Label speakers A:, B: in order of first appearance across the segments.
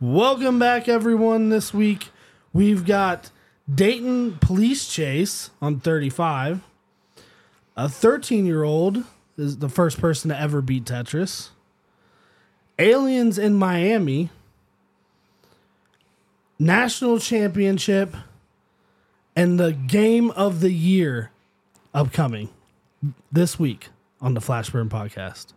A: Welcome back, everyone. This week we've got Dayton police chase on 35. A 13 year old is the first person to ever beat Tetris. Aliens in Miami. National championship and the game of the year upcoming this week on the Flashburn podcast.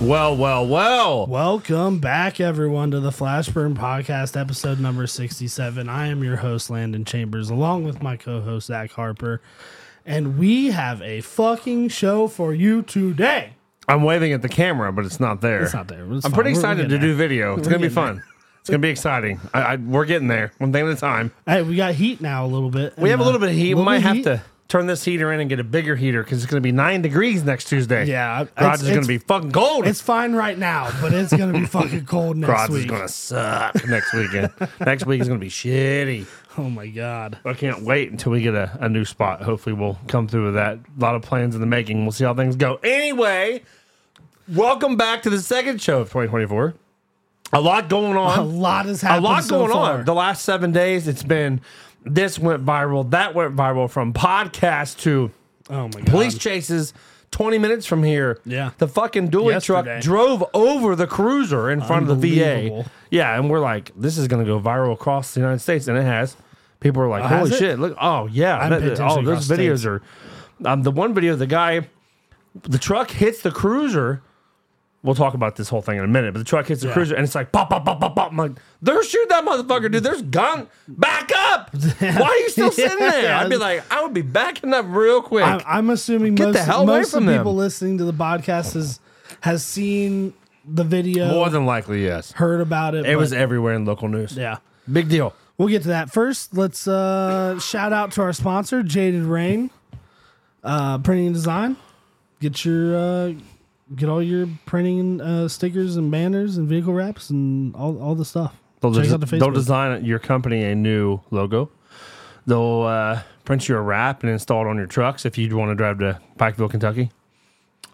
B: Well, well, well.
A: Welcome back, everyone, to the Flashburn Podcast, episode number 67. I am your host, Landon Chambers, along with my co host, Zach Harper. And we have a fucking show for you today.
B: I'm waving at the camera, but it's not there.
A: It's not there. It's fine.
B: I'm pretty
A: We're- we're
B: excited to
A: getting
B: do
A: there.
B: video. It's gonna be
A: getting
B: fun. It's gonna be exciting. I, I we're getting there, one thing at a time.
A: Hey, we got heat now a little bit.
B: We have a little bit of heat. We might have to turn this heater in and get a bigger heater because it's gonna be nine degrees next Tuesday.
A: Yeah,
B: garage
A: it's-
B: is gonna
A: it's-
B: be fucking cold.
A: It's fine right now, but it's going to be fucking cold next
B: garage is
A: week.
B: gonna suck next weekend. next week is gonna be shitty.
A: Oh, my God.
B: I can't wait until we get a, a new spot. Hopefully, we'll come through with that. A lot of plans in the making. We'll see how things go. Anyway, welcome back to the second show of 2024. A lot going
A: A
B: on.
A: lot has
B: A
A: happened.
B: lot
A: so
B: going
A: far.
B: on. The last seven days, it's been this went viral, that went viral from podcast to
A: Oh, my God.
B: police chases. 20 minutes from here,
A: Yeah.
B: the fucking dually
A: Yesterday.
B: truck drove over the cruiser in front of the VA.
A: Unbelievable.
B: Yeah, and we're like, this is going to go viral across the United States, and it has. People are like,
A: has
B: holy
A: it?
B: shit, look, oh, yeah.
A: I'm
B: that-
A: paying attention
B: oh, those
A: across
B: videos
A: states.
B: are. Um, the one video, the guy, the truck hits the cruiser. We'll talk about this whole thing in a minute, but the truck hits the
A: Yeah.
B: cruiser, and it's like, pop, pop, pop, pop, pop. I'm like, they're shooting that motherfucker, dude. There's gun. Back up. Why are you still sitting there?
A: Yeah.
B: I'd be like, I would be backing up real quick.
A: I'm, I'm assuming
B: Get the
A: most,
B: hell away
A: most of
B: from
A: the
B: them.
A: people listening to the podcast has has seen the video,
B: More than likely, yes.
A: heard about it.
B: It
A: but-
B: was everywhere in local news.
A: yeah.
B: Big deal.
A: We'll get to that first. Let's uh, shout out to our sponsor, Jaded Rain uh, Printing and Design. Get your uh, get all your printing uh, stickers and banners and vehicle wraps and all, all the stuff.
B: They'll,
A: Check
B: des-
A: out the
B: they'll
A: Facebook.
B: design your company a new logo. They'll uh, print you a wrap and install it on your trucks if you'd want to drive to Pikeville, Kentucky.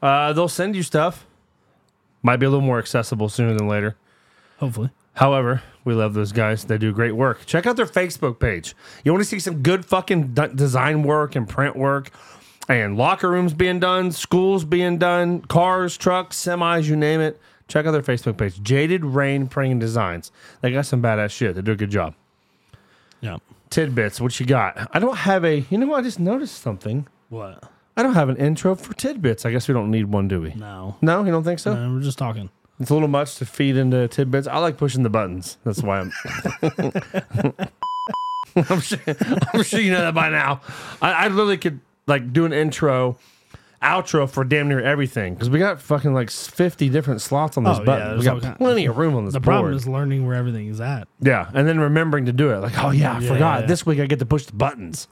B: Uh, they'll send you stuff. Might be a little more accessible sooner than later.
A: Hopefully,
B: However, we love those guys. They do great work. Check out their Facebook page. You want to see some good fucking d- design work and print work and locker rooms being done, schools being done, cars, trucks, semis, you name it. Check out their Facebook page, Jaded Rain Printing and Designs. They got some badass shit. They do a good job.
A: yeah.
B: Tidbits, what you got? I don't have a, you know what? I just noticed something.
A: What?
B: I don't have an intro for tidbits. I guess we don't need one, do we?
A: No,
B: No, you don't think so?
A: Uh, we're just talking.
B: It's a little much to feed into tidbits. I like pushing the buttons. That's why I'm. I'm, sure, I'm sure you know that by now. I, I literally could like do an intro, outro for damn near everything because we got fucking like 50 different slots on this
A: Oh, yeah,
B: button. we
A: there's all
B: got
A: kind-
B: plenty of room on this
A: The
B: board.
A: problem is learning where everything is at.
B: yeah, and then remembering to do it. Like, oh yeah, I
A: Yeah,
B: forgot.
A: yeah.
B: This week I get to push the buttons.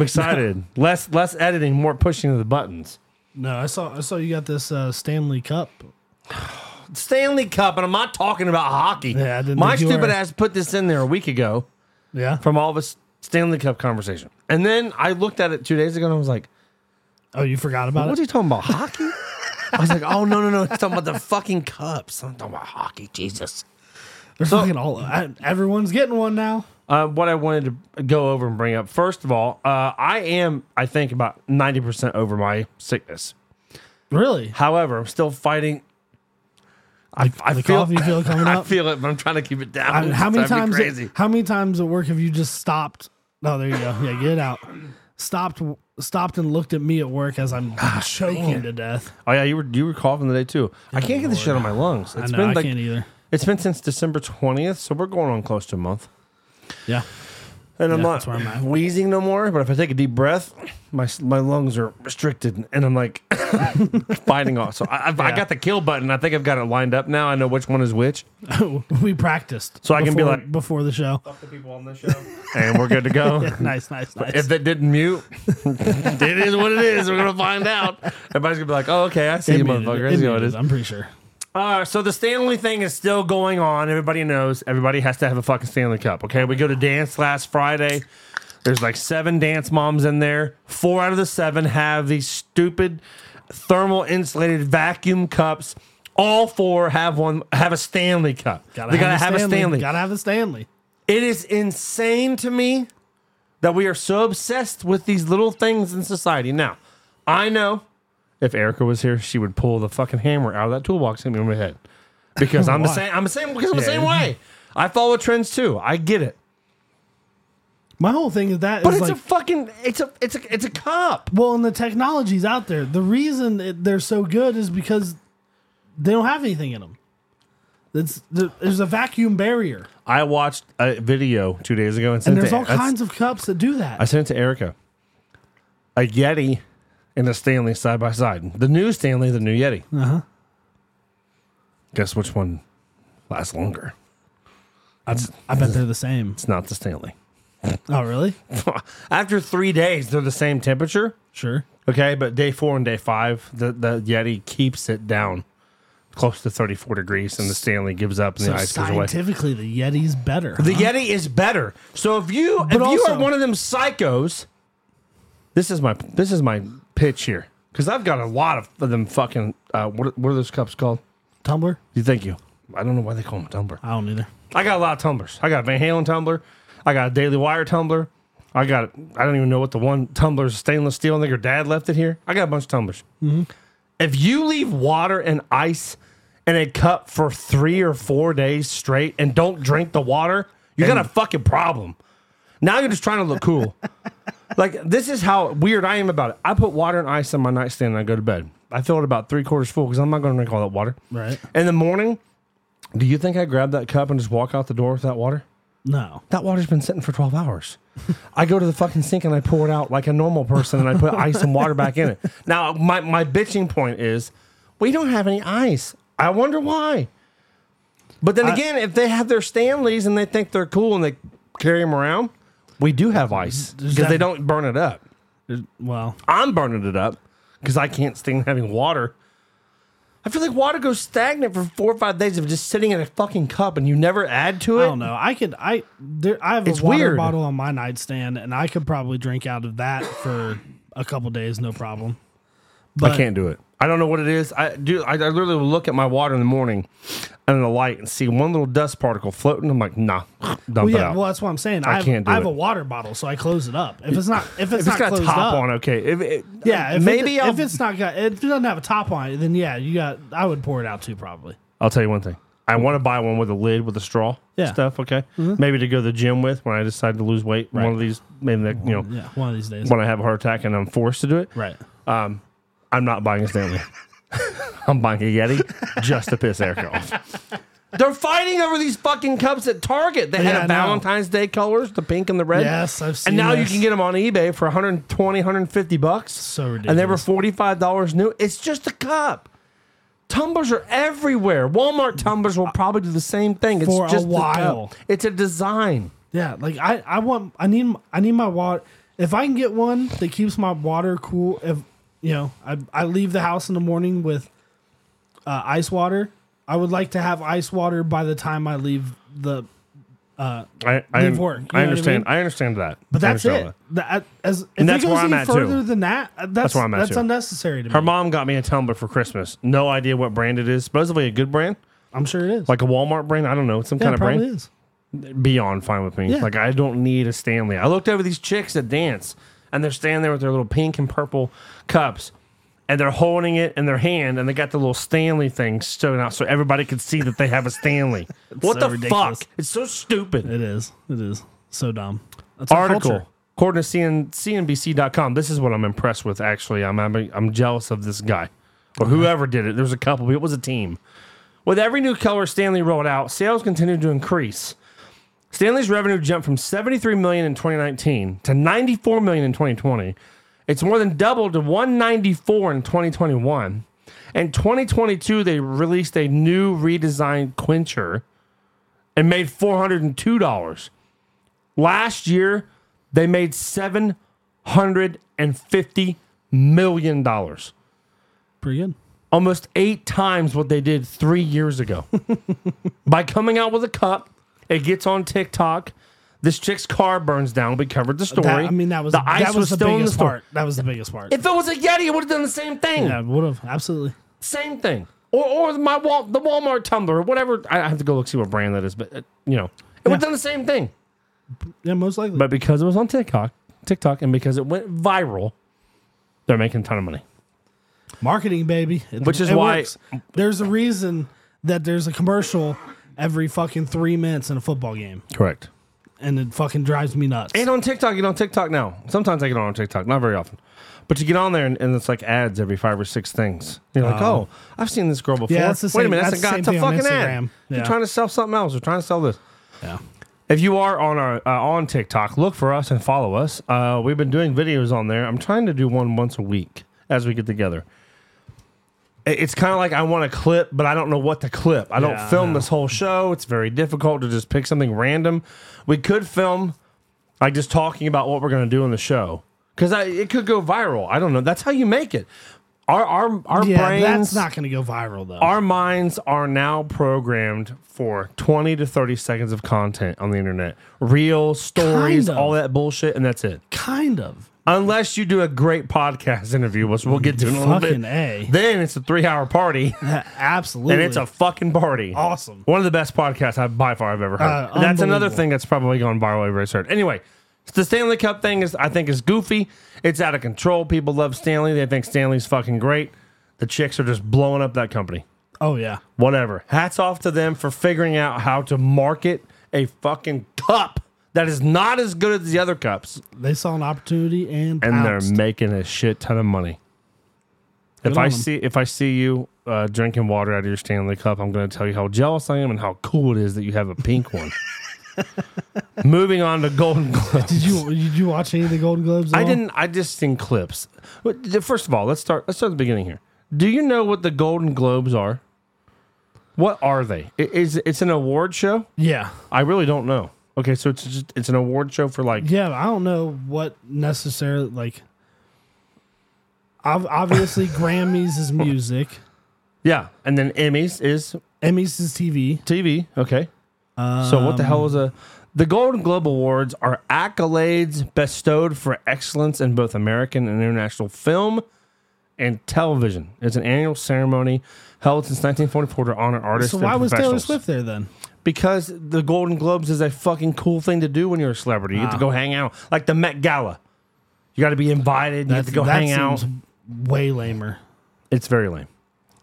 B: excited. less less editing, more pushing of the buttons.
A: No, I saw I saw you got this uh, Stanley Cup
B: Stanley Cup, and I'm not talking about hockey.
A: Yeah, I didn't
B: My
A: think you
B: stupid
A: were.
B: ass put this in there a week ago
A: Yeah.
B: from all of us Stanley Cup conversation. And then I looked at it two days ago and I was like,
A: Oh, you forgot about
B: what
A: it?
B: are you talking about? Hockey? I was like, oh, no, no, no. It's talking about the fucking cups. I'm talking about hockey. Jesus.
A: They're fucking all. I, everyone's getting one now.
B: Uh, what I wanted to go over and bring up, first of all, uh, I am, I think, about 90% over my sickness.
A: Really?
B: However, I'm still fighting. I, I
A: the
B: feel,
A: coffee feel coming
B: I
A: up?
B: feel it, but I'm trying to keep it down.
A: I mean, how
B: It's
A: many
B: driving
A: times?
B: me Crazy.
A: how many times at work have you just stopped? No, there you go. Yeah, get it out. Stopped. Stopped and looked at me at work as I'm
B: Ah,
A: choking to death.
B: Oh yeah, you were you were coughing today too. I can't get this shit out of my lungs. It's
A: I know.
B: been
A: I
B: like
A: can't e- either.
B: it's been since December twentieth, so we're going on close to a month.
A: Yeah.
B: and I'm
A: Yeah,
B: not
A: that's where I'm at.
B: wheezing no more. But if I take a deep breath, my s- my lungs are restricted, and I'm like fighting off. So I, I've, I got the kill button. I think I've got it lined up now. I know which one is which.
A: we practiced.
B: So I can be
A: before-
B: like-
A: before the show.
B: The people on this show, and we're good to go.
A: Nice, nice, nice.
B: If that didn't mute, it is what it is. We're gonna find out. Everybody's gonna be like, "Oh, okay, I see
A: It
B: you,
A: muted
B: motherfucker."
A: it.
B: I
A: It
B: see what it
A: muted
B: is.
A: it, I'm pretty sure.
B: Uh, so the Stanley thing is still going on. Everybody knows. Everybody has to have a fucking Stanley Cup. Okay, we go to dance last Friday. There's like seven dance moms in there. Four out of the seven have these stupid thermal insulated vacuum cups. All four have one. Have a Stanley Cup. they gotta have, a Stanley.
A: Gotta have a Stanley.
B: It is insane to me that we are so obsessed with these little things in society. Now, I know if Erica was here, she would pull the fucking hammer out of that toolbox and hit me in my head because I'm the
A: Why?
B: same. I'm the same because I'm the
A: Yeah.
B: same way. I follow trends too. I get it,
A: My whole thing is that
B: but
A: is
B: it's
A: like,
B: a fucking it's a it's a it's a cup.
A: well, and the technology's out there. The reason it, they're so good is because they don't have anything in them. It's, there- there's a vacuum barrier,
B: I watched a video two days ago and sent
A: and there's
B: to-
A: all kinds of cups that do that.
B: I sent it to Erica. A Yeti and a Stanley side by side. The new Stanley, the new Yeti. Uh huh. Guess which one lasts longer?
A: I, I bet they're the same.
B: It's not the Stanley.
A: Oh, really?
B: After three days, they're the same temperature.
A: Sure.
B: Okay, but day four and day five, the, the Yeti keeps it down close to 34 degrees, and the Stanley gives up and
A: So
B: the ice goes away.
A: scientifically, the Yeti's better.
B: The Yeti is better. So if you if you
A: also-
B: are one of them psychos, this is my this is my pitch here because I've got a lot of them fucking uh, what are- what are those cups called?
A: tumbler?
B: You thank you. I don't know why they call them tumbler.
A: I don't either.
B: I got a lot of tumblers. I got a Van Halen tumbler. I got a Daily Wire tumbler. I got I don't even know what the one tumbler is stainless steel. I think her dad left it here. I got a bunch of tumblers. If you leave water and ice in a cup for three or four days straight and don't drink the water, you got a fucking problem. Now you're just trying to look cool. like this is how weird I am about it. I put water and ice on my nightstand and I go to bed. I fill it about three quarters full because I'm not going to drink all that water.
A: Right.
B: In the morning, do you think I grab that cup and just walk out the door with that water?
A: No.
B: That water's been sitting for 12 hours. I go to the fucking sink and I pour it out like a normal person and I put ice and water back in it. Now, my, my bitching point is we don't have any ice. I wonder why. But then again, if they have their Stanleys and they think they're cool and they carry them around, we do have ice because they
A: that-
B: don't burn it up.
A: Well,
B: I'm burning it up because I can't stand having water. I feel like water goes stagnant for four or five days of just sitting in a fucking cup and you never add to it.
A: I don't know. I could. I there. I have a
B: It's
A: water
B: weird.
A: bottle on my nightstand, and I could probably drink out of that for a couple days, no problem. But
B: I can't do it. I don't know what it is. I do. I, I literally will look at my water in the morning and the light and see one little dust particle floating. I'm like, nah, dump
A: Well,
B: it
A: yeah.
B: out.
A: Well, that's what I'm saying. I, have,
B: can't do
A: I have
B: it.
A: a water bottle, so I close it up. If it's not, if it's,
B: if
A: not
B: it's got a
A: closed
B: top
A: up,
B: on, okay. If it,
A: yeah. If
B: maybe
A: it,
B: I'll,
A: if it's not got, if it doesn't have a top on it, then yeah, you got. I would pour it out too, probably.
B: I'll tell you one thing. I want to buy one with a lid with a straw
A: Yeah. Mm-hmm.
B: stuff. Okay, maybe to go to the gym with when I decide to lose weight. One of these, maybe that you know,
A: Oh, Yeah, one of these days.
B: when I have a heart attack and I'm forced to do it.
A: Right.
B: I'm not buying a Stanley. I'm buying a Yeti just to piss Erica off. They're fighting over these fucking cups at Target. They
A: Yeah,
B: had
A: I
B: a
A: know.
B: Valentine's Day colors, the pink and the red.
A: Yes, I've seen
B: And now
A: this.
B: you can get them on eBay for 120, 150 bucks.
A: So
B: And they were
A: ridiculous.
B: $45 new. It's just a cup. Tumblers are everywhere. Walmart tumblers will probably do the same thing. It's
A: For a
B: just the cup.
A: while.
B: It's a design.
A: Yeah, like I, I want I need I need my water. If I can get one that keeps my water cool, if you know, I I leave the house in the morning with uh, ice water. I would like to have ice water by the time I leave the.
B: I,
A: Leave work, you know what I mean?
B: understand. I understand that.
A: But
B: I
A: that's
B: understand
A: it.
B: that.
A: That, as if
B: that's
A: it goes
B: where I'm
A: any
B: at, too.
A: further than that, uh, that's that's,
B: where I'm at,
A: that's
B: too.
A: unnecessary to me.
B: Her mom got me a tumbler for Christmas. No idea what brand it is. Supposedly a good brand.
A: I'm sure it is.
B: like a Walmart brand. I don't know, some
A: yeah,
B: kind
A: it
B: of
A: probably
B: brand.
A: is.
B: Beyond fine with me.
A: Yeah.
B: Like I don't need a Stanley. I looked over these chicks that dance, and they're standing there with their little pink and purple cups, and they're holding it in their hand, and they got the little Stanley thing sticking out, so everybody could see that they have a Stanley. what
A: so
B: the
A: ridiculous.
B: fuck? It's so stupid.
A: It is. It is so dumb. That's our culture.
B: Article. According to CN, CNBC.com, this is what I'm impressed with. Actually, I'm I'm, I'm jealous of this guy or whoever did it. There was a couple. It was a team. With every new color Stanley rolled out, sales continued to increase. Stanley's revenue jumped from 73 million in 2019 to 94 million in 2020. It's more than doubled to 194 in 2021. In 2022, they released a new redesigned quencher and made $402. Last year, they made $750 million
A: Pretty good.
B: almost eight times what they did three years ago. By coming out with a cup, it gets on TikTok. This chick's car burns down. We covered the story.
A: That, I mean, that was
B: the ice
A: that was, the
B: still in the
A: biggest
B: store.
A: part. That was the biggest part.
B: If it was a Yeti, it would have done the same thing.
A: yeah, would have absolutely.
B: Same thing. Or or my wall the Walmart tumbler or whatever. I I have to go look see what brand that is, but uh, you know it would have done the same thing.
A: Yeah, most likely.
B: But because it was on TikTok, TikTok, and because it went viral, they're making a ton of money.
A: Marketing, baby. It-
B: Which is
A: it
B: why-
A: there's a reason that there's a commercial every fucking three minutes in a football game,
B: Correct.
A: and it fucking drives me nuts.
B: And on TikTok, you get on TikTok now. Sometimes I get on TikTok, not very often. But you get on there and, and it's like ads every five or six things. You're like, oh, I've seen this girl before.
A: that's the
B: Wait a
A: same-
B: minute,
A: that's
B: that's,
A: the same
B: a, got
A: thing
B: a
A: on
B: fucking ad.
A: Instagram. Yeah.
B: You're trying to sell something else. You're trying to sell this.
A: yeah.
B: If you are on our uh, on TikTok, look for us and follow us. Uh, we've been doing videos on there. I'm trying to do one once a week as we get together. I- It's kind of like I want to clip, but I don't know what to clip. I don't
A: Yeah, I
B: film
A: know.
B: this whole show. It's very difficult to just pick something random. We could film like just talking about what we're going to do on the show because it could go viral. I don't know. That's how you make it. Our our our
A: yeah,
B: brains
A: that's not going to go viral though.
B: our minds are now programmed for 20 to 30 seconds of content on the internet reels stories
A: Kind of.
B: all that bullshit and that's it
A: kind of.
B: unless you do a great podcast interview which we'll get to in a little bit
A: Fucking A.
B: then it's a three hour party
A: Absolutely.
B: and it's a fucking party
A: awesome.
B: one of the best podcasts I by far I've ever heard.
A: Uh,
B: And that's another
A: unbelievable.
B: thing that's probably going viral over hard. Anyway, the Stanley Cup thing is I think is goofy. It's out of control. People love Stanley. They think Stanley's fucking great. The chicks are just blowing up that company
A: Oh yeah.
B: whatever. Hats off to them for figuring out how to market a fucking cup that is not as good as the other cups,
A: They saw an opportunity and
B: and
A: pounced.
B: they're making a shit ton of money. if
A: on
B: I
A: them.
B: see if I see you uh, drinking water out of your Stanley cup, I'm going to tell you how jealous I am and how cool it is that you have a pink one. Moving on to Golden Gloves.
A: Did you did you watch any of the Golden Globes? at
B: I
A: all?
B: didn't. I just seen clips. But th- First of all, let's start. Let's start at the beginning here. Do you know what the Golden Globes are? What are they? I- Is it's an award show?
A: Yeah.
B: I really don't know. Okay, so it's just it's an award show for like
A: Yeah, I don't know what necessarily like. ob- Obviously, Grammys is music.
B: yeah, and then Emmys is
A: Emmys is TV.
B: TV. Okay, so what the hell is a the Golden Globe Awards are accolades bestowed for excellence in both American and international film and television. It's an annual ceremony held since 1944 to honor artists.
A: So
B: and
A: why was Taylor
B: professionals.
A: Swift there then?
B: Because the Golden Globes is a fucking cool thing to do when you're a celebrity. You get to go hang out, like the Met Gala. You got to be invited. You have to go hang out.
A: Way lamer.
B: It's very lame.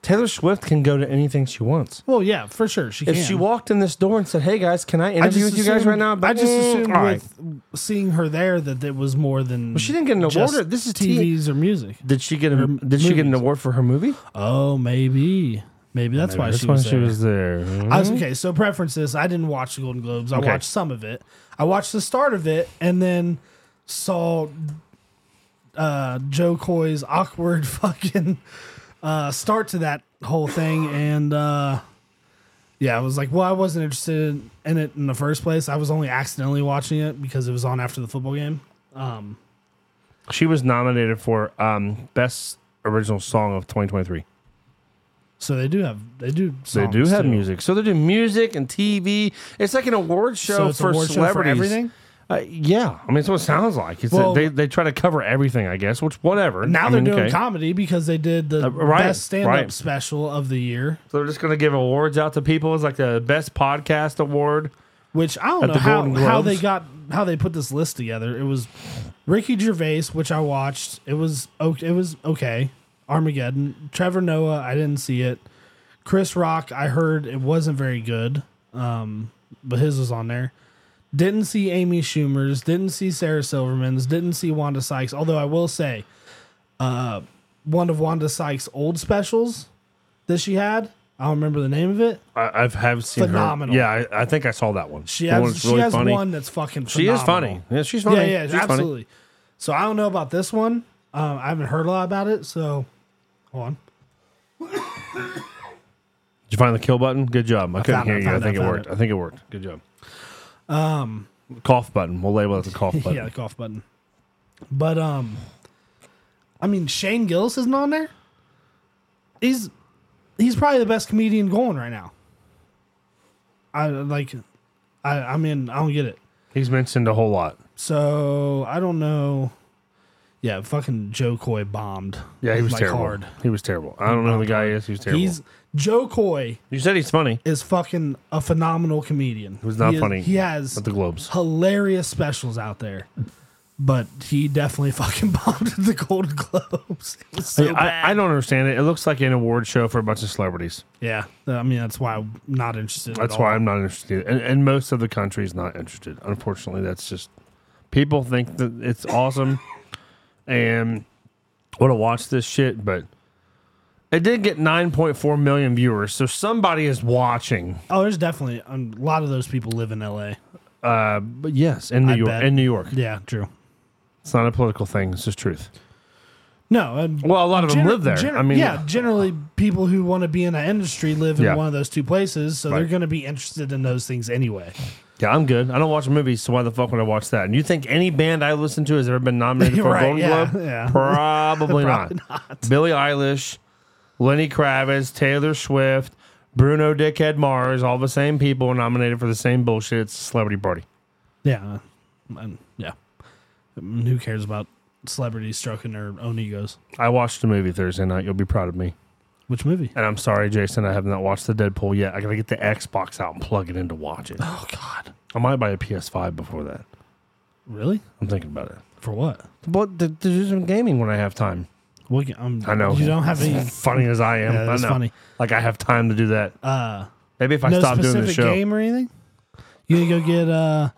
B: Taylor Swift can go to anything she wants.
A: Well, yeah, for sure. She
B: If
A: can.
B: she walked in this door and said, "Hey guys, can I
A: I
B: interview with you guys
A: assumed-
B: right now?" I'd be
A: I
B: like,
A: just
B: "Mm,
A: assumed
B: all right."
A: with seeing her there that it was more than. Well,
B: she didn't get an award. This is T-
A: TVs or music.
B: Did she get a Did she get an
A: movies.
B: award for her movie?
A: Oh, maybe. Maybe that's why she was, there.
B: there.
A: I was okay. So preferences. I didn't watch the Golden Globes. I
B: Mm-hmm. Okay.
A: watched some of it. I watched the start of it, and then saw uh, Joe Coy's awkward fucking uh, start to that whole thing, and uh, yeah, I was like, well, I wasn't interested in it in the first place. I was only accidentally watching it because it was on after the football game.
B: She was nominated for um, best original song of 2023.
A: So they do have they do
B: They
A: songs
B: do have
A: too.
B: music, so they're doing music and TV. It's like an award show
A: So it's
B: for
A: award show for
B: celebrities.
A: everything?
B: Uh, yeah, I mean, it's what it sounds like. It's
A: Well-
B: they they try to cover everything, I guess. Which whatever.
A: Now
B: I
A: they're
B: mean,
A: doing
B: okay. Uh,
A: comedy because they did the
B: right,
A: best stand up
B: right.
A: special of the year.
B: So they're just gonna give awards out to people. It's like the best podcast award.
A: which I don't
B: At
A: know
B: the
A: how,
B: Golden
A: how
B: Globes?
A: they got how they put this list together. It was Ricky Gervais, which I watched. It was o- it was okay. Armageddon. Trevor Noah, I didn't see it. Chris Rock, I heard it wasn't very good, um, but his was on there. Didn't see Amy Schumer's. Didn't see Sarah Silverman's. Didn't see Wanda Sykes. Although I will say, uh, one of Wanda Sykes' old specials that she had I don't remember the name of it.
B: I, I've have seen
A: Phenomenal.
B: her. Yeah, I, I think I saw that one.
A: She
B: The
A: has
B: one that's
A: she
B: really
A: has
B: funny.
A: one that's fucking.
B: She is
A: phenomenal.
B: funny. Yeah, she's funny.
A: Oh, Yeah, yeah,
B: she's Funny.
A: absolutely. So I don't know about this one. Um, I haven't heard a lot about it. So hold on.
B: Did you find the kill button? Good job. I, couldn't
A: found it,
B: hear
A: I
B: you. I
A: found it,
B: think
A: I
B: it
A: found
B: worked.
A: it.
B: I think it worked. Good job. Um, cough button. We'll label it the cough button.
A: Yeah, the cough button. But um, I mean Shane Gillis isn't on there. He's he's probably the best comedian going right now. I like, I I mean I don't get it.
B: He's mentioned a whole lot.
A: So I don't know. Yeah, fucking Joe Coy bombed.
B: Yeah, he was
A: like,
B: terrible.
A: hard.
B: He was terrible. I don't know who the guy is. He was terrible.
A: He's Joe Coy
B: you said he's funny.
A: is fucking a phenomenal comedian.
B: was not
A: He is-
B: funny
A: He has
B: At the Globes.
A: hilarious specials out there, but he definitely fucking bombed at the Golden Globes. It was so bad.
B: I, I don't understand it. It looks like an award show for a bunch of celebrities.
A: yeah, I mean that's why I'm not interested.
B: That's why I'm not interested. And, and most of the country is not interested. Unfortunately, that's just people think that it's awesome and want to watch this shit, but it did get 9.4 million viewers. So somebody is watching.
A: Oh, there's definitely um, a lot of those people live in L.A.
B: Uh, but yes, in New
A: I
B: York.
A: bet.
B: In New York.
A: Yeah, true.
B: It's not a political thing. It's just truth.
A: No, and
B: Well, a lot of them
A: gener-
B: live there.
A: gener-
B: I mean,
A: yeah, generally people who want to be in that industry live in
B: Yeah.
A: one of those two places, so they're
B: Right.
A: going to be interested in those things anyway.
B: Yeah, I'm good. I don't watch movies, so why the fuck would I watch that? And you think any band I listen to has ever been nominated for
A: Right,
B: a Golden
A: yeah,
B: Globe?
A: yeah.
B: Probably,
A: Probably
B: not. Billie Eilish, Lenny Kravitz, Taylor Swift, Bruno Dickhead Mars, all the same people were nominated for the same bullshit. It's a celebrity party.
A: Yeah, uh, and yeah, I mean, who cares about celebrities stroking their own egos?
B: I watched a movie Thursday night. You'll be proud of me.
A: Which movie?
B: And I'm sorry, Jason, I have not watched the Deadpool yet. I gotta get the Xbox out and plug it in to watch it.
A: Oh God,
B: I might buy a PS5 before that.
A: really?
B: I'm thinking about it.
A: For what?
B: But to, to do some gaming when I have time.
A: What? ga- Um,
B: I know.
A: you don't have any.
B: funny as I am.
A: Yeah, that's
B: I know.
A: funny.
B: Like I have time to do that.
A: Uh,
B: Maybe if I
A: no
B: stop doing the
A: specific
B: show,
A: game or anything. You gonna go get uh?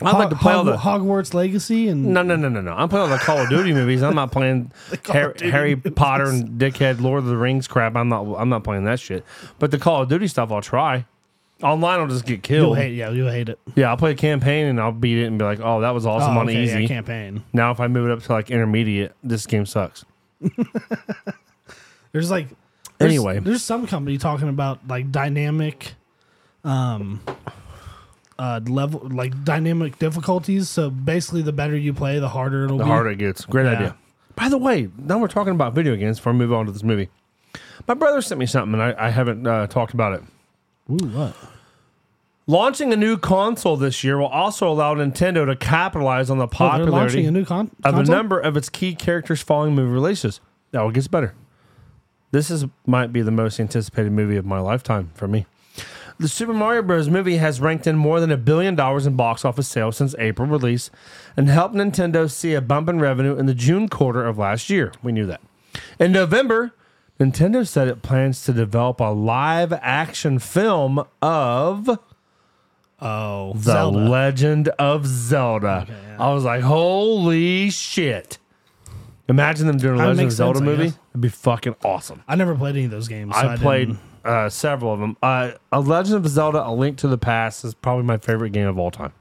B: I'd like to play all the.
A: Hogwarts Legacy and
B: No, no, no, no, no. I'm playing all the Call of Duty movies. I'm not playing
A: Call of
B: Harry,
A: Duty
B: Harry
A: movies.
B: Potter and Dickhead Lord of the Rings crap. I'm not. I'm not playing that shit. But the Call of Duty stuff, I'll try. Online, I'll just get
A: you'll
B: killed.
A: hate. Yeah, you'll hate it.
B: Yeah, I'll play a campaign and I'll beat it and be like, "Oh, that was awesome
A: Oh,
B: on
A: okay,
B: easy."
A: yeah, campaign.
B: now, if I move it up to like intermediate, this game sucks.
A: There's like there's-
B: Anyway.
A: there's some company talking about like dynamic, um, uh, level like dynamic difficulties. So basically, the better you play, the harder it'll
B: The
A: be.
B: harder it gets. Great
A: Yeah.
B: idea. By the way, now we're talking about video games. Before I move on to this movie, my brother sent me something and I, I haven't uh, talked about it.
A: Ooh, what?
B: Launching a new console this year will also allow Nintendo to capitalize on the
A: Oh, they're launching
B: popularity
A: a new con-
B: of a
A: console?
B: number of its key characters following movie releases. Now it gets better. This is might be the most anticipated movie of my lifetime for me. The Super Mario Bros. movie has ranked in more than a billion dollars in box office sales since April release and helped Nintendo see a bump in revenue in the June quarter of last year. We knew that. In November, Nintendo said it plans to develop a live action film of
A: Oh,
B: the
A: Zelda.
B: Legend of Zelda.
A: yeah.
B: I was like, holy shit. Imagine them doing a
A: That would
B: Legend of
A: make sense,
B: Zelda
A: I
B: movie.
A: guess.
B: It'd be fucking awesome.
A: I never played any of those games. so
B: I,
A: I
B: played
A: didn't-
B: uh, several of them. Uh, a Legend of Zelda, A Link to the Past is probably my favorite game of all time.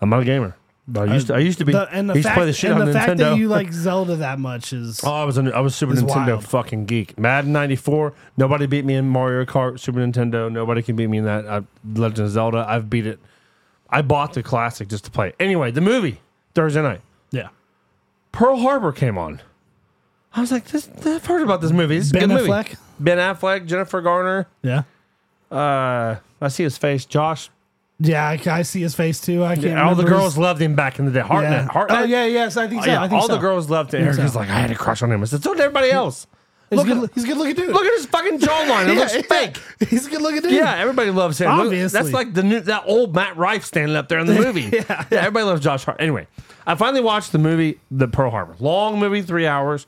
B: I'm not a gamer. But I used to, I used to be.
A: Uh, the, and the
B: I used
A: fact,
B: to play the shit
A: and
B: on
A: the
B: Nintendo.
A: fact that you like Zelda that much is
B: Oh, I was a, I was Super
A: It's
B: Nintendo
A: wild.
B: fucking geek. Madden '94. Nobody beat me in Mario Kart. Super Nintendo. Nobody can beat me in that. I, Legend of Zelda. I've beat it. I bought the classic just to play it. Anyway, the movie Thursday night.
A: yeah.
B: Pearl Harbor came on. I was like, this, I've heard about this movie. This is a
A: Ben
B: good movie.
A: Affleck?
B: Ben Affleck, Jennifer Garner.
A: Yeah.
B: Uh, I see his face. Josh.
A: Yeah, I, I see his face too. I can't.
B: all the
A: remember his-
B: girls loved him back in the day. Hartnett.
A: Yeah.
B: Hartnett.
A: Oh yeah, yes, I think
B: Oh,
A: so.
B: yeah.
A: I think
B: all
A: so.
B: the girls loved him.
A: so.
B: He's like, I had a crush on him. I said, so did everybody else.
A: He's
B: Look,
A: good.
B: at,
A: he's a good looking dude.
B: look at his fucking jawline. It looks fake.
A: He's a good looking dude.
B: Yeah, everybody loves him. Look,
A: Obviously.
B: that's like the new that old Matt Rife standing up there in the movie. yeah, everybody loves Josh Hart. Anyway, I finally watched the movie The Pearl Harbor. Long movie, three hours.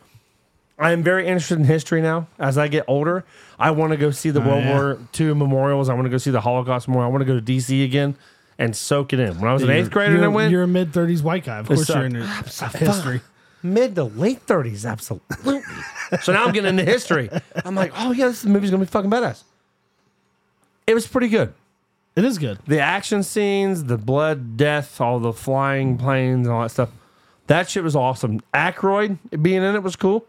B: I am very interested in history now. As I get older, I want to go see the World
A: yeah.
B: War II memorials. I want to go see the Holocaust memorial. I want to go to DC again and soak it in. When I was an eighth grader and I
A: You're,
B: went,
A: you're a mid thirties white guy. Of course,
B: sucked.
A: you're in your history.
C: mid to late 30s, absolutely.
B: So now I'm getting into history. I'm like, oh yeah, this movie's gonna be fucking badass. It was pretty good.
A: It is good.
B: The action scenes, the blood, death, all the flying planes, and all that stuff. That shit was awesome. Aykroyd being in it was cool.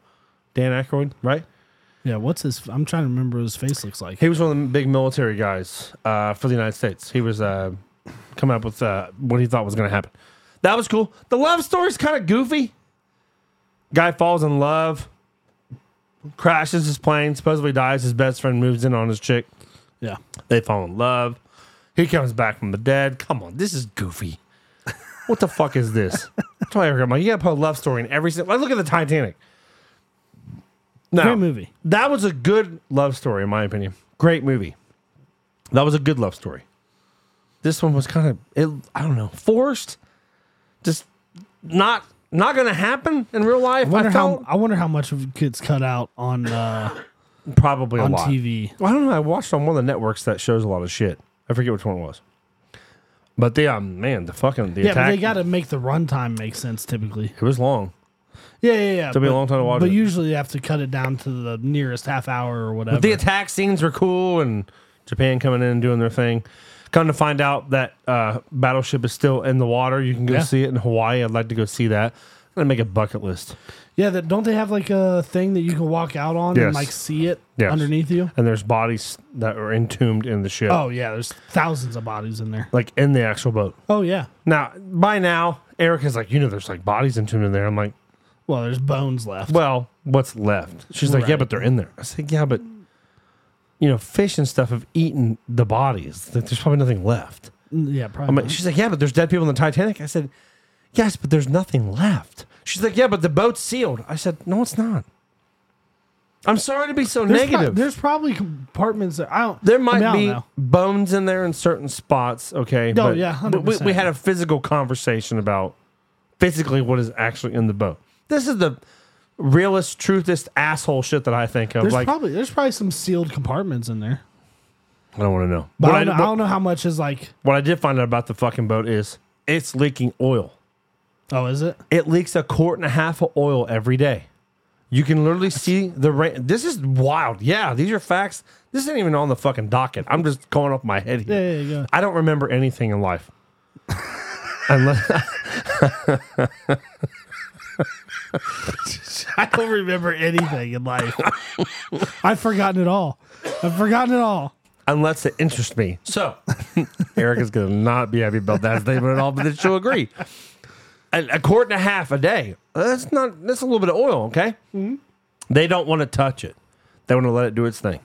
B: Dan Aykroyd, right?
A: Yeah, what's his? I'm trying to remember what his face looks like.
B: He was one of the big military guys uh, for the United States. He was uh, coming up with uh, what he thought was going to happen. That was cool. The love story's kind of goofy. Guy falls in love, crashes his plane, supposedly dies. His best friend moves in on his chick.
A: Yeah,
B: They fall in love. He comes back from the dead. Come on, this is goofy. What the fuck is this? That's why I'm like, you gotta put a love story in every single. Like, look at the Titanic. No,
A: great movie.
B: that was a good love story, in my opinion. Great movie. That was a good love story. This one was kind of it. I don't know, forced. Just not not gonna happen in real life.
A: I
B: I,
A: wonder how
B: felt
A: I wonder how much of it gets cut out on uh,
B: probably a
A: on
B: lot.
A: TV.
B: Well, I don't know. I watched on one of the networks that shows a lot of shit. I forget which one it was. But the um, man, the fucking the
A: Yeah,
B: attack.
A: but they got to make the runtime make sense typically.
B: it was long.
A: Yeah, yeah, yeah.
B: Took me a
A: but-
B: long time to watch
A: But
B: it.
A: usually you have to cut it down to the nearest half hour or whatever.
B: The attack scenes were cool, and Japan coming in and doing their thing. Come to find out that uh, battleship is still in the water. You can go
A: Yeah.
B: see it in Hawaii. I'd like to go see that. I'm gonna make a bucket list.
A: yeah, that don't they have like a thing that you can walk out on
B: Yes.
A: and like see it
B: Yes.
A: underneath you?
B: And there's bodies that are entombed in the ship,
A: Oh yeah, there's thousands of bodies in there.
B: like in the actual boat.
A: Oh yeah.
B: Now, by now, Erica's like, you know, there's like bodies entombed in there. I'm like,
A: Well, there's bones left.
B: well, what's left? She's like, yeah,
A: Right.
B: but they're in there. I said, yeah, but you know, fish and stuff have eaten the bodies. Like, there's probably nothing left.
A: yeah,
B: I'm
A: probably.
B: like, she's like, yeah, but there's dead people in the Titanic. I said, yes, but there's nothing left. She's like, yeah, but the boat's sealed. I said, no, it's not. I'm sorry to be so
A: there's pro-
B: negative.
A: there's probably compartments that I don't.
B: there
A: I mean,
B: might
A: I don't
B: be
A: know.
B: bones in there in certain spots. Okay.
A: No, Oh, yeah,
B: we- we,
A: 100%.
B: we had a physical conversation about physically what is actually in the boat. This is the realest, truthest asshole shit that I think of.
A: There's
B: like,
A: probably there's probably some sealed compartments in there.
B: I don't want to know.
A: But
B: What
A: I don't,
B: I-
A: know, I don't know how much is like.
B: what I did find out about the fucking boat is it's leaking oil.
A: Oh, is it?
B: it leaks a quart and a half of oil every day. You can literally see the rain. This is wild. Yeah, these are facts. This isn't even on the fucking docket. I'm just going off my head here.
A: Yeah, yeah, yeah.
B: I don't remember anything in life. Unless
A: I don't remember anything in life. I've forgotten it all. I've forgotten it all.
B: unless it interests me. So Erica's gonna not be happy about that statement at all, but then she'll agree. A, a quart and a half a day. That's not. That's a little bit of oil. Okay. They don't want to touch it. They want to let it do its thing.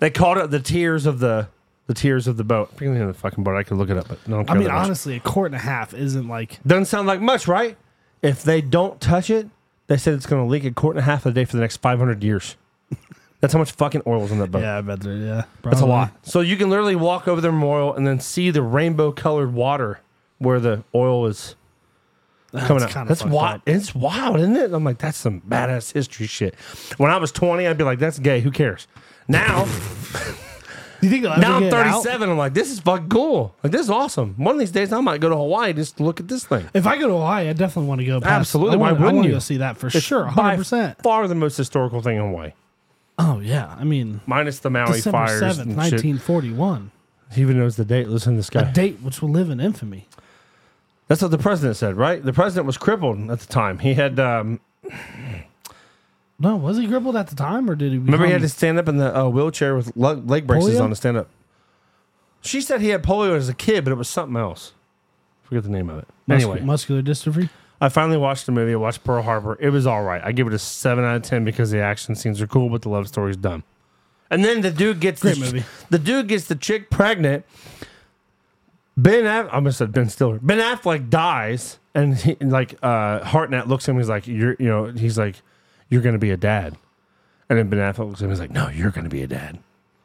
B: They called it the tears of the the tears of the boat. I forget the name of the fucking boat. I could look it up, but no, I don't
A: I
B: care
A: mean,
B: that much.
A: honestly, a quart and a half isn't like.
B: Doesn't sound like much, right? If they don't touch it, they said it's going to leak a quart and a half a day for the next 500 years. That's how much fucking oil is in that boat.
A: Yeah, I bet there. Yeah,
B: That's a lot. So you can literally walk over the memorial and then see the rainbow colored water where the oil is coming
A: That's
B: out.
A: kinda
B: That's
A: fucked
B: wild.
A: up.
B: It's wild, isn't it? I'm like, that's some badass history shit. When I was 20, I'd be like, that's gay. Who cares? Now,
A: Do you think they'll ever
B: now I'm
A: get it out?
B: 37. I'm like, this is fucking cool. Like, this is awesome. One of these days, I might go to Hawaii and just look at this thing.
A: If I go to Hawaii, I definitely want to go. Past, I
B: Absolutely. Why
A: wanna- I
B: wouldn't
A: wanna
B: you?
A: go see that for
B: It's
A: sure? 100.
B: by
A: percent
B: Far the most historical thing in Hawaii,
A: Oh yeah. I mean,
B: minus the Maui
A: December
B: fires.
A: seventh,
B: and shit.
A: 1941.
B: He even knows the date. Listen to this
A: A
B: guy.
A: date which will live in infamy.
B: That's what the president said, right? The president was crippled at the time. He had um,
A: No, was he crippled at the time, or did he? Become,
B: Remember, he had to stand up in the uh, wheelchair with leg, leg braces
A: Polio?
B: on to stand up. She said he had polio as a kid, but it was something else. Forget the name of it.
A: mus-
B: Anyway,
A: muscular dystrophy.
B: I finally watched the movie. I watched Pearl Harbor. It was all right. I give it a seven out of ten because the action scenes are cool, but the love story's dumb. And then the dude gets
A: Great
B: the,
A: movie.
B: The dude gets the chick pregnant. Ben, Aff- I'm gonna say Ben Stiller. Ben Affleck dies, and he, and like uh, Hartnett looks at him. He's like, "You're, you know," he's like, "You're gonna be a dad." And then Ben Affleck looks at him. He's like, "No, you're gonna be a dad."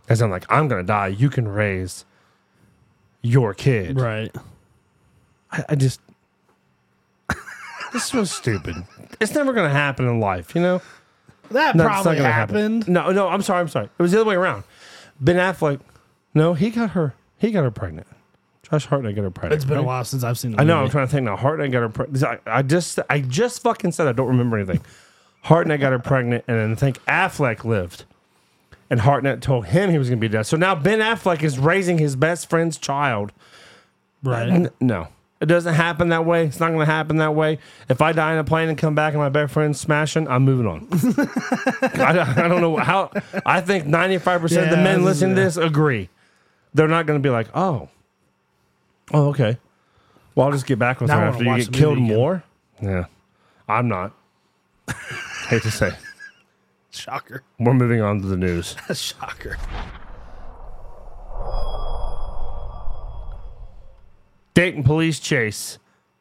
B: As I'm like, "I'm gonna die. You can raise your kid."
A: Right.
B: I, I just this was stupid. It's never gonna happen in life, you know.
A: That
B: No, it's not
A: probably
B: gonna happen.
A: happened.
B: No, no. I'm sorry. I'm sorry. It was the other way around. Ben Affleck. No, he got her. He got her pregnant. Josh Hart and I got her pregnant.
A: It's been a
B: right?
A: while since I've seen. The
B: I know. I'm
A: movie.
B: trying to think now. Hart and I got her. Pre- I, I just, I just fucking said I don't remember anything. Hart and I got her pregnant, and then I think Affleck lived, and Hartnett told him he was going to be dead. So now Ben Affleck is raising his best friend's child.
A: Right.
B: N- no, it doesn't happen that way. It's not going to happen that way. If I die in a plane and come back and my best friend's smashing, I'm moving on. I, don't- I don't know how. I think 95 percent of the
A: Yeah,
B: men
A: this is-
B: listening to this agree. They're not going to be like, oh, oh, okay. Well, I'll just get back with
A: Now
B: her
A: I wanna
B: after you
A: watch
B: get
A: the
B: killed
A: movie again.
B: more. Yeah, I'm not. Hate to say,
A: Shocker.
B: we're moving on to the news.
A: Shocker.
B: Dayton police chase.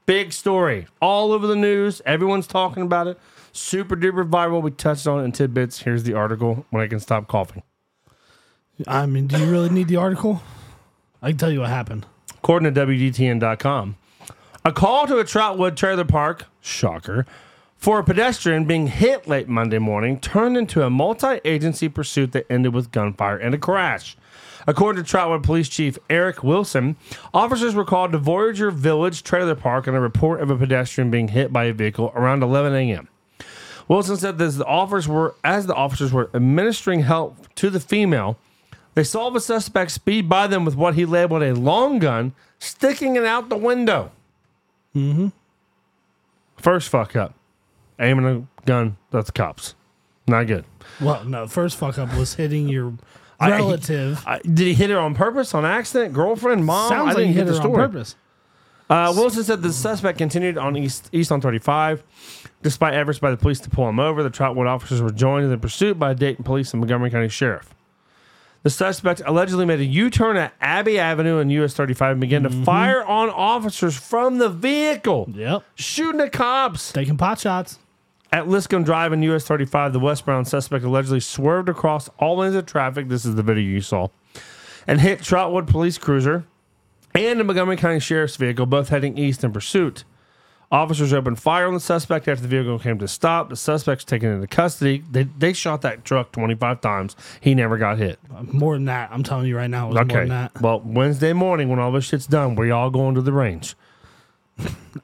B: Big story. All over the news. Everyone's talking about it. Super duper viral. We touched on it in tidbits. Here's the article when I can stop coughing.
A: I mean, do you really need the article? I can tell you what happened.
B: According to WDTN.com, a call to a Trotwood trailer park, shocker, for a pedestrian being hit late Monday morning turned into a multi agency pursuit that ended with gunfire and a crash. According to Trotwood Police Chief Eric Wilson, officers were called to Voyager Village Trailer Park on a report of a pedestrian being hit by a vehicle around 11 a.m. Wilson said that as the officers were as the officers were administering help to the female, they saw the suspect speed by them with what he labeled a long gun, sticking it out the window. Mm-hmm. First fuck up, aiming a gun at the cops, not good.
A: Well, no. First fuck up was hitting your relative.
B: I, did he hit her on purpose, on accident, girlfriend, mom? I
A: Sounds like
B: didn't
A: you hit
B: get the
A: her on
B: story.
A: purpose.
B: Uh, Wilson said the suspect continued on East East on 35. Despite efforts by the police to pull him over, the Trotwood officers were joined in the pursuit by Dayton Police and Montgomery County Sheriff. The suspect allegedly made a U-turn at Abbey Avenue and US 35 and began to fire on officers from the vehicle,
A: Yep.
B: shooting at cops.
A: Taking pot shots.
B: At Liscomb Drive and US 35, the westbound suspect allegedly swerved across all lanes of traffic. This is the video you saw. And hit Trotwood police cruiser and a Montgomery County Sheriff's vehicle, both heading east in pursuit. Officers opened fire on the suspect after the vehicle came to stop. The suspect's taken into custody. They, they shot that truck 25 times. He never got hit.
A: More than that, I'm telling you right now. It was more
B: Okay.
A: than that.
B: Well, Wednesday morning when all this shit's done, we all going to the range.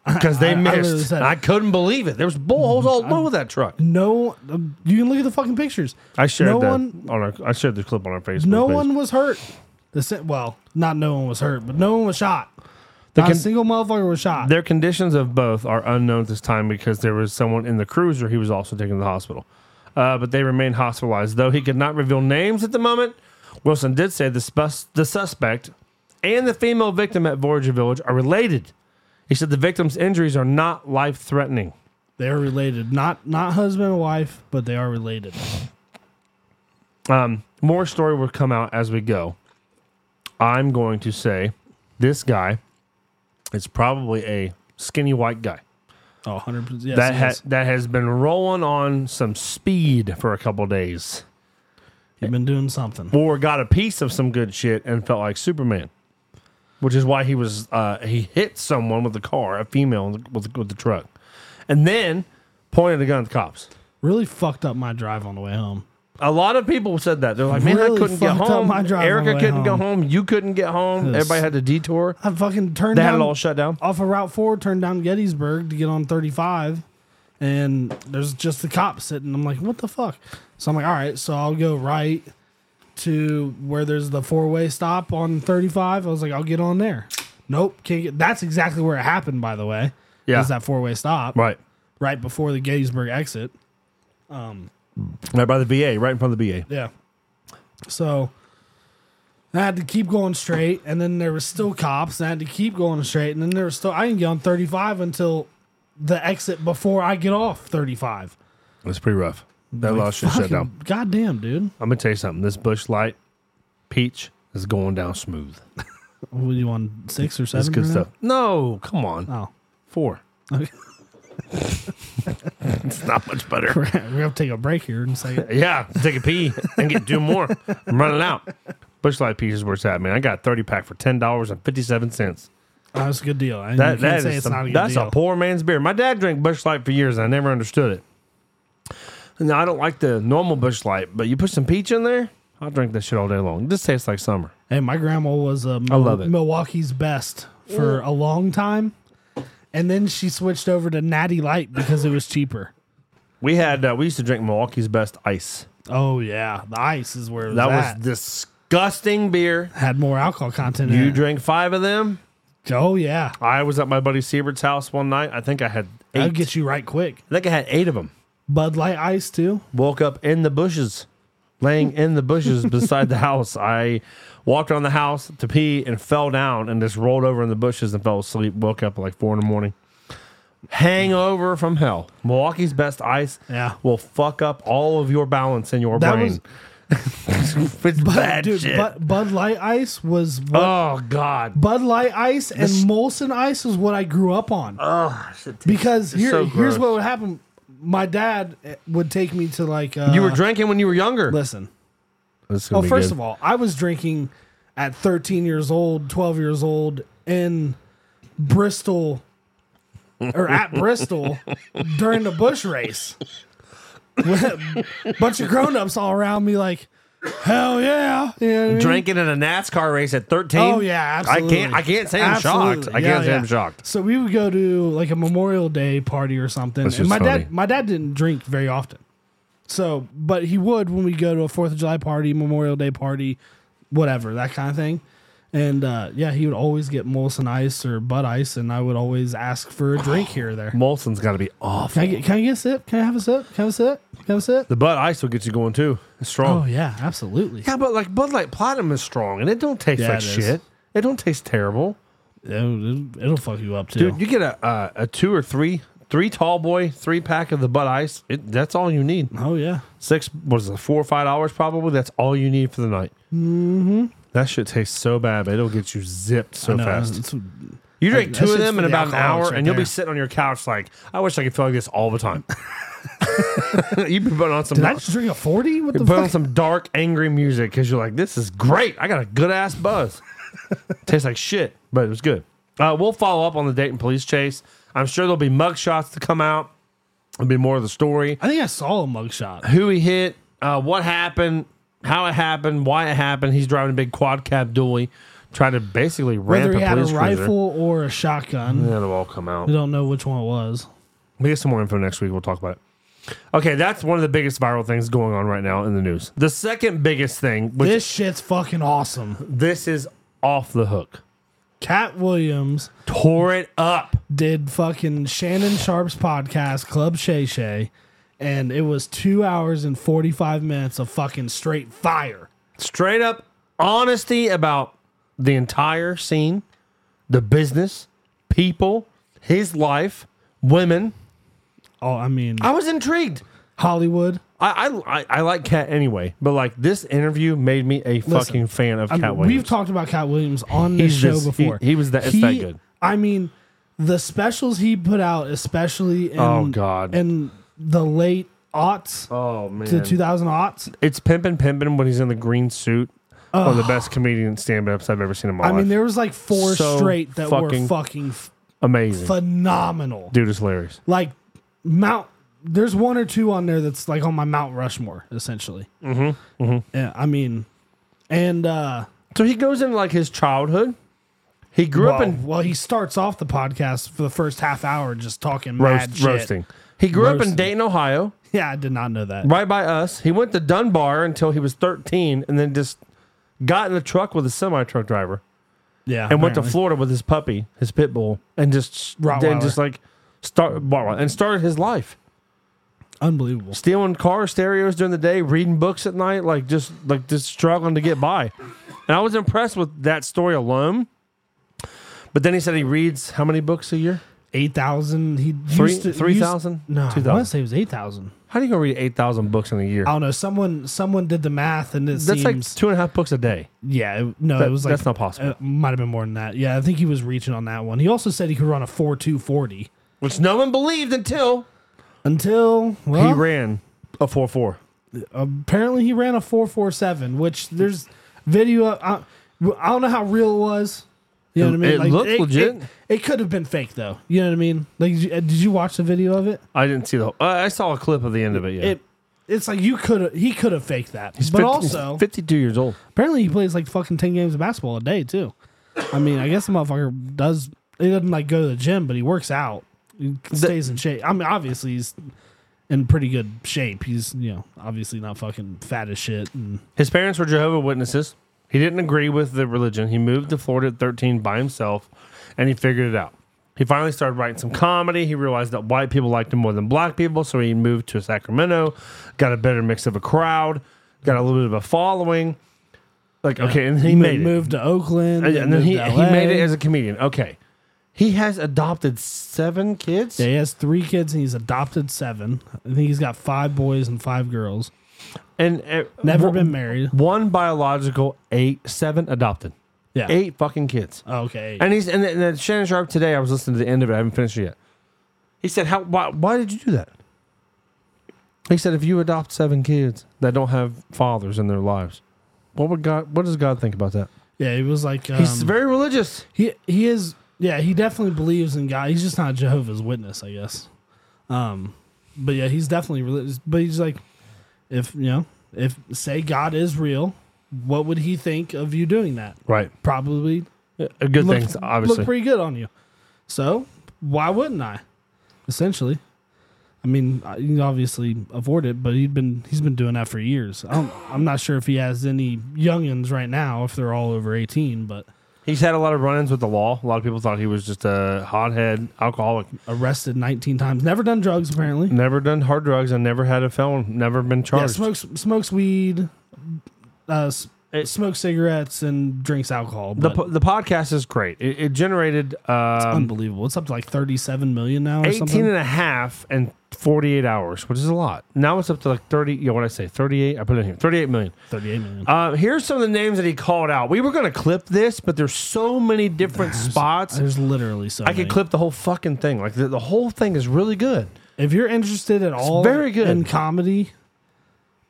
B: Because they
A: I- I literally
B: missed.
A: said-
B: And I, couldn't believe it. There was bullholes all over that truck.
A: No, um, you can look at the fucking pictures.
B: I shared
A: No
B: that
A: one-
B: on our. I shared the clip on our Facebook.
A: No
B: page.
A: one was hurt. The si- well, not no one was hurt, but no one was shot. not
B: con-
A: a single motherfucker was shot.
B: Their conditions of both are unknown at this time because there was someone in the cruiser he was also taken to the hospital. Uh, but they remain hospitalized, though he could not reveal names at the moment. Wilson did say the, spus- the suspect and the female victim at Voyager Village are related. He said the victim's injuries are not life threatening.
A: They are related. Not not husband and wife, but they are related.
B: Um, more story will come out as we go. I'm going to say this guy is probably a skinny white guy
A: Oh, 100 percent. Yes,
B: that
A: yes.
B: ha- that has been rolling on some speed for a couple days,
A: you've been doing something.
B: or got a piece of some good shit and felt like Superman, which is why he was uh, he hit someone with a car, a female with the, with the truck, and then pointed a gun at the cops.
A: Really fucked up my drive on the way home.
B: A lot of people said that they're like, "Man, I
A: Really
B: couldn't get
A: fucked up
B: home.
A: my drive on the
B: Erica
A: way
B: couldn't go
A: home."
B: home. You couldn't get home.
A: Yes.
B: Everybody had to detour."
A: I fucking turned
B: They
A: down
B: had it all shut down.
A: off of Route Four, turned down Gettysburg to get on 35, and there's just the cops sitting. I'm like, what the fuck? So I'm like, all right, so I'll go right to where there's the four way stop on 35. I was like, I'll get on there. Nope, can't get. That's exactly where it happened, by the way.
B: Yeah.
A: is that four way stop
B: Right.
A: right before the Gettysburg exit?
B: Right by the VA, right in front of the VA.
A: Yeah. So I had to keep going straight, and then there was still cops, and I had to keep going straight, and then there was still I didn't get on thirty five until the exit before I get off thirty five.
B: That's pretty rough. That law should shut down.
A: Goddamn, dude.
B: I'm gonna tell you something. This bush light peach is going down smooth.
A: What you on six or seven?
B: That's good
A: right now?
B: stuff. No, come on. Four.
A: Oh. Okay.
B: It's not much better.
A: We're gonna take a break here in a second.
B: yeah. Take a pee and get two more. I'm running out. Bush light peach is where it's at, man. I got a 30 pack for ten dollars and fifty seven cents.
A: Oh, that's a good deal. And
B: That
A: you can't
B: that
A: say
B: is
A: it's
B: some-
A: not a good
B: that's
A: deal.
B: a poor man's beer. My dad drank Bush Light for years, and I never understood it. Now I don't like the normal Bush Light, but you put some peach in there. I'll drink this shit all day long. This tastes like summer.
A: Hey, my grandma was uh,
B: I love it.
A: Milwaukee's best for a long time, and then she switched over to Natty Light because it was cheaper.
B: We had uh, we used to drink Milwaukee's best ice.
A: Oh yeah, the ice is where it was
B: That
A: at.
B: was disgusting beer.
A: had more alcohol content. in
B: You
A: it.
B: drink five of them.
A: Oh yeah,
B: I was at my buddy Siebert's house one night. I think I had eight.
A: that'll get you right quick.
B: I think I had eight of them.
A: Bud Light Ice too.
B: Woke up in the bushes, laying in the bushes beside the house. I walked around the house to pee and fell down and just rolled over in the bushes and fell asleep. Woke up at like four in the morning. Hangover from hell. Milwaukee's best ice
A: Yeah.
B: will fuck up all of your balance in your
A: That
B: brain. it's bad
A: Dude,
B: shit.
A: Bud, Bud Light Ice was what,
B: oh God.
A: Bud Light Ice and Molson Ice is what I grew up on.
B: Oh,
A: because here,
B: so
A: here's
B: gross.
A: what would happen. My dad eh, would take me to like uh,
B: you were drinking when you were younger.
A: listen.
B: Well,
A: Well, oh, first of all, I was drinking at 13 years old, 12 years old in Bristol or at Bristol during the bush race. With a bunch of grown ups all around me, like, hell yeah. You know what I mean?
B: drinking in a NASCAR race at 13.
A: Oh yeah, absolutely.
B: I can't. I can't say I'm
A: Absolutely.
B: shocked. I
A: Yeah,
B: can't say
A: yeah.
B: I'm shocked.
A: So we would go to like a Memorial Day party or something.
B: That's
A: and my
B: just
A: dad,
B: funny.
A: my dad didn't drink very often. So, but he would when we go to a Fourth of July party, Memorial Day party, whatever that kind of thing. And uh, yeah, he would always get Molson Ice or Bud Ice, and I would always ask for a drink here or there.
B: Molson's got to be off.
A: Can I get? Can I get a sip? Can I have a sip? Can I have a sip? Can I have a sip?
B: The Bud Ice will get you going too. It's strong.
A: Oh yeah, absolutely.
B: Yeah, but like Bud Light Platinum is strong, and it don't taste
A: Yeah,
B: like
A: it is.
B: shit. It don't taste terrible,
A: It'll, it'll fuck you up too.
B: dude. You get a uh, a two or three three tall boy three pack of the Bud Ice. It, that's all you need.
A: oh yeah.
B: Six was it four or five dollars probably. That's all you need for the night. Mm-hmm. That shit tastes so bad, but it'll get you zipped so
A: No,
B: fast.
A: it's-
B: You drink
A: That
B: two of
A: shit's
B: them
A: for
B: in
A: the
B: about an hour,
A: alcoholics right
B: and you'll be
A: there.
B: sitting on your couch like, I wish I could feel like this all the time. You've been putting on some
A: Did I just drink a 40? What the
B: put on
A: fuck?
B: some dark, angry music because you're like, this is great. I got a good ass buzz. Tastes like shit, but it was good. Uh, we'll follow up on the Dayton police chase. I'm sure there'll be mug shots to come out. There'll be more of the story.
A: I think I saw a mugshot.
B: Who he hit, uh, what happened, how it happened, why it happened. He's driving a big quad cab dually, trying to basically ramp
A: Whether he
B: a
A: had a
B: police cruiser.
A: rifle or a shotgun,
B: That'll all come out.
A: we don't know which one it was.
B: We get some more info next week. We'll talk about it. Okay, that's one of the biggest viral things going on right now in the news. The second biggest thing, which this,
A: This shit's fucking awesome.
B: is off the hook,
A: Cat Williams
B: tore it up.
A: did fucking Shannon Sharp's podcast, Club Shay Shay, and it was two hours and 45 minutes of fucking straight fire.
B: Straight up honesty about the entire scene, the business, people, his life, women.
A: Oh, I mean,
B: I was intrigued.
A: Hollywood.
B: I I, I, I like Cat anyway, but like this interview made me a fucking fan of
A: I
B: Cat
A: mean,
B: Williams.
A: We've talked about Cat Williams on this
B: He's
A: show
B: this- he-
A: before.
B: he was that- it's that good.
A: I mean, the specials he put out, especially in,
B: Oh, God.
A: in the late aughts
B: oh man,
A: to 2000 aughts.
B: It's pimpin' pimpin' when he's in the green suit. One of the best comedian stand-ups I've ever seen in my
A: I
B: life.
A: mean, there was like four
B: So
A: straight that were
B: fucking
A: fucking f-
B: Amazing.
A: phenomenal.
B: Dude is hilarious.
A: Like Mount, there's one or two on there that's like on my Mount Rushmore, essentially. Mm-hmm. Yeah, I mean, and uh,
B: So he goes into like his childhood. He grew up
A: well,
B: in
A: well, he starts off the podcast for the first half hour just talking mad
B: roast,
A: shit.
B: roasting. He grew up
A: Roasting.
B: in Dayton, Ohio,
A: Yeah, I did not know that.
B: right by us. He went to Dunbar until he was 13 and then just got in the truck with a semi truck driver
A: Yeah,
B: and went to
A: apparently.
B: Florida with his puppy, his pit bull, and just
A: Rottweiler.
B: and just like start and started his life.
A: Unbelievable.
B: stealing car stereos during the day, reading books at night, like just like just struggling to get by. And I was impressed with that story alone. But then he said he reads how many books a year?
A: Eight thousand. He
B: Three
A: used to-
B: three
A: used-
B: thousand?
A: No, I
B: two
A: want to
B: thousand.
A: say it was eight thousand.
B: How do you go read eight thousand books in a year?
A: I don't know. Someone someone did the math, and it
B: That's like
A: seems
B: two and a half books a day.
A: yeah. it- no,
B: That-
A: it was like
B: that's not possible.
A: It might have been more than that. Yeah, I think he was reaching on that one. He also said he could run a four two forty
B: Which no one believed until
A: until well,
B: he ran a four four.
A: apparently he ran a four four seven, which there's video. uh, I, I don't know how real it was. You know what I mean?
B: It looked legit.
A: It, it could have been fake though. You know what I mean? Like, did you, did you uh, watch the video of it?
B: I didn't see the whole, I I saw a clip of the end of it, yeah.
A: It it's like you could he could have faked that, but
B: 50
A: also
B: 52 years old.
A: apparently he plays like fucking ten games of basketball a day too. I mean, I guess the motherfucker does. He doesn't like go to the gym, but he works out. He stays in shape. I mean, obviously he's in pretty good shape. He's you know obviously not fucking fat as shit. And
B: His parents were Jehovah Witnesses. He didn't agree with the religion. He moved to Florida at 13 by himself, and he figured it out. He finally started writing some comedy. He realized that white people liked him more than black people, so he moved to Sacramento, got a better mix of a crowd, got a little bit of a following. Like, okay, and he made it.
A: moved to Oakland,
B: And, and then
A: moved
B: he,
A: to
B: he
A: LA.
B: made it as a comedian. Okay. He has adopted seven kids.
A: Yeah, he has three kids and he's adopted seven. I think he's got five boys and five girls.
B: And uh,
A: Never
B: one-
A: been married.
B: One biological, eight, seven adopted.
A: Yeah. Oh,
B: Eight fucking kids.
A: Okay.
B: And he's and, then- and then Shannon Sharp today. I was listening to the end of it. I haven't finished it yet. He said, "How? Why, why did you do that?" He said, "If you adopt seven kids that don't have fathers in their lives, what would God? What does God think about that?"
A: yeah, he was like um,
B: he's very religious.
A: he he is yeah, he definitely believes in God. He's just not a Jehovah's Witness, I guess. Um but yeah, he's definitely religious. But he's like if you know, if say God is real, what would he think of you doing that?
B: Right. Uh,
A: Probably
B: Good
A: look-
B: things, obviously.
A: look pretty good on you. So why wouldn't I? Essentially, I mean, I- he obviously afford it, but he'd been he's been doing that for years. I don't, I'm not sure if he has any youngins right now, if they're all over 18, but
B: he's had a lot of run-ins with the law. A lot of people thought he was just a hothead alcoholic.
A: arrested 19 times, never done drugs apparently.
B: Never done hard drugs. I never had a felon. Never been
A: Yeah,
B: charged.
A: smokes smokes weed, uh, s-
B: It-
A: smokes cigarettes and drinks alcohol.
B: the,
A: But
B: po- the podcast is great. It, it generated um,
A: unbelievable. It's up to like 37 million now. Or
B: 18
A: something.
B: and a half and 48 hours, which is a lot. Now it's up to like 30. Yeah, what I say, 38. I put it in here, 38 million.
A: 38 million.
B: Uh, here's some of the names that he called out. We were going to clip this, but there's so many different spots.
A: There's literally so
B: I could clip the whole fucking thing. Like the, the whole thing is really good.
A: If you're interested at all
B: very good.
A: in comedy,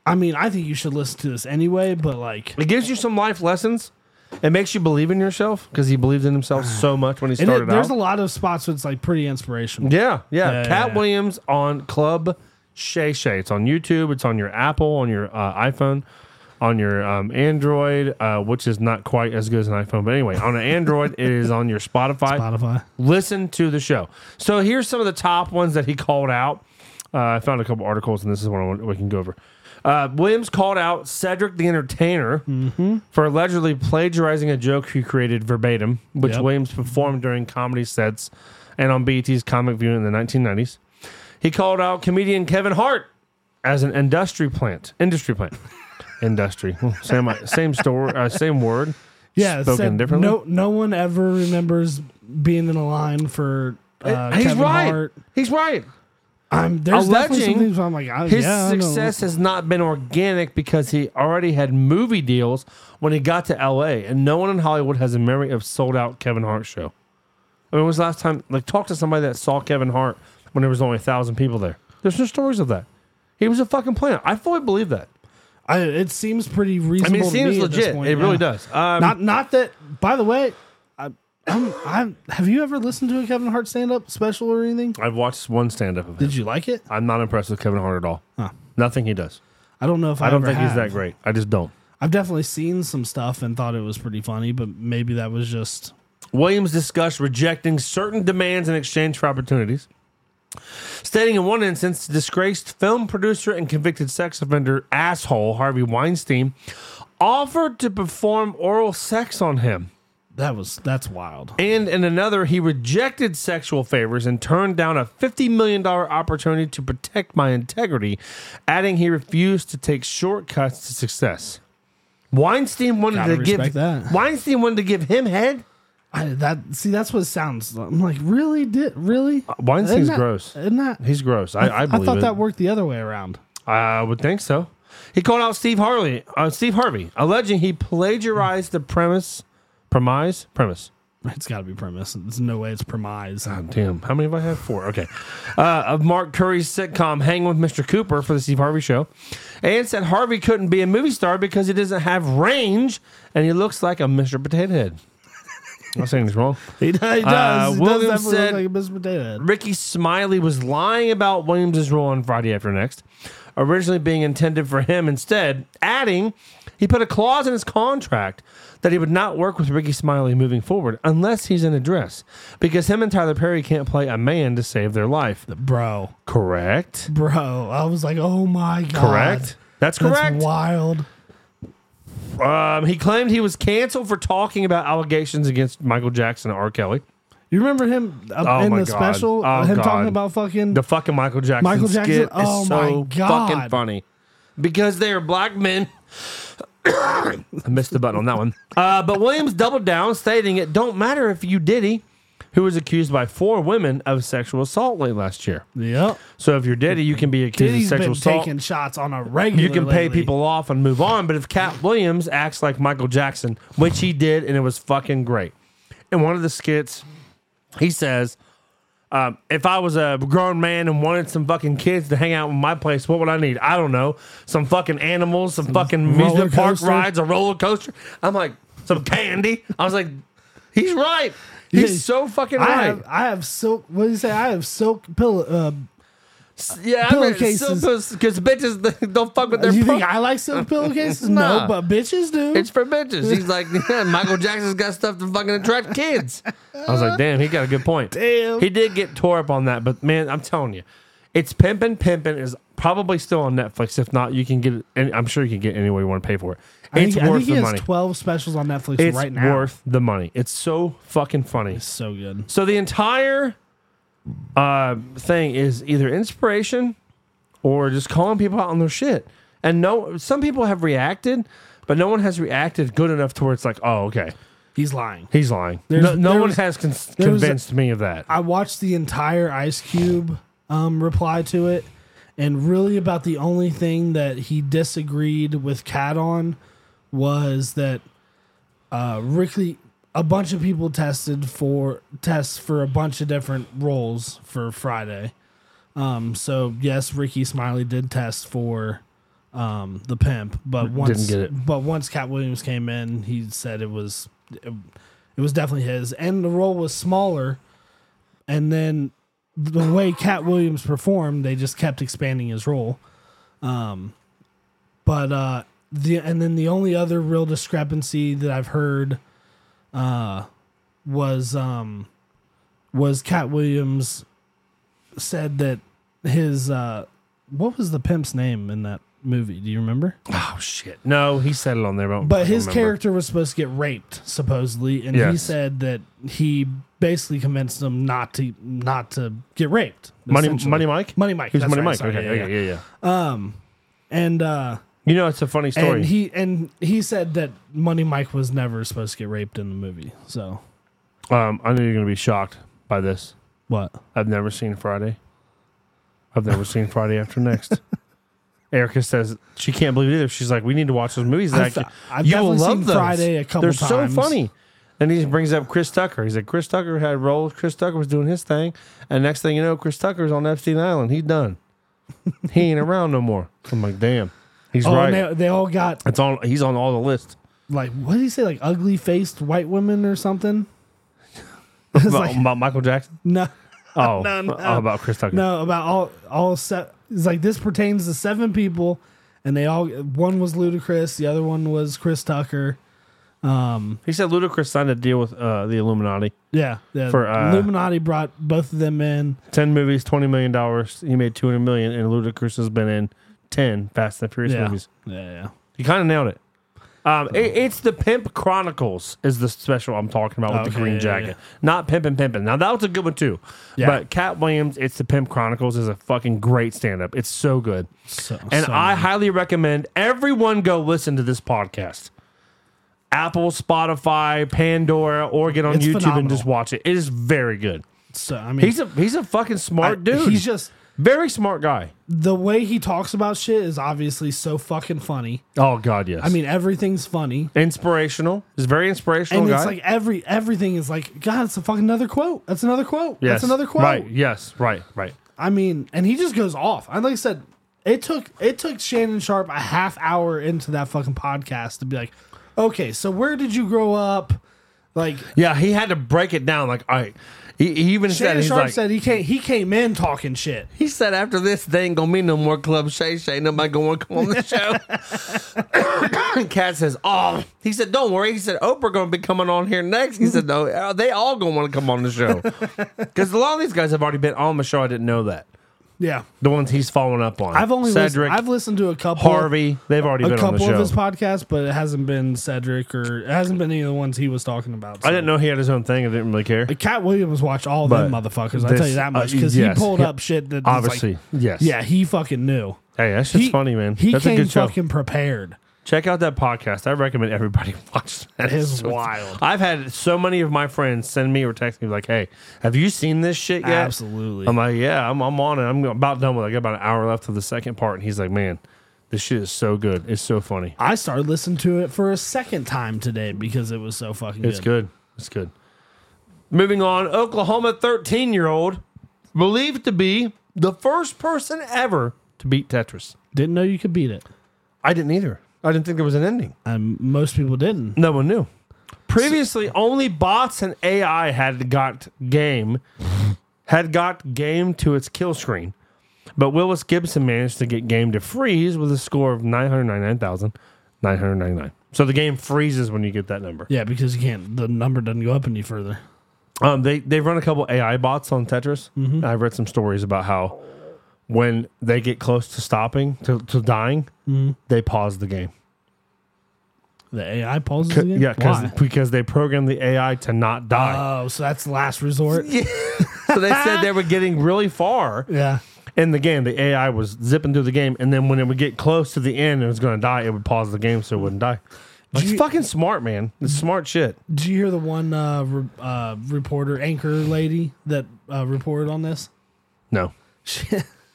A: I mean, I think you should listen to this anyway, but like
B: It gives you some life lessons. It makes you believe in yourself because he believed in himself so much when he
A: and it-
B: started
A: there's a
B: out.
A: lot of spots where it's like pretty inspirational.
B: Yeah, yeah.
A: Yeah,
B: Cat
A: yeah.
B: Williams on Club Shay Shay. It's on YouTube. It's on your Apple, on your uh, iPhone, on your um, Android, uh, which is not quite as good as an iPhone. But anyway, on an Android, it is on your Spotify.
A: Spotify.
B: Listen to the show. So here's some of the top ones that he called out. Uh, I found a couple articles, and this is one I want- we can go over. Uh, Williams called out Cedric the Entertainer
A: Mm-hmm.
B: for allegedly plagiarizing a joke he created verbatim, which
A: Yep.
B: Williams performed during comedy sets and on BET's Comic View in the 1990s. He called out comedian Kevin Hart as an industry plant. Industry plant. industry. Same same story. Uh, same word.
A: Yeah, it
B: Spoken
A: said
B: differently?
A: No, no one ever remembers being in a line for uh,
B: He's
A: Kevin
B: right.
A: Hart.
B: He's right.
A: I'm there's definitely
B: Alleging
A: some things where I'm like, I,
B: His
A: yeah, I know.
B: success has not been organic because he already had movie deals when he got to LA, and no one in Hollywood has a memory of sold out Kevin Hart show. I mean, when was the last time? Like, talk to somebody that saw Kevin Hart when there was only a thousand people there. There's no stories of that. He was a fucking plant. I fully believe that.
A: I, it seems pretty
B: I
A: reasonable.
B: mean, it
A: to
B: seems
A: me At
B: legit.
A: this point,
B: it really
A: yeah.
B: does. Um,
A: Not, not that. By the way, I, I'm, I'm, have you ever listened to a Kevin Hart stand-up special or anything?
B: I've watched one stand up of him.
A: Did you like it?
B: I'm not impressed with Kevin Hart at all.
A: Huh.
B: Nothing he does.
A: I don't know if I,
B: I don't
A: ever
B: think he's
A: have.
B: that great. I just don't.
A: I've definitely seen some stuff and thought it was pretty funny, but maybe that was just
B: Williams discussed rejecting certain demands in exchange for opportunities, stating in one instance, disgraced film producer and convicted sex offender asshole Harvey Weinstein offered to perform oral sex on him.
A: that was that's wild.
B: And in another, he rejected sexual favors and turned down a $50 million opportunity to protect my integrity, adding he refused to take shortcuts to success. Weinstein wanted
A: Gotta
B: to give
A: respect that.
B: Weinstein wanted to give him head.
A: I, that see, that's what it sounds. like. I'm like, really? Did really?
B: Weinstein's
A: Isn't that-
B: gross.
A: Isn't that?
B: He's gross. I, I,
A: I
B: believe
A: thought
B: it.
A: that worked the other way around.
B: I would think so. He called out Steve Harley, uh, Steve Harvey, alleging he plagiarized the premise, premise, premise.
A: It's got to be premise. There's no way it's premise.
B: God damn, how many have I had? Four. Okay, uh, of Mark Curry's sitcom "Hang with Mr. Cooper" for the Steve Harvey Show, and said Harvey couldn't be a movie star because he doesn't have range and he looks like a Mr. Potato Head. I'm not saying it's wrong.
A: He, does. He
B: Uh,
A: does.
B: Williams
A: definitely
B: said-
A: look like a Mr. Potato Head.
B: Ricky Smiley was lying about Williams' role on Friday After Next. originally being intended for him instead, adding he put a clause in his contract that he would not work with Ricky Smiley moving forward unless he's in a dress because him and Tyler Perry can't play a man to save their life.
A: bro,
B: Correct?
A: bro. I was like, oh my god,
B: Correct?
A: That's
B: That's correct.
A: wild.
B: Um, he claimed he was canceled for talking about allegations against Michael Jackson and R. Kelly.
A: You remember him uh,
B: Oh
A: in
B: my
A: the
B: God.
A: special?
B: Oh
A: him
B: God.
A: talking about fucking.
B: The fucking Michael Jackson
A: Michael Jackson?
B: skit
A: Oh
B: is so
A: my God.
B: fucking funny because they are black men. I missed the button on that one. Uh, but Williams doubled down, stating it don't matter if you Diddy, who was accused by four women of sexual assault late last year.
A: yep.
B: So if you're Diddy, you can be accused
A: Diddy's been
B: of sexual assault.
A: taking shots on a regular.
B: You can pay
A: lately.
B: people off and move on. But if Cat Williams acts like Michael Jackson, which he did, and it was fucking great. In one of the skits, he says, um, if I was a grown man and wanted some fucking kids to hang out in my place, what would I need? I don't know. Some fucking animals, some fucking amusement park
A: coaster.
B: rides, a roller coaster. I'm like, some candy. I was like, he's right. He's
A: Yeah.
B: so fucking
A: I
B: right.
A: have, I have silk. What do you say? I have silk pillow. Uh,
B: yeah, I mean,
A: pillowcases.
B: because bitches they don't fuck with their
A: you
B: pro-
A: think I like silk pillowcases?
B: Nah.
A: No, but bitches do.
B: It's for bitches. He's like, yeah, Michael Jackson's got stuff to fucking attract kids. I was like, damn, he got a good point.
A: Damn.
B: He did get tore up on that, but man, I'm telling you, it's Pimpin' Pimpin' is probably still on Netflix. If not, you can get it, and I'm sure you can get it any way you want to pay for it.
A: I think,
B: It's
A: I
B: worth
A: think he
B: the
A: has
B: money.
A: twelve specials on Netflix
B: It's
A: right now.
B: worth the money. It's so fucking funny.
A: so good.
B: So the entire uh, thing is either inspiration or just calling people out on their shit. And no, some people have reacted, but no one has reacted good enough to where it's like, oh, okay,
A: He's lying.
B: he's lying.
A: There's-
B: no no
A: there
B: one
A: was-
B: has con-
A: there was a-
B: convinced me of that.
A: I watched the entire Ice Cube um, reply to it, and really about the only thing that he disagreed with Cat on was that uh, Ricky, a bunch of people tested for tests for a bunch of different roles for Friday. Um, so yes, Ricky Smiley did test for um, the pimp, but once
B: get it.
A: but once Cat Williams came in, he said it was it, it was definitely his, and the role was smaller. And then the way Cat Williams performed, they just kept expanding his role. But uh the and then the only other real discrepancy that I've heard uh was um was Cat Williams said that his uh what was the pimp's name in that movie? Do you remember?
B: oh shit! No, he said it on there, but, I
A: But
B: don't
A: his
B: remember.
A: character was supposed to get raped supposedly and he
B: Yes.
A: said that he basically convinced him not to not to get raped.
B: Money,
A: essentially.
B: Money Mike,
A: Money Mike.
B: Who's
A: that's
B: Money
A: right,
B: Mike?
A: sorry,
B: okay,
A: yeah,
B: okay,
A: yeah.
B: yeah, yeah,
A: And uh
B: You know, it's a funny story.
A: And he and he said that Money Mike was never supposed to get raped in the movie. So
B: um, I know you're gonna be shocked by this.
A: what?
B: I've never seen Friday. I've never seen Friday After Next. Erica says she can't believe it either. She's like, we need to watch those movies. That I
A: I've-
B: can-
A: I've definitely seen Friday a couple
B: They're so
A: times.
B: funny. And he brings up Chris Tucker. He's like, Chris Tucker had roles. Chris Tucker was doing his thing. And next thing you know, Chris Tucker's on Epstein Island. He's done. he ain't around no more. I'm like, damn. He's
A: Oh,
B: right.
A: and they, they all got
B: it's on. He's on all the lists.
A: like what did he say? Like ugly faced white women or something?
B: About,
A: like-
B: about Michael Jackson.
A: No,
B: Oh,
A: No, no.
B: oh, about Chris Tucker.
A: no. About all all set. It's like this pertains to seven people, and they all one was Ludacris, the other one was Chris Tucker.
B: He said Ludacris signed a deal with uh, the Illuminati.
A: Yeah, yeah.
B: For, uh,
A: Illuminati brought both of them in.
B: 10 movies, 20 million dollars. He made 200 million and Ludacris has been in 10 Fast and Furious
A: Yeah, yeah,
B: movies.
A: yeah.
B: You kind of nailed it. Um, it- it's the Pimp Chronicles is the special I'm talking about with the
A: Okay,
B: green
A: yeah,
B: jacket,
A: yeah.
B: not Pimp and Pimpin'. Now that was a good one too,
A: Yeah.
B: but Cat Williams, it's the Pimp Chronicles is a fucking great stand up. It's so good,
A: So,
B: and
A: so-
B: I highly recommend everyone go listen to this podcast. Apple, Spotify, Pandora, or get on
A: It's
B: YouTube and
A: phenomenal.
B: just watch it. It is very good.
A: so I mean,
B: He's a he's a fucking smart
A: I-
B: dude.
A: He's just
B: very smart guy.
A: the way he talks about shit is obviously so fucking funny.
B: Oh God, yes.
A: I mean, everything's funny,
B: inspirational. He's a very inspirational
A: and
B: guy.
A: it's like every everything is like, God, it's a fucking another quote. That's another quote.
B: yes,
A: That's another quote.
B: Right. Yes. Right. Right.
A: I mean, and he just goes off. And like I said, it took it took Shannon Sharp a half hour into that fucking podcast to be like, okay, so where did you grow up? Like,
B: Yeah, he had to break it down. Like, all right, He, he even said
A: Shannon
B: he's
A: Sharp
B: like,
A: said he came, he came in talking shit.
B: He said after this, they ain't gonna be no more Club Shay Shay. Nobody gonna wanna come on the show. Cat says, "Oh," he said, "Don't worry." He said, "Oprah gonna be coming on here next." He said, "No, uh, they all gonna want to come on the show because a lot of these guys have already been on the show." I didn't know that
A: Yeah,
B: the ones he's following up on.
A: I've only listened,
B: Cedric,
A: I've listened to a couple
B: Harvey. They've already
A: a
B: been on the
A: couple of
B: show.
A: his podcasts, but it hasn't been Cedric or it hasn't been any of the ones he was talking about.
B: I didn't know he had his own thing. I didn't really care.
A: Cat Williams watched all
B: But
A: them motherfuckers. I
B: this-
A: tell you that much
B: uh,
A: because
B: yes,
A: he pulled
B: yeah.
A: up shit that was like-
B: Obviously, yes.
A: yeah, he fucking knew.
B: Hey, that's just
A: He-
B: funny, man.
A: He
B: that's
A: came
B: a good show.
A: fucking prepared.
B: Check out that podcast. I recommend everybody watch that.
A: It is wild.
B: I've had so many of my friends send me or text me like, "Hey, have you seen this shit yet?"
A: Absolutely.
B: I'm like, "Yeah, I'm, I'm on it. I'm about done with. it. I got about an hour left of the second part." And he's like, "Man, this shit is so good. It's so funny.
A: I started listening to it for a second time today because it was so fucking
B: It's good. It's good." Moving on, Oklahoma 13 year old believed to be the first person ever to beat Tetris.
A: Didn't know you could beat it.
B: I didn't either. I didn't think there was an ending.
A: Um, most people didn't.
B: No one knew. Previously, only bots and AI had got game had got game to its kill screen, but Willis Gibson managed to get game to freeze with a score of nine hundred ninety nine thousand nine hundred ninety nine. So the game freezes when you get that number.
A: Yeah, because you can't. The number doesn't go up any further.
B: Um, they they run a couple AI bots on Tetris. I've read some stories about how when they get close to stopping to, to dying, they pause the game.
A: The AI pauses
B: C-
A: again.
B: yeah,
A: Why?
B: because because they program the AI to not die.
A: Oh, so that's the last resort.
B: Uh, So they said they were getting really far
A: Yeah.
B: in the game. The AI was zipping through the game, and then when it would get close to the end and it was going to die, it would pause the game so it wouldn't die. Like,
A: you-
B: it's fucking smart, man. It's smart shit.
A: Did you hear the one uh, re- uh, reporter anchor lady that uh, reported on this?
B: No.
A: She,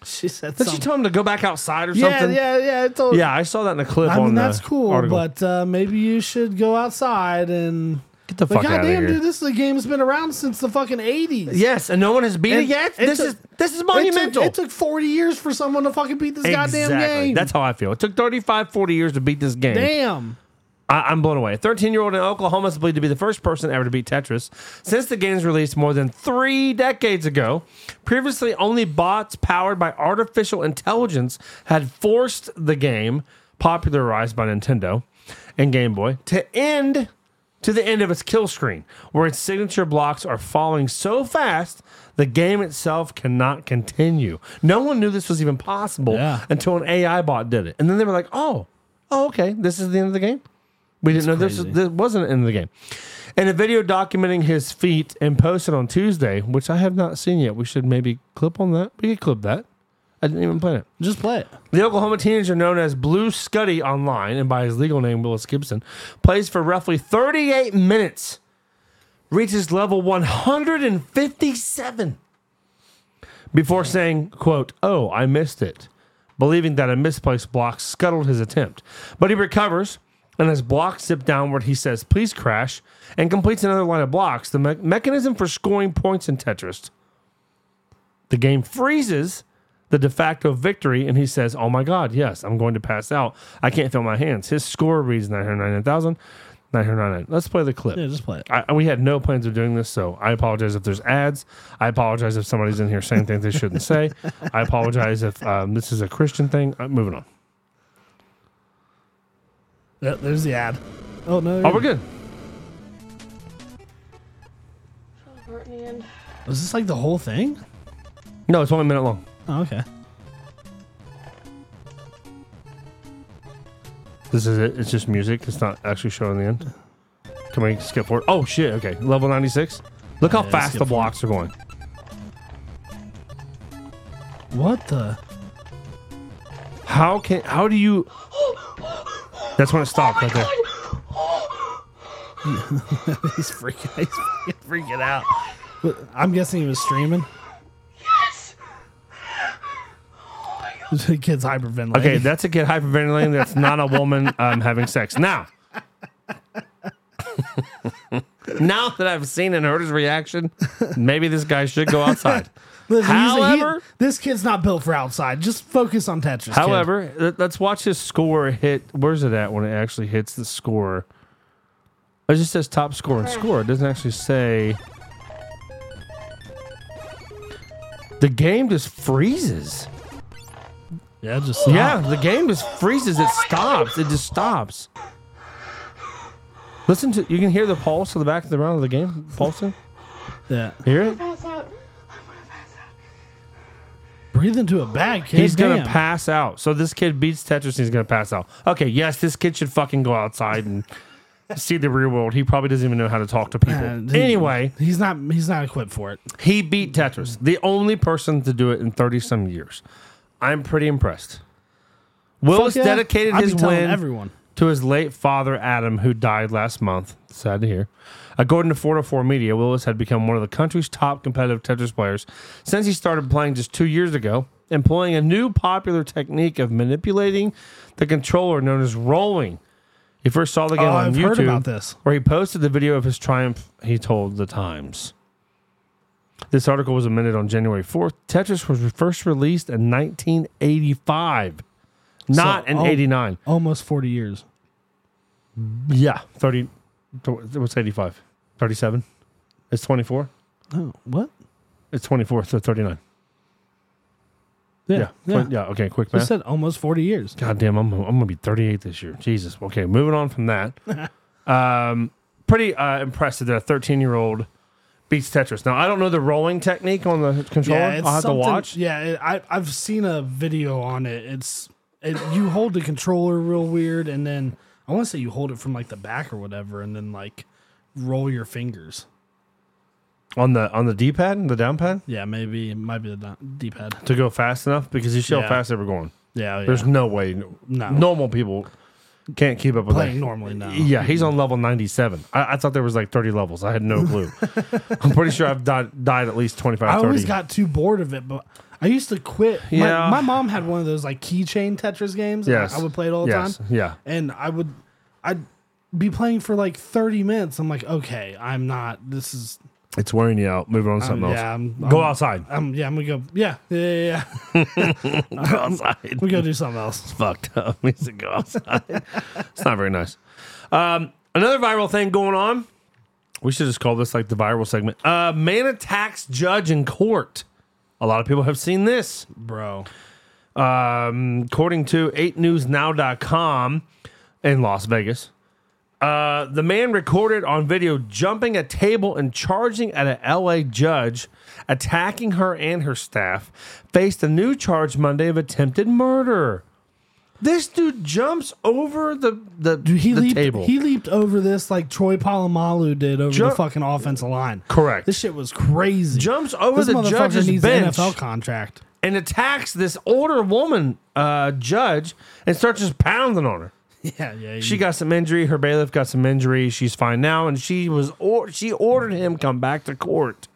A: she said
B: Did
A: something.
B: she tell him to go back outside or
A: yeah,
B: something?
A: yeah, yeah. It's all,
B: Yeah, I saw that in a clip
A: I
B: on
A: mean that's
B: the
A: cool,
B: article.
A: but uh, maybe you should go outside and.
B: Get the
A: But
B: fuck out of
A: goddamn,
B: here.
A: dude, this is a game that's been around since the fucking eighties.
B: yes, and no one has beat
A: And
B: it yet.
A: it
B: This
A: took-
B: is this
A: It
B: is
A: took,
B: monumental.
A: it took 40 years for someone to fucking beat this goddamn
B: Exactly.
A: game.
B: That's how I feel. It took 35, 40 years to beat this game.
A: damn.
B: I, I'm blown away. A 13 year old in Oklahoma is believed to be the first person ever to beat Tetris since the game's release more than three decades ago. Previously, only bots powered by artificial intelligence had forced the game, popularized by Nintendo and Game Boy, to end to the end of its kill screen, where its signature blocks are falling so fast the game itself cannot continue. No one knew this was even possible
A: Yeah.
B: until an AI bot did it. And then they were like, oh, oh, okay, this is the end of the game. We didn't know this, was-
A: crazy.
B: this wasn't the end of the game. And a video documenting his feat and posted on Tuesday, which I have not seen yet. We should maybe clip on that. We could clip that. I didn't even plan it.
A: Just play it.
B: The Oklahoma teenager, known as Blue Scuddy online and by his legal name Willis Gibson, plays for roughly 38 minutes, reaches level 157 before saying, "quote Oh, I missed it," believing that a misplaced block scuttled his attempt. But he recovers, and as blocks zip downward, he says, "Please crash," and completes another line of blocks. The me- mechanism for scoring points in Tetris. The game freezes the de facto victory, and he says, Oh my God, yes, I'm going to pass out. I can't feel my hands. His score reads 999,000. 999. Let's play the clip.
A: Yeah, just play it.
B: I, we had no plans of doing this, so I apologize if there's ads. I apologize if somebody's in here saying things they shouldn't say. I apologize if um, this is a Christian thing. I'm moving on.
A: Yeah, there's the ad. Oh, no.
B: Oh, we're good.
D: We're in the end.
A: Is this like the whole thing?
B: No, it's only a minute long.
A: Oh, okay.
B: This is it. It's just music. It's not actually showing the end. Can we skip forward? Oh shit! Okay, level ninety six. Look how
A: Yeah,
B: fast
A: skip
B: the blocks are going.
A: What the?
B: How can? How do you? That's when it stopped right there.
A: He's freaking, he's freaking, freaking out. But I'm guessing he was streaming. Yes. The kid's hyperventilating.
B: Okay, that's a kid hyperventilating. That's not a woman um, having sex. Now, now that I've seen and heard his reaction, maybe this guy should go outside.
A: Listen, he's a- he-
B: however-
A: this kid's not built for outside. Just focus on Tetris. kid.
B: However, let- let's watch his score hit. Where's it at when it actually hits the score? It just says top score and score. It doesn't actually say. The game just freezes.
A: Yeah, just
B: Yeah, the game just freezes. It stops. It just stops. Listen to you can hear the pulse of the back of the round of the game pulsing.
A: yeah.
B: Hear it?
D: Pass out.
A: Breathe into a bag, kid.
B: He's gonna
A: Damn.
B: pass out. So this kid beats Tetris and he's gonna pass out. Okay, yes, this kid should fucking go outside and see the real world. He probably doesn't even know how to talk to people.
A: And Uh, he-
B: anyway,
A: he's not he's not equipped for it.
B: he beat Tetris, the only person to do it in thirty some years. I'm pretty impressed. Willis
A: Fuck yeah.
B: dedicated
A: I'd be
B: his
A: telling
B: win
A: everyone.
B: to his late father Adam, who died last month. Sad to hear. According to 404 Media, Willis had become one of the country's top competitive Tetris players since he started playing just two years ago, employing a new popular technique of manipulating the controller known as rolling. He first saw the game
A: Oh,
B: on
A: I've
B: YouTube,
A: heard about this.
B: where he posted the video of his triumph. He told the Times. This article was amended on January 4th. Tetris was first released in 1985, not in
A: oh.
B: 89.
A: Almost 40 years.
B: Yeah, 30. tw- What's 85? 37? It's 24?
A: Oh, what?
B: It's 24, so 39.
A: Yeah.
B: Yeah.
A: yeah.
B: Yeah, okay, quick
A: I
B: math.
A: said almost 40 years.
B: God damn, I'm, I'm going to be 38 this year. Jesus. Okay, moving on from that. um, pretty uh, impressive that a 13 year old beats Tetris. Now, I don't know the rolling technique on the controller. I'll have to
A: something-
B: watch.
A: Yeah, it, I I've seen a video on it. It's it, you hold the controller real weird, and then I want to say you hold it from like the back or whatever, and then like roll your fingers.
B: On the on the D pad, the down pad,
A: Yeah, maybe it might be the D pad.
B: to go fast enough because you see how
A: Yeah.
B: fast they were going.
A: Yeah, oh, yeah.
B: There's no way
A: No.
B: normal people can't keep up with
A: playing
B: that.
A: normally now.
B: Yeah, he's on level 97. I, I thought there was like 30 levels. I had no clue. I'm pretty sure I've died, died at least 25,
A: I
B: 30.
A: always got too bored of it, but I used to quit. My-
B: Yeah.
A: my, mom had one of those like keychain Tetris games. and
B: yes.
A: I would play it all the
B: Yes.
A: time.
B: Yeah.
A: and I would I'd be playing for like 30 minutes. I'm like, okay, I'm not. This is
B: It's wearing you out. Moving on to something
A: Um, yeah,
B: else.
A: I'm,
B: Go
A: I'm-
B: outside.
A: I'm, yeah, I'm gonna go. Yeah, yeah, yeah. yeah.
B: Go outside.
A: We go do something else.
B: fucked up. We said go outside. it's not very nice. Um, another viral thing going on. We should just call this like the viral segment. Uh, man attacks judge in court. A lot of people have seen this.
A: bro.
B: um, according to 8newsnow.com in Las Vegas, uh, the man recorded on video jumping a table and charging at a LA judge, attacking her and her staff, faced a new charge Monday of attempted murder. This dude jumps over the the,
A: Dude, he
B: the
A: leaped.
B: table.
A: He leaped over this like Troy Polamalu did over
B: Ju-
A: the fucking offensive line.
B: Correct.
A: This shit was crazy.
B: jumps over
A: this
B: the
A: motherfucker
B: judge's
A: needs an
B: bench.
A: NFL contract.
B: and attacks this older woman uh, judge and starts just pounding on her.
A: Yeah, yeah.
B: She got some injury. Her bailiff got some injury. She's fine now, and she was or, she ordered him come back to court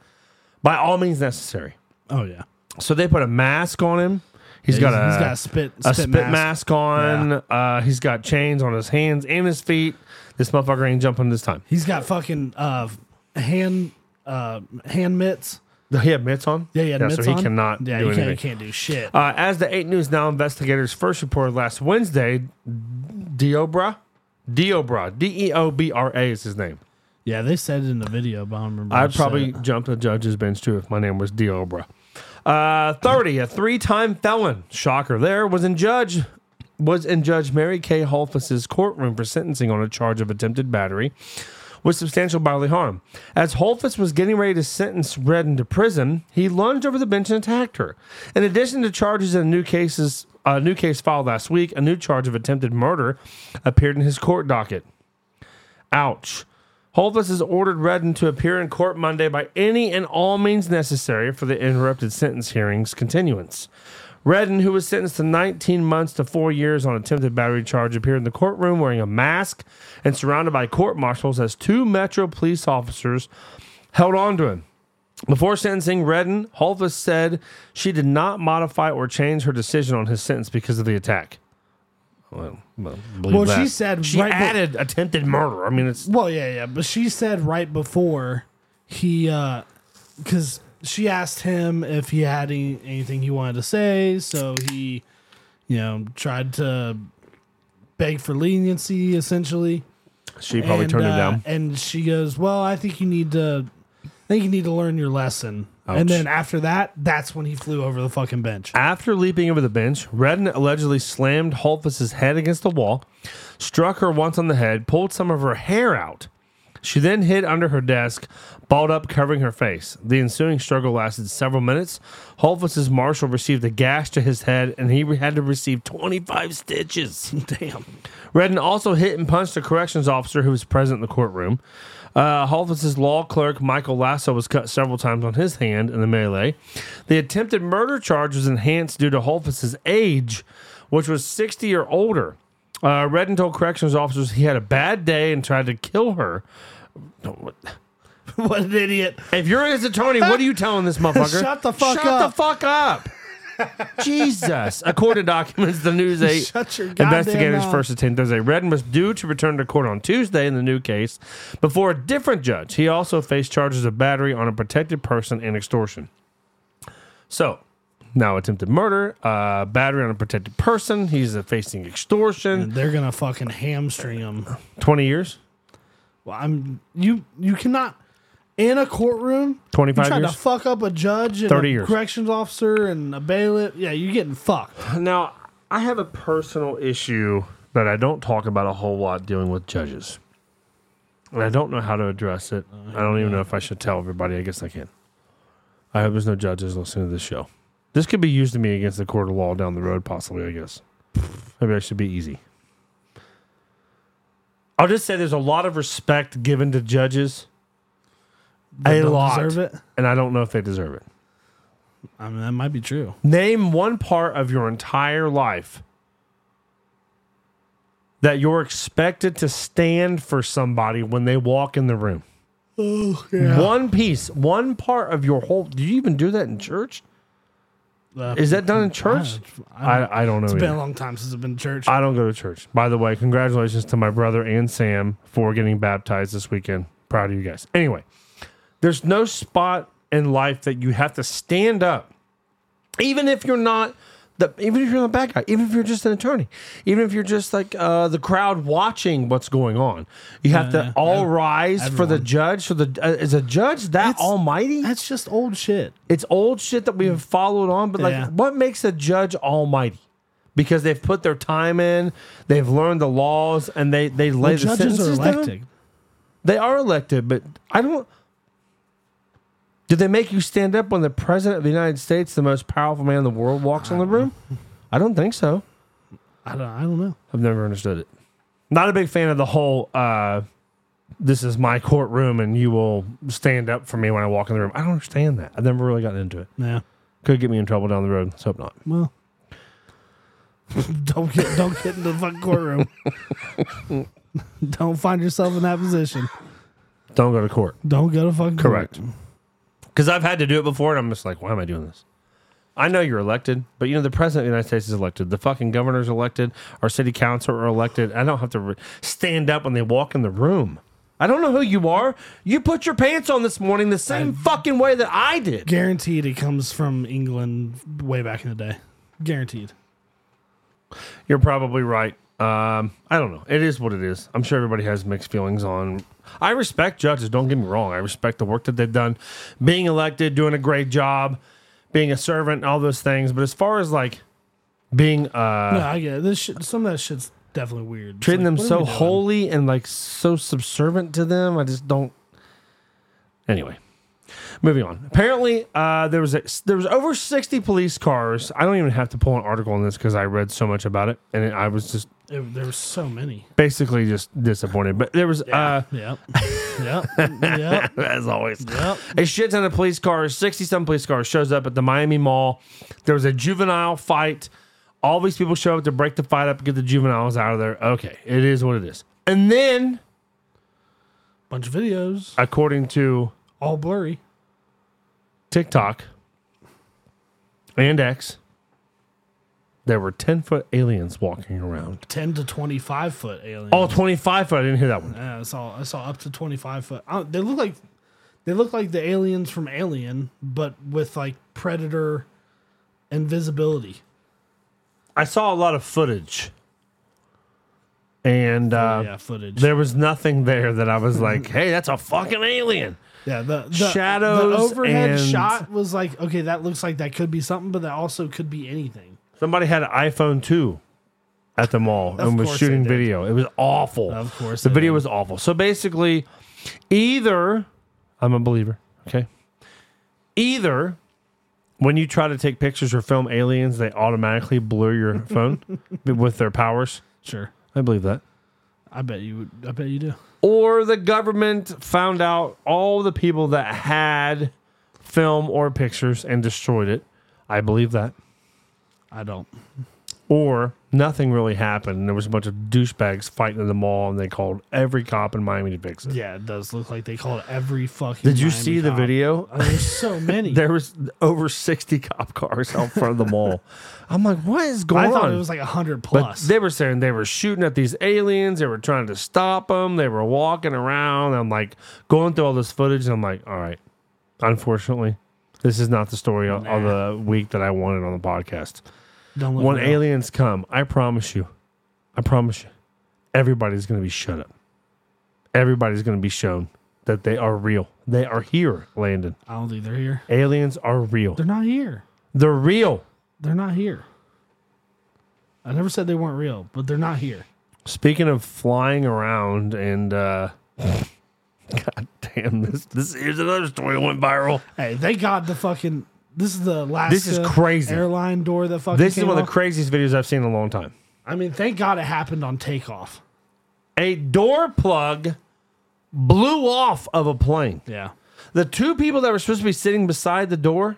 B: by all means necessary.
A: oh yeah.
B: So they put a mask on him. He's got a
A: he's got a spit spit
B: a spit
A: mask.
B: mask, on. Uh, he's got chains on his hands and his feet. This motherfucker ain't jumping this time.
A: He's got fucking uh hand uh hand mitts.
B: He had mitts on.
A: Yeah, yeah. mitts
B: so he
A: on.
B: cannot
A: Yeah,
B: do
A: you can't, you
B: anything.
A: can't do shit.
B: Uh, as the Eight News Now investigators first reported last Wednesday, Diobra, Diobra, D E O B R A is his name.
A: Yeah, they said it in the video, but I don't remember. who
B: I'd
A: said
B: probably
A: it.
B: jump the judge's bench too if my name was Diobra. Uh, Thirty, a three-time felon, shocker. There was in judge was in Judge Mary Kay Holfus's courtroom for sentencing on a charge of attempted battery with substantial bodily harm. As Holfus was getting ready to sentence Redden to prison, he lunged over the bench and attacked her. In addition to charges in a new cases, a new case filed last week, a new charge of attempted murder appeared in his court docket. Ouch. Holfus has ordered Redden to appear in court Monday by any and all means necessary for the interrupted sentence hearings continuance. Redden, who was sentenced to 19 months to four years on attempted battery charge, appeared in the courtroom wearing a mask and surrounded by court marshals as two Metro police officers held on to him. Before sentencing, Redden, Holfus said she did not modify or change her decision on his sentence because of the attack. Well, well, believe
A: Well, she
B: that.
A: said
B: she
A: right be-
B: added attempted murder. I mean, it's
A: Well, yeah, yeah, but she said right before he, uh because she asked him if he had any, anything he wanted to say, so he, you know, tried to beg for leniency essentially.
B: She probably
A: And,
B: turned him
A: uh,
B: down.
A: And she goes, "Well, I think you need to, I think you need to learn your lesson." And then after that, that's when he flew over the fucking bench.
B: After leaping over the bench, Redden allegedly slammed Holfus's head against the wall, struck her once on the head, pulled some of her hair out. She then hid under her desk, balled up, covering her face. The ensuing struggle lasted several minutes. Holfus's marshal received a gash to his head, and he had to receive 25 stitches. Damn. Redden also hit and punched a corrections officer who was present in the courtroom. Uh, Holfus's law clerk, Michael Lasso, was cut several times on his hand in the melee. The attempted murder charge was enhanced due to Holfus's age, which was 60 or older. Uh, Redden told corrections officers he had a bad day and tried to kill her.
A: what an idiot.
B: If you're his attorney, what are you telling this motherfucker?
A: Shut the fuck
B: Shut
A: up.
B: the fuck up. Jesus. According to documents, the News 8
A: Shut your goddamn
B: investigators
A: mouth.
B: first attended Thursday. Redden was due to return to court on Tuesday in the new case before a different judge. He also faced charges of battery on a protected person and extortion. So, now attempted murder, uh, battery on a protected person. He's uh, facing extortion.
A: They're gonna fucking hamstring him.
B: 20 years?
A: Well, I'm you. You cannot in a courtroom. You
B: 25
A: tried
B: years?
A: to fuck up a judge and
B: 30
A: a
B: years.
A: corrections officer and a bailiff. Yeah, you're getting fucked.
B: Now, I have a personal issue that I don't talk about a whole lot dealing with judges. And I don't know how to address it. I don't even know if I should tell everybody. I guess I can. I hope there's no judges listening to this show. This could be used to me against the court of law down the road, possibly, I guess. Maybe I should be easy. I'll just say there's a lot of respect given to judges.
A: They
B: a
A: don't
B: lot.
A: deserve it?
B: And I don't know if they deserve it.
A: I mean, that might be true.
B: Name one part of your entire life that you're expected to stand for somebody when they walk in the room.
A: Oh yeah.
B: One piece, one part of your whole. Do you even do that in church?
A: Uh,
B: Is that done in church?
A: I,
B: I, I don't know.
A: it's been a
B: either.
A: long time since I've been to church.
B: I don't go to church. By the way, congratulations to my brother and Sam for getting baptized this weekend. Proud of you guys. Anyway, there's no spot in life that you have to stand up, even if you're not the, even if you're the bad guy, even if you're just an attorney, even if you're just like uh, the crowd watching what's going on, you have to all rise for the
A: everyone.
B: judge. For the uh, is a judge that
A: It's-
B: almighty?
A: That's just old shit.
B: it's old shit that we have followed on, but
A: Yeah.
B: like, what makes a judge almighty? Because they've put their time in, they've learned the laws, and they they
A: Well,
B: lay
A: judges
B: the
A: are
B: sentences
A: elected.
B: down. They are elected, but I don't. Do they make you stand up when the president of the United States, the most powerful man in the world, walks in the room? I don't think so.
A: I don't. I don't know.
B: I've never understood it. Not a big fan of the whole. uh this is my courtroom, and you will stand up for me when I walk in the room. I don't understand that. I've never really gotten into it.
A: Yeah.
B: Could get me in trouble down the road. Let's hope not.
A: Well. don't get don't get into the fucking courtroom. don't find yourself in that position.
B: Don't go to court.
A: Don't go to fucking
B: Correct.
A: court.
B: Because I've had to do it before, and I'm just like, why am I doing this? I know you're elected, but you know the president of the United States is elected. The fucking governor's elected. Our city council are elected. I don't have to re- stand up when they walk in the room. I don't know who you are. You put your pants on this morning the same fucking way that I did.
A: Guaranteed, it comes from England way back in the day. Guaranteed.
B: You're probably right. Um, I don't know. It is what it is. I'm sure everybody has mixed feelings on. I respect judges. Don't get me wrong. I respect the work that they've done, being elected, doing a great job, being a servant, all those things. But as far as like being uh,
A: No, I get it. this. Shit, some of that shit's definitely weird. It's
B: treating
A: like,
B: them
A: what are
B: so
A: we doing?
B: holy and like so subservient to them. I just don't. Anyway, moving on. Apparently, uh, there was a, there was over sixty police cars. I don't even have to pull an article on this because I read so much about it, and it, I was just
A: It- there were so many.
B: basically just disappointed. But there was uh,
A: Yep. Yep. yep.
B: as always.
A: Yep.
B: A shit ton of police cars, 60 some police cars shows up at the Miami Mall. There was a juvenile fight. All these people show up to break the fight up, get the juveniles out of there. Okay, it is what it is. And then,
A: Bunch of videos,
B: according to
A: all blurry.
B: TikTok and X, there were 10 foot aliens walking around.
A: Ten to twenty-five foot aliens.
B: All 25 foot. I didn't hear that one.
A: Yeah, Uh, I saw I saw up to twenty five foot. I don't- they look like they look like the aliens from Alien, but with like predator invisibility.
B: I saw a lot of footage. and uh,
A: Oh, yeah, footage.
B: there was nothing there that I was like, "Hey, that's a fucking alien."
A: Yeah, the, the
B: Shadows
A: The overhead
B: and-
A: shot was like, okay, that looks like that could be something, but that also could be anything.
B: Somebody had an iPhone two at the mall and was
A: course
B: shooting
A: they did.
B: video. It was awful.
A: Of course
B: the
A: they
B: video
A: did.
B: was awful. So basically, either I'm a believer. Okay, either when you try to take pictures or film aliens, they automatically blur your phone with their powers.
A: Sure,
B: I believe that.
A: I bet you. Would, I bet you do.
B: or the government found out all the people that had film or pictures and destroyed it. I believe that.
A: I don't.
B: Or nothing really happened. And there was a bunch of douchebags fighting in the mall, and they called every cop in Miami to fix it.
A: Yeah, it does look like they called every fucking.
B: Did you
A: Miami
B: see the
A: cop.
B: video?
A: Oh, there's so many.
B: There was over sixty cop cars out front of the mall. I'm like, what is going
A: I
B: on?
A: thought it was like hundred
B: But
A: plus.
B: they were saying they were shooting at these aliens. They were trying to stop them. They were walking around. I'm like going through all this footage. And I'm like, all right. Unfortunately, this is not the story of of the week that I wanted on the podcast.
A: don't look
B: When
A: it up.
B: aliens come, I promise you, I promise you, everybody's going to be shut up. Everybody's going to be shown that they are real. They are here, Landon.
A: I don't think they're here.
B: Aliens are real.
A: They're not here.
B: They're real.
A: They're not here. I never said they weren't real, but they're not here.
B: Speaking of flying around and uh God damn this this here's another story that went viral.
A: Hey, they got the fucking. This is the last.
B: is crazy.
A: Airline door that fucking.
B: This is
A: came
B: one of
A: off.
B: the craziest videos I've seen in a long time.
A: I mean, thank God it happened on takeoff.
B: A door plug blew off of a plane.
A: Yeah.
B: The two people that were supposed to be sitting beside the door,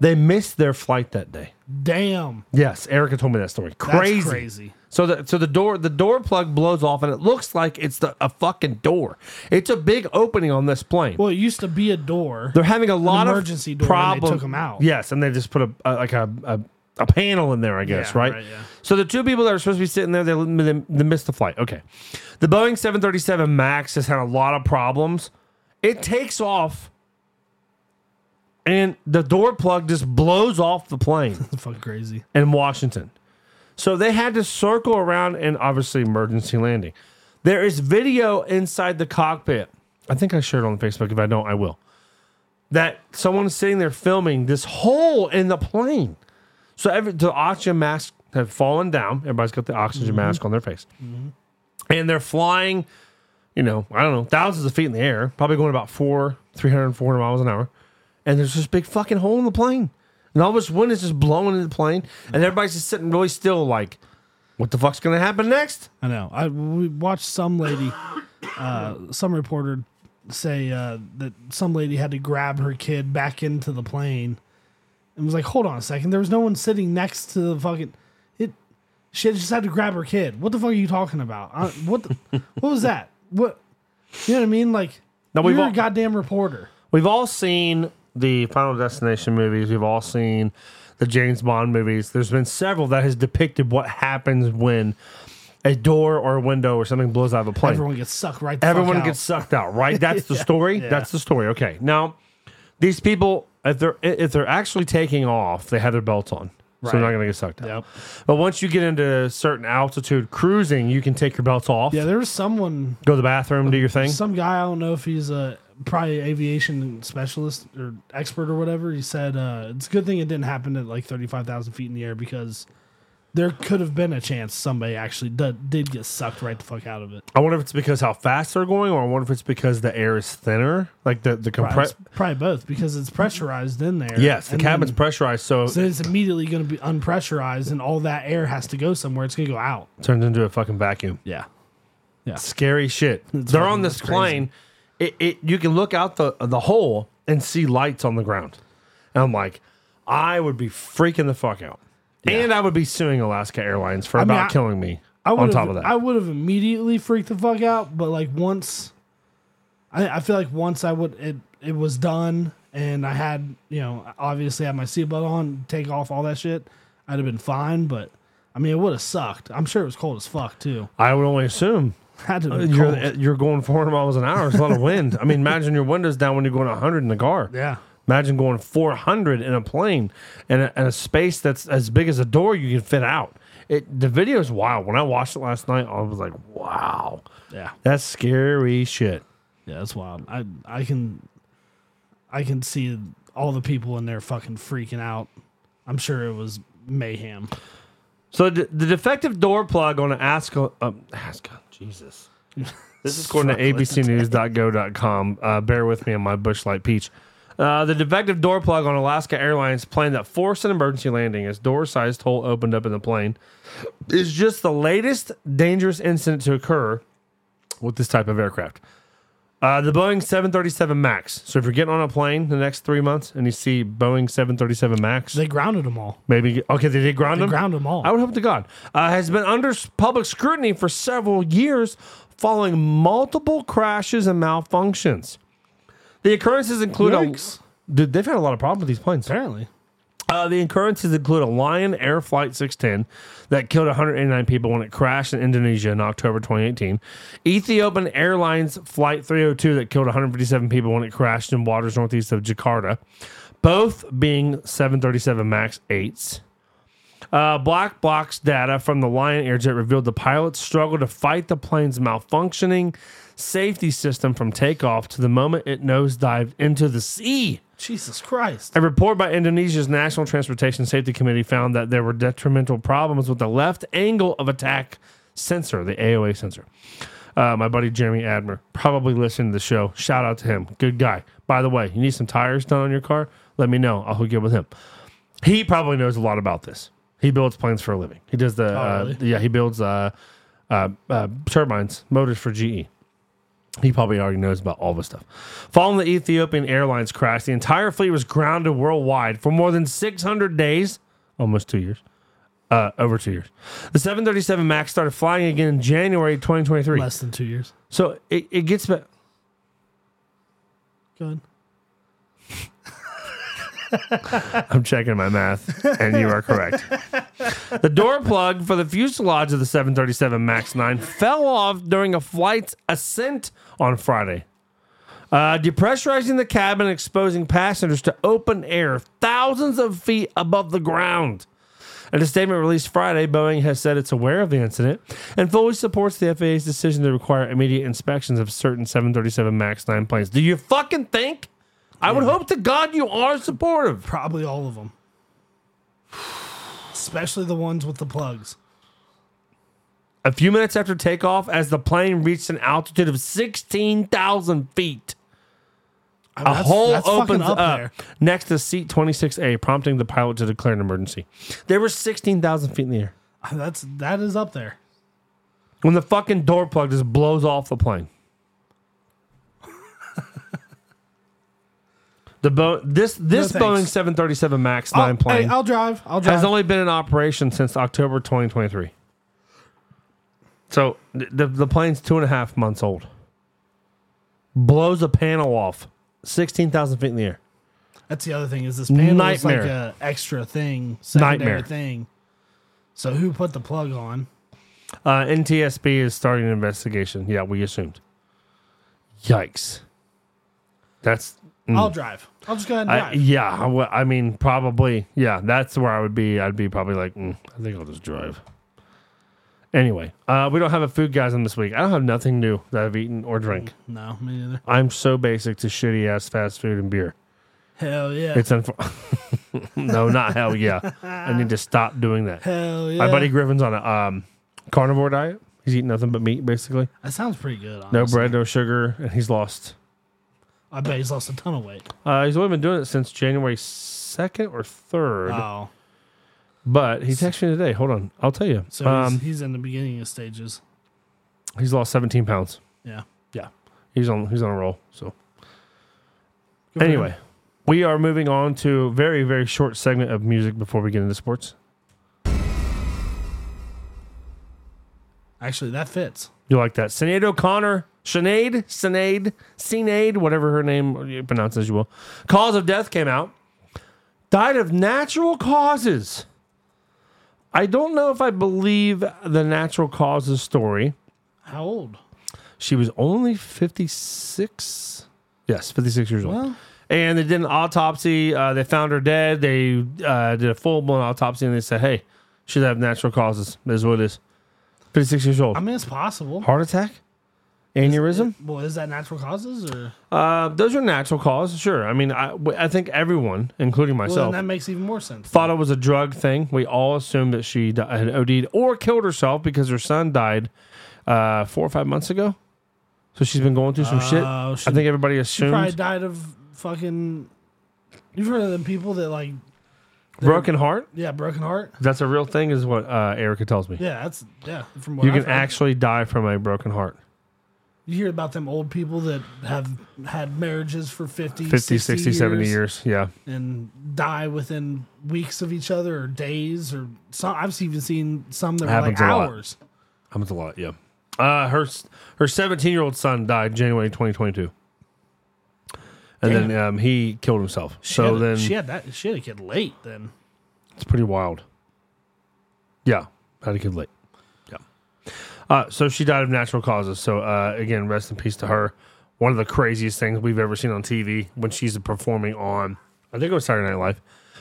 B: they missed their flight that day.
A: Damn.
B: Yes, Erica told me that story.
A: That's
B: Crazy.
A: crazy.
B: So the so the door the door plug blows off and it looks like it's the, a fucking door. It's a big opening on this plane.
A: Well, it used to be a door.
B: They're having a lot
A: emergency
B: of
A: door, and they
B: problem-
A: took 'em out.
B: Yes, and they just put a, a like a, a a panel in there, I guess,
A: Yeah,
B: right?
A: right, yeah.
B: So the two people that are supposed to be sitting there, they, they, they missed the flight. Okay, the Boeing 737 Max has had a lot of problems. It takes off, and the door plug just blows off the plane
A: That's fucking crazy.
B: in Washington. So they had to circle around and obviously emergency landing. There is video inside the cockpit. I think I shared it on Facebook. If I don't, I will. That someone's sitting there filming this hole in the plane. So every, the oxygen mask had fallen down. Everybody's got the oxygen mask on their face. And they're flying, you know, I don't know, thousands of feet in the air, probably going about four, 300, 400 miles an hour. And there's this big fucking hole in the plane. And all this wind is just blowing in the plane. And everybody's just sitting really still, like, what the fuck's going to happen next?
A: I know. I we watched some lady, uh, some reporter say uh, that some lady had to grab her kid back into the plane, and was like, "Hold on a second. There was no one sitting next to the fucking it. She just had to grab her kid. What the fuck are you talking about? I, what the, what was that? What you know what I mean? Like,
B: Now, we've
A: you're a
B: all-
A: goddamn reporter.
B: We've all seen the Final Destination movies. We've all seen the James Bond movies. There's been several that has depicted what happens when a door or a window or something blows out of a plane.
A: Everyone gets sucked right. The fuck
B: Everyone
A: out.
B: gets sucked out, right? That's the story. That's the story. Okay. Now, these people, if they're if they're actually taking off, they have their belts on, so they're not
A: Right.
B: going to get sucked out.
A: Yep.
B: But once you get into certain altitude cruising, you can take your belts off,
A: Yeah, there was someone
B: go to the bathroom, do your thing.
A: some guy i don't know if he's a probably aviation specialist or expert or whatever he said uh, it's a good thing it didn't happen at like 35000 feet in the air because there could have been a chance somebody actually did, did get sucked right the fuck out of it
B: I wonder if it's because how fast they're going, or I wonder if it's because the air is thinner, like the the
A: probably,
B: compress.
A: it's probably both because it's pressurized in there
B: Yes, the
A: and
B: cabin's
A: then-
B: pressurized, so
A: so it's immediately going to be unpressurized and all that air has to go somewhere it's going to go out
B: it turns into a fucking vacuum.
A: yeah
B: Scary shit. They're on
A: fucking-
B: this
A: it's crazy.
B: plane. It, it you can look out the the hole and see lights on the ground. And I'm like, I would be freaking the fuck out, and I would be suing Alaska Airlines for
A: mean,
B: about
A: I-
B: killing me.
A: I
B: on
A: would've-
B: top of that,
A: I would have immediately freaked the fuck out. But like once, I, I feel like once I would it it was done, and I had you know obviously had my seatbelt on, take off all that shit, I'd have been fine. But I mean, it would have sucked. I'm sure it was cold as fuck too.
B: I would only assume
A: Had to have been cold.
B: you're you're going 400 miles an hour. It's a lot of wind. I mean, imagine your windows down when you're going 100 in the car.
A: yeah.
B: Imagine going 400 in a plane and a, and a space that's as big as a door you can fit out. It the video is wild. When I watched it last night, I was like, wow,
A: Yeah.
B: that's scary shit.
A: Yeah, that's wild. I I can I can see all the people in there fucking freaking out. I'm sure it was mayhem.
B: So the, the defective door plug on Aska, um, Aska, Jesus. This is according to abcnews.go.com. Uh, bear with me on my bushlight peach. Uh, the defective door plug on Alaska Airlines plane that forced an emergency landing as door-sized hole opened up in the plane is just the latest dangerous incident to occur with this type of aircraft. Uh, the Boeing 737 MAX. So if you're getting on a plane the next three months and you see Boeing 737 MAX,
A: They grounded them all.
B: maybe okay, they did ground
A: They
B: them.
A: ground them all.
B: I would hope to God, uh, has been under s- public scrutiny for several years following multiple crashes and malfunctions. The occurrences include
A: Yikes.
B: a. Dude, they've had a lot of problems with these planes.
A: Apparently.
B: Uh, the occurrences include a Lion Air Flight 610 that killed 189 people when it crashed in Indonesia in October 2018, Ethiopian Airlines Flight 302 that killed 157 people when it crashed in waters northeast of Jakarta, both being 737 MAX 8s. Uh, black box data from the Lion Airjet revealed the pilots struggled to fight the plane's malfunctioning safety system from takeoff to the moment it nosedived into the sea.
A: Jesus Christ.
B: A report by Indonesia's National Transportation Safety Committee found that there were detrimental problems with the left angle of attack sensor, the AOA sensor. Uh, my buddy Jeremy Admer probably listened to the show. Shout out to him. Good guy. By the way, you need some tires done on your car? Let me know. I'll hook you up with him. He probably knows a lot about this. He builds planes for a living. He does the, uh,
A: really?
B: yeah, he builds uh, uh, uh, turbines, motors for E. GE. He probably already knows about all this stuff. Following the Ethiopian Airlines crash, the entire fleet was grounded worldwide for more than 600 days, almost two years, uh, over two years. The 737 MAX started flying again in January 2023.
A: Less than two years.
B: So it, it gets back.
A: Go ahead.
B: I'm checking my math, and you are correct. the door plug for the fuselage of the 737 MAX 9 fell off during a flight's ascent on Friday, uh, depressurizing the cabin and exposing passengers to open air thousands of feet above the ground. In a statement released Friday, Boeing has said it's aware of the incident and fully supports the FAA's decision to require immediate inspections of certain 737 MAX 9 planes. Do you fucking think? I would hope to God you are supportive.
A: Probably all of them. Especially the ones with the plugs.
B: A few minutes after takeoff, as the plane reached an altitude of 16,000 feet,
A: I
B: a
A: mean, Oh, that's-
B: hole
A: that's fucking
B: opens up, next to seat 26A, prompting the pilot to declare an emergency. They were 16,000 feet in the air
A: there. That's that is up there.
B: when the fucking door plug just blows off the plane. the Bo- this this
A: thanks.
B: Boeing 737 MAX 9
A: I'll-
B: plane
A: Hey, I'll drive. I'll drive.
B: has only been in operation since October 2023. So th- the, the plane's two and a half months old. Blows a panel off 16,000 feet in the air.
A: That's the other thing is this panel is like
B: Nightmare.
A: a extra thing, secondary
B: Nightmare.
A: thing. So who put the plug on?
B: Uh, NTSB is starting an investigation. Yeah, we assumed. Yikes. That's. mm.
A: I'll drive. I'll just go ahead and
B: I,
A: drive.
B: yeah, I wa- I mean, probably. Yeah, that's where I would be. I'd be probably like, mm, I think I'll just drive. Anyway, uh, we don't have a food gasm this week. I don't have nothing new that I've eaten or drank.
A: no, me neither.
B: I'm so basic to shitty ass fast food and beer.
A: Hell yeah.
B: It's unfor- no, not hell yeah. I need to stop doing that.
A: Hell yeah.
B: My buddy Griffin's on a um, carnivore diet. He's eating nothing but meat, basically.
A: That sounds pretty good. Honestly.
B: No bread, no sugar, and he's lost.
A: I bet he's lost a ton of weight.
B: Uh, he's only been doing it since January second or third.
A: Oh,
B: but he texted me today. Hold on, I'll tell you.
A: so
B: um,
A: he's, he's in the beginning of stages.
B: he's lost 17 pounds.
A: Yeah.
B: Yeah, he's on he's on a roll. So
A: Good for
B: anyway,
A: him.
B: we are moving on to a very very short segment of music before we get into sports.
A: actually, that fits.
B: You like that. Sinead O'Connor, Sinead, Sinead, Sinead, whatever her name you pronounce as you will. Cause of death came out. Died of natural causes. I don't know if I believe the natural causes story.
A: How old?
B: She was only 56. Yes, 56 years old.
A: Well.
B: and they did an autopsy. Uh, they found her dead. They uh, did a full blown autopsy and they said, hey, Should have natural causes. Is what it is. 56 years old.
A: I mean, it's possible.
B: Heart attack? Aneurysm?
A: Well, is that natural causes or?
B: Uh, those are natural causes, sure. I mean, I, w- I think everyone, including
A: Well,
B: myself,
A: then that makes even more sense.
B: thought it was a drug thing. We all assumed that she di- had OD'd or killed herself because her son died uh, four or five months ago. So she's been going through some shit.
A: Oh, she-
B: I think everybody
A: She probably
B: assumed
A: died of fucking. You've heard of them people that like,
B: broken heart.
A: yeah, broken heart.
B: That's a real thing, is what uh, Erica tells me.
A: Yeah, that's yeah. From what
B: you
A: I've
B: can
A: heard.
B: actually die from a broken heart.
A: You hear about them old people that have had marriages for 50,
B: 50, 60, 70
A: years
B: years. Yeah.
A: and die within weeks of each other or days or some. I've even seen some that were
B: Happens
A: like
B: a lot.
A: hours.
B: Happens a lot. Yeah. Uh, her her 17 year old son died January 2022. And then um, he killed himself.
A: She
B: so
A: had a-
B: then
A: she had that. She had a kid late then.
B: It's pretty wild. Yeah, had a kid late. Yeah. Uh, so she died of natural causes. So uh, again, rest in peace to her. One of the craziest things we've ever seen on TV when she's performing on, I think it was Saturday Night Live,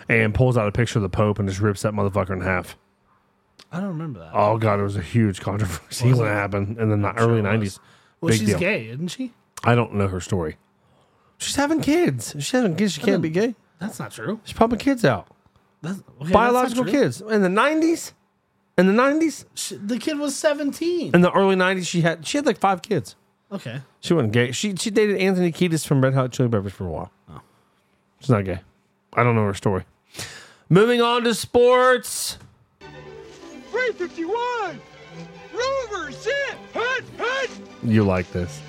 B: and pulls out a picture of the Pope and just rips that motherfucker in half.
A: I don't remember that.
B: Oh god, it was a huge controversy
A: Was
B: when it
A: it?
B: happened in the ni-
A: sure
B: early
A: it was.
B: nineties.
A: well,
B: big
A: she's
B: deal.
A: gay, isn't she?
B: I don't know her story. She's having kids. She's having kids. She can't be gay.
A: That's not true.
B: She's popping kids out.
A: That's, okay, that's not
B: Biological
A: true.
B: kids in the nineties. In the nineties,
A: She, the kid was seventeen.
B: in the early '90s, she had she had like five kids.
A: Okay.
B: She wasn't gay. She she dated Anthony Kiedis from Red Hot Chili Peppers for a while.
A: Oh.
B: She's not gay. I don't know her story. Moving on to sports.
E: 351! Rovers in! Hut, hut!
B: You like this?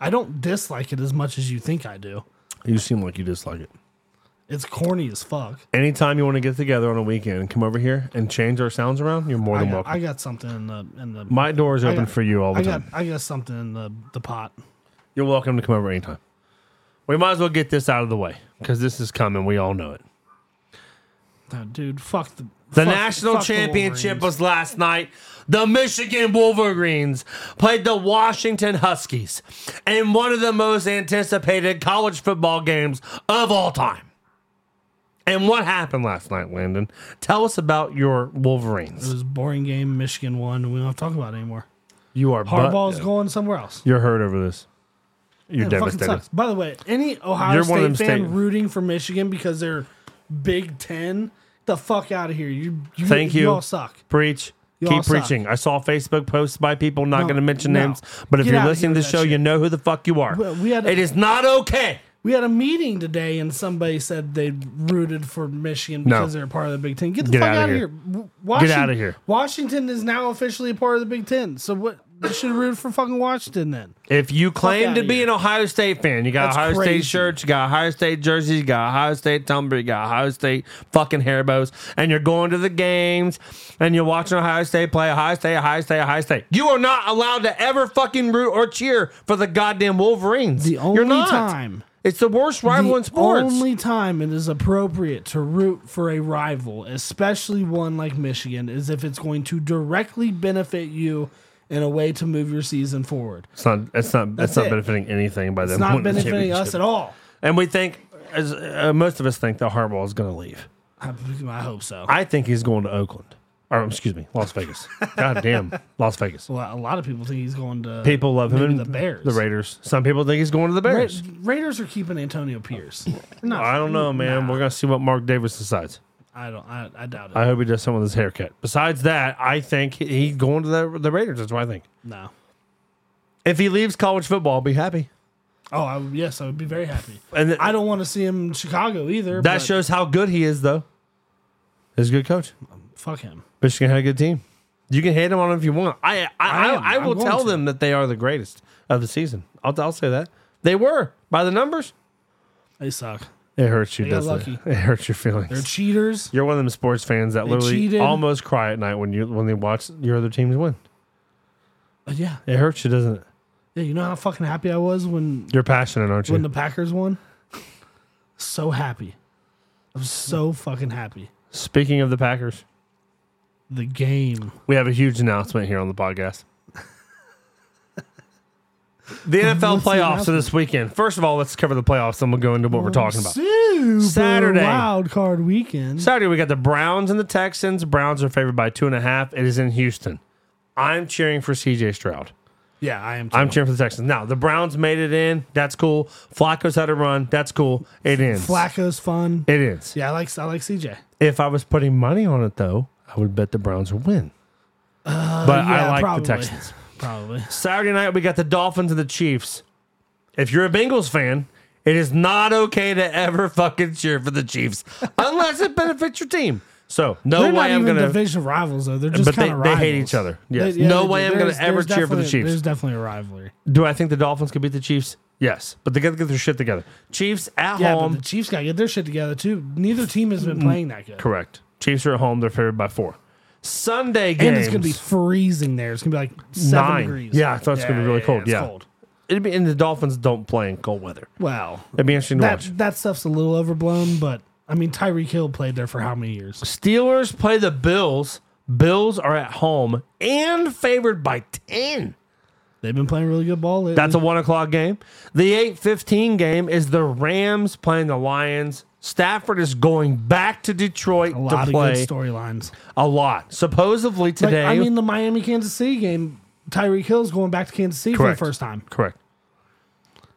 A: I don't dislike it as much as you think I do.
B: You seem like you dislike it.
A: It's corny as fuck.
B: Anytime you want to get together on a weekend and come over here and change our sounds around, you're more
A: I
B: than
A: got,
B: welcome.
A: I got something in the in the
B: My door is
A: I
B: open
A: got-
B: for you all the
A: I
B: time.
A: got I got something in the the pot.
B: You're welcome to come over anytime. We might as well get this out of the way because this is coming. We all know it.
A: Oh, dude, fuck the
B: The
A: fuck-
B: national
A: fuck the
B: championship
A: Wolverines.
B: was last night. The Michigan Wolverines played the Washington Huskies in one of the most anticipated college football games of all time. And what happened last night, Landon? Tell us about your
A: It
B: Wolverines.
A: was a boring game. Michigan won. We don't have to talk about it anymore.
B: You are
A: Hardball's
B: but,
A: going somewhere else.
B: You're hurt over this. You're
A: It fucking
B: devastated.
A: sucks. By the way, any Ohio
B: You're
A: State
B: one of them
A: fan
B: state-
A: rooting for Michigan because they're Big Ten, the fuck out of here. You, you
B: Thank you.
A: You all suck.
B: Preach.
A: You all
B: Keep
A: suck.
B: preaching. I saw Facebook posts by people, not
A: No,
B: going to mention
A: no.
B: names, but if
A: Get
B: you're
A: outta
B: listening
A: here
B: to
A: with
B: the
A: that
B: show, you
A: shit.
B: know who the fuck you are.
A: Well, we had a-
B: it is not okay.
A: We had a meeting today, and somebody said they rooted for Michigan
B: No.
A: because they're part of the Big Ten. Get the
B: Get
A: fuck
B: outta
A: out of
B: here.
A: here! Washington,
B: outta here.
A: Washington is now officially a part of the Big Ten. So what? You should root for fucking Washington then.
B: If you claim
A: outta
B: to be
A: here.
B: an Ohio State fan, you got
A: That's
B: Ohio State
A: crazy.
B: shirts, you got Ohio State jerseys, you got Ohio State tumbler, you got Ohio State fucking hair bows, and you're going to the games and you're watching Ohio State play Ohio State, Ohio State, Ohio State. You are not allowed to ever fucking root or cheer for the goddamn Wolverines.
A: The only
B: you're not.
A: time.
B: It's the worst rival
A: the
B: in sports.
A: only time it is appropriate to root for a rival, especially one like Michigan, is if it's going to directly benefit you in a way to move your season forward.
B: it's not. It's not. It's
A: That's
B: not
A: it.
B: benefiting anything by them.
A: It's not
B: winning the
A: benefiting us
B: championship.
A: at all.
B: And we think, as uh, most of us think, that Harbaugh is going to leave.
A: I, I hope so.
B: I think he's going to Oakland. Or excuse me, Las Vegas. God damn, Las Vegas.
A: well, a lot of people think he's going to.
B: People love him
A: maybe
B: and
A: the Bears.
B: the Raiders. Some people think he's going to the
A: Ra-
B: Bears.
A: Raiders are keeping Antonio Pierce.
B: I don't know, man. We're gonna see what Mark Davis decides.
A: I don't. I, I doubt it.
B: I hope he does something with his haircut. Besides that, I think he- he's going to the, the Raiders. That's what I think.
A: no.
B: If he leaves college football, I'll be happy.
A: Oh, I, would- yes, I would be very happy.
B: And th-
A: I don't want to see him in Chicago either.
B: that
A: That show.
B: shows how good he is, though. He's a good coach.
A: Fuck him.
B: Michigan had a good team. You can hate them on him if you want. I I, I,
A: am.
B: I,
A: I'm
B: will
A: going
B: tell
A: to.
B: them that they are the greatest of the season. I'll, I'll say that they were by the numbers.
A: They suck.
B: It hurts you,
A: got
B: doesn't it?
A: lucky.
B: It hurts your
A: They're
B: feelings.
A: cheaters.
B: You're one of them sports fans that literally
A: cheated.
B: almost cry at night when you when they watch your other teams win.
A: Uh, yeah.
B: It hurts you, doesn't it?
A: Yeah, you know how fucking happy I was when
B: You're passionate, aren't you?
A: when the Packers won? So happy. I'm so fucking happy.
B: Speaking of the Packers,
A: The game.
B: we have a huge announcement here on the podcast. The NFL
A: What's the
B: playoffs are
A: announcement? Oh,
B: this weekend. First of all, let's cover the playoffs, then we'll go into what we're talking about.
A: Super
B: Saturday.
A: wild card weekend.
B: Saturday, we got the Browns and the Texans. Browns are favored by two and a half. It is in Houston. I'm cheering for CJ Stroud.
A: Yeah, I am. Too.
B: I'm cheering for the Texans. Now, the Browns made it in. That's cool. Flacco's had a run. That's cool. It ends.
A: Flacco's fun.
B: It ends.
A: Yeah, I like I like CJ.
B: If I was putting money on it, though, I would bet the Browns would win. but I
A: Uh, yeah,
B: like
A: probably.
B: the Texans.
A: Probably.
B: Saturday night, we got the Dolphins and the Chiefs. If you're a Bengals fan, it is not okay to ever fucking cheer for the Chiefs unless it benefits your team. So, no
A: they're not
B: way I'm
A: even
B: going to.
A: division rivals though. They're just
B: But they-
A: kind of
B: they hate
A: rivals.
B: each other. Yes.
A: They- yeah,
B: No way I'm gonna
A: there's-
B: ever
A: there's
B: cheer for the
A: definitely-
B: Chiefs.
A: There's definitely a rivalry.
B: Do I think the Dolphins could beat the Chiefs? Yes, but they got to get their shit together. Chiefs at
A: Yeah,
B: home.
A: but the Chiefs got to get their shit together too. Neither team has
B: Mm.
A: been playing that good.
B: Correct. Chiefs are at home. They're favored by four. Sunday games.
A: And it's gonna be freezing there. It's gonna be like seven
B: Nine.
A: degrees.
B: Yeah, I thought it's gonna be really cold.
A: it's
B: Yeah.
A: cold.
B: It'd be, and the Dolphins don't play in cold weather.
A: Well,
B: It'd be interesting to
A: that
B: watch.
A: that stuff's a little overblown, but I mean Tyreek Hill played there for how many years?
B: Steelers play the Bills. Bills are at home and favored by ten.
A: They've been playing really good ball. Lately.
B: That's a one o'clock game. The eight fifteen game is the Rams playing the Lions. Stafford is going back to Detroit
A: a
B: to
A: lot of
B: play
A: good storylines.
B: a lot. Supposedly
A: Like,
B: today.
A: I mean, the Miami Kansas City game, Tyreek Hill's going back to Kansas City
B: Correct.
A: for the first time.
B: correct.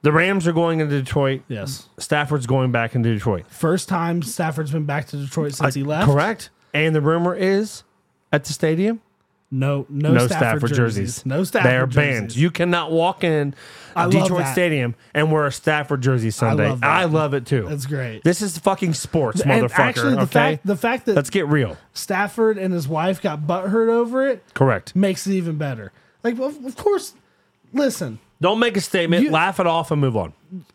B: The Rams are going into Detroit.
A: Yes,
B: Stafford's going back into Detroit.
A: first time Stafford's been back to Detroit since he left.
B: Uh, Correct. And the rumor is at the stadium,
A: No, no,
B: no,
A: Stafford, jerseys. No Stafford.
B: They are
A: jerseys.
B: banned. You cannot walk in
A: I love
B: Detroit
A: that.
B: Stadium and wear a Stafford jersey Sunday. I
A: love
B: love,
A: that.
B: it too.
A: That's great.
B: This is fucking sports,
A: And
B: motherfucker.
A: actually, the
B: okay,
A: fact the fact that
B: let's get real.
A: Stafford and his wife got butthurt over it
B: Correct.
A: makes it even better. Like, of, of course, listen.
B: Don't make a statement.
A: You-
B: laugh it off and move on.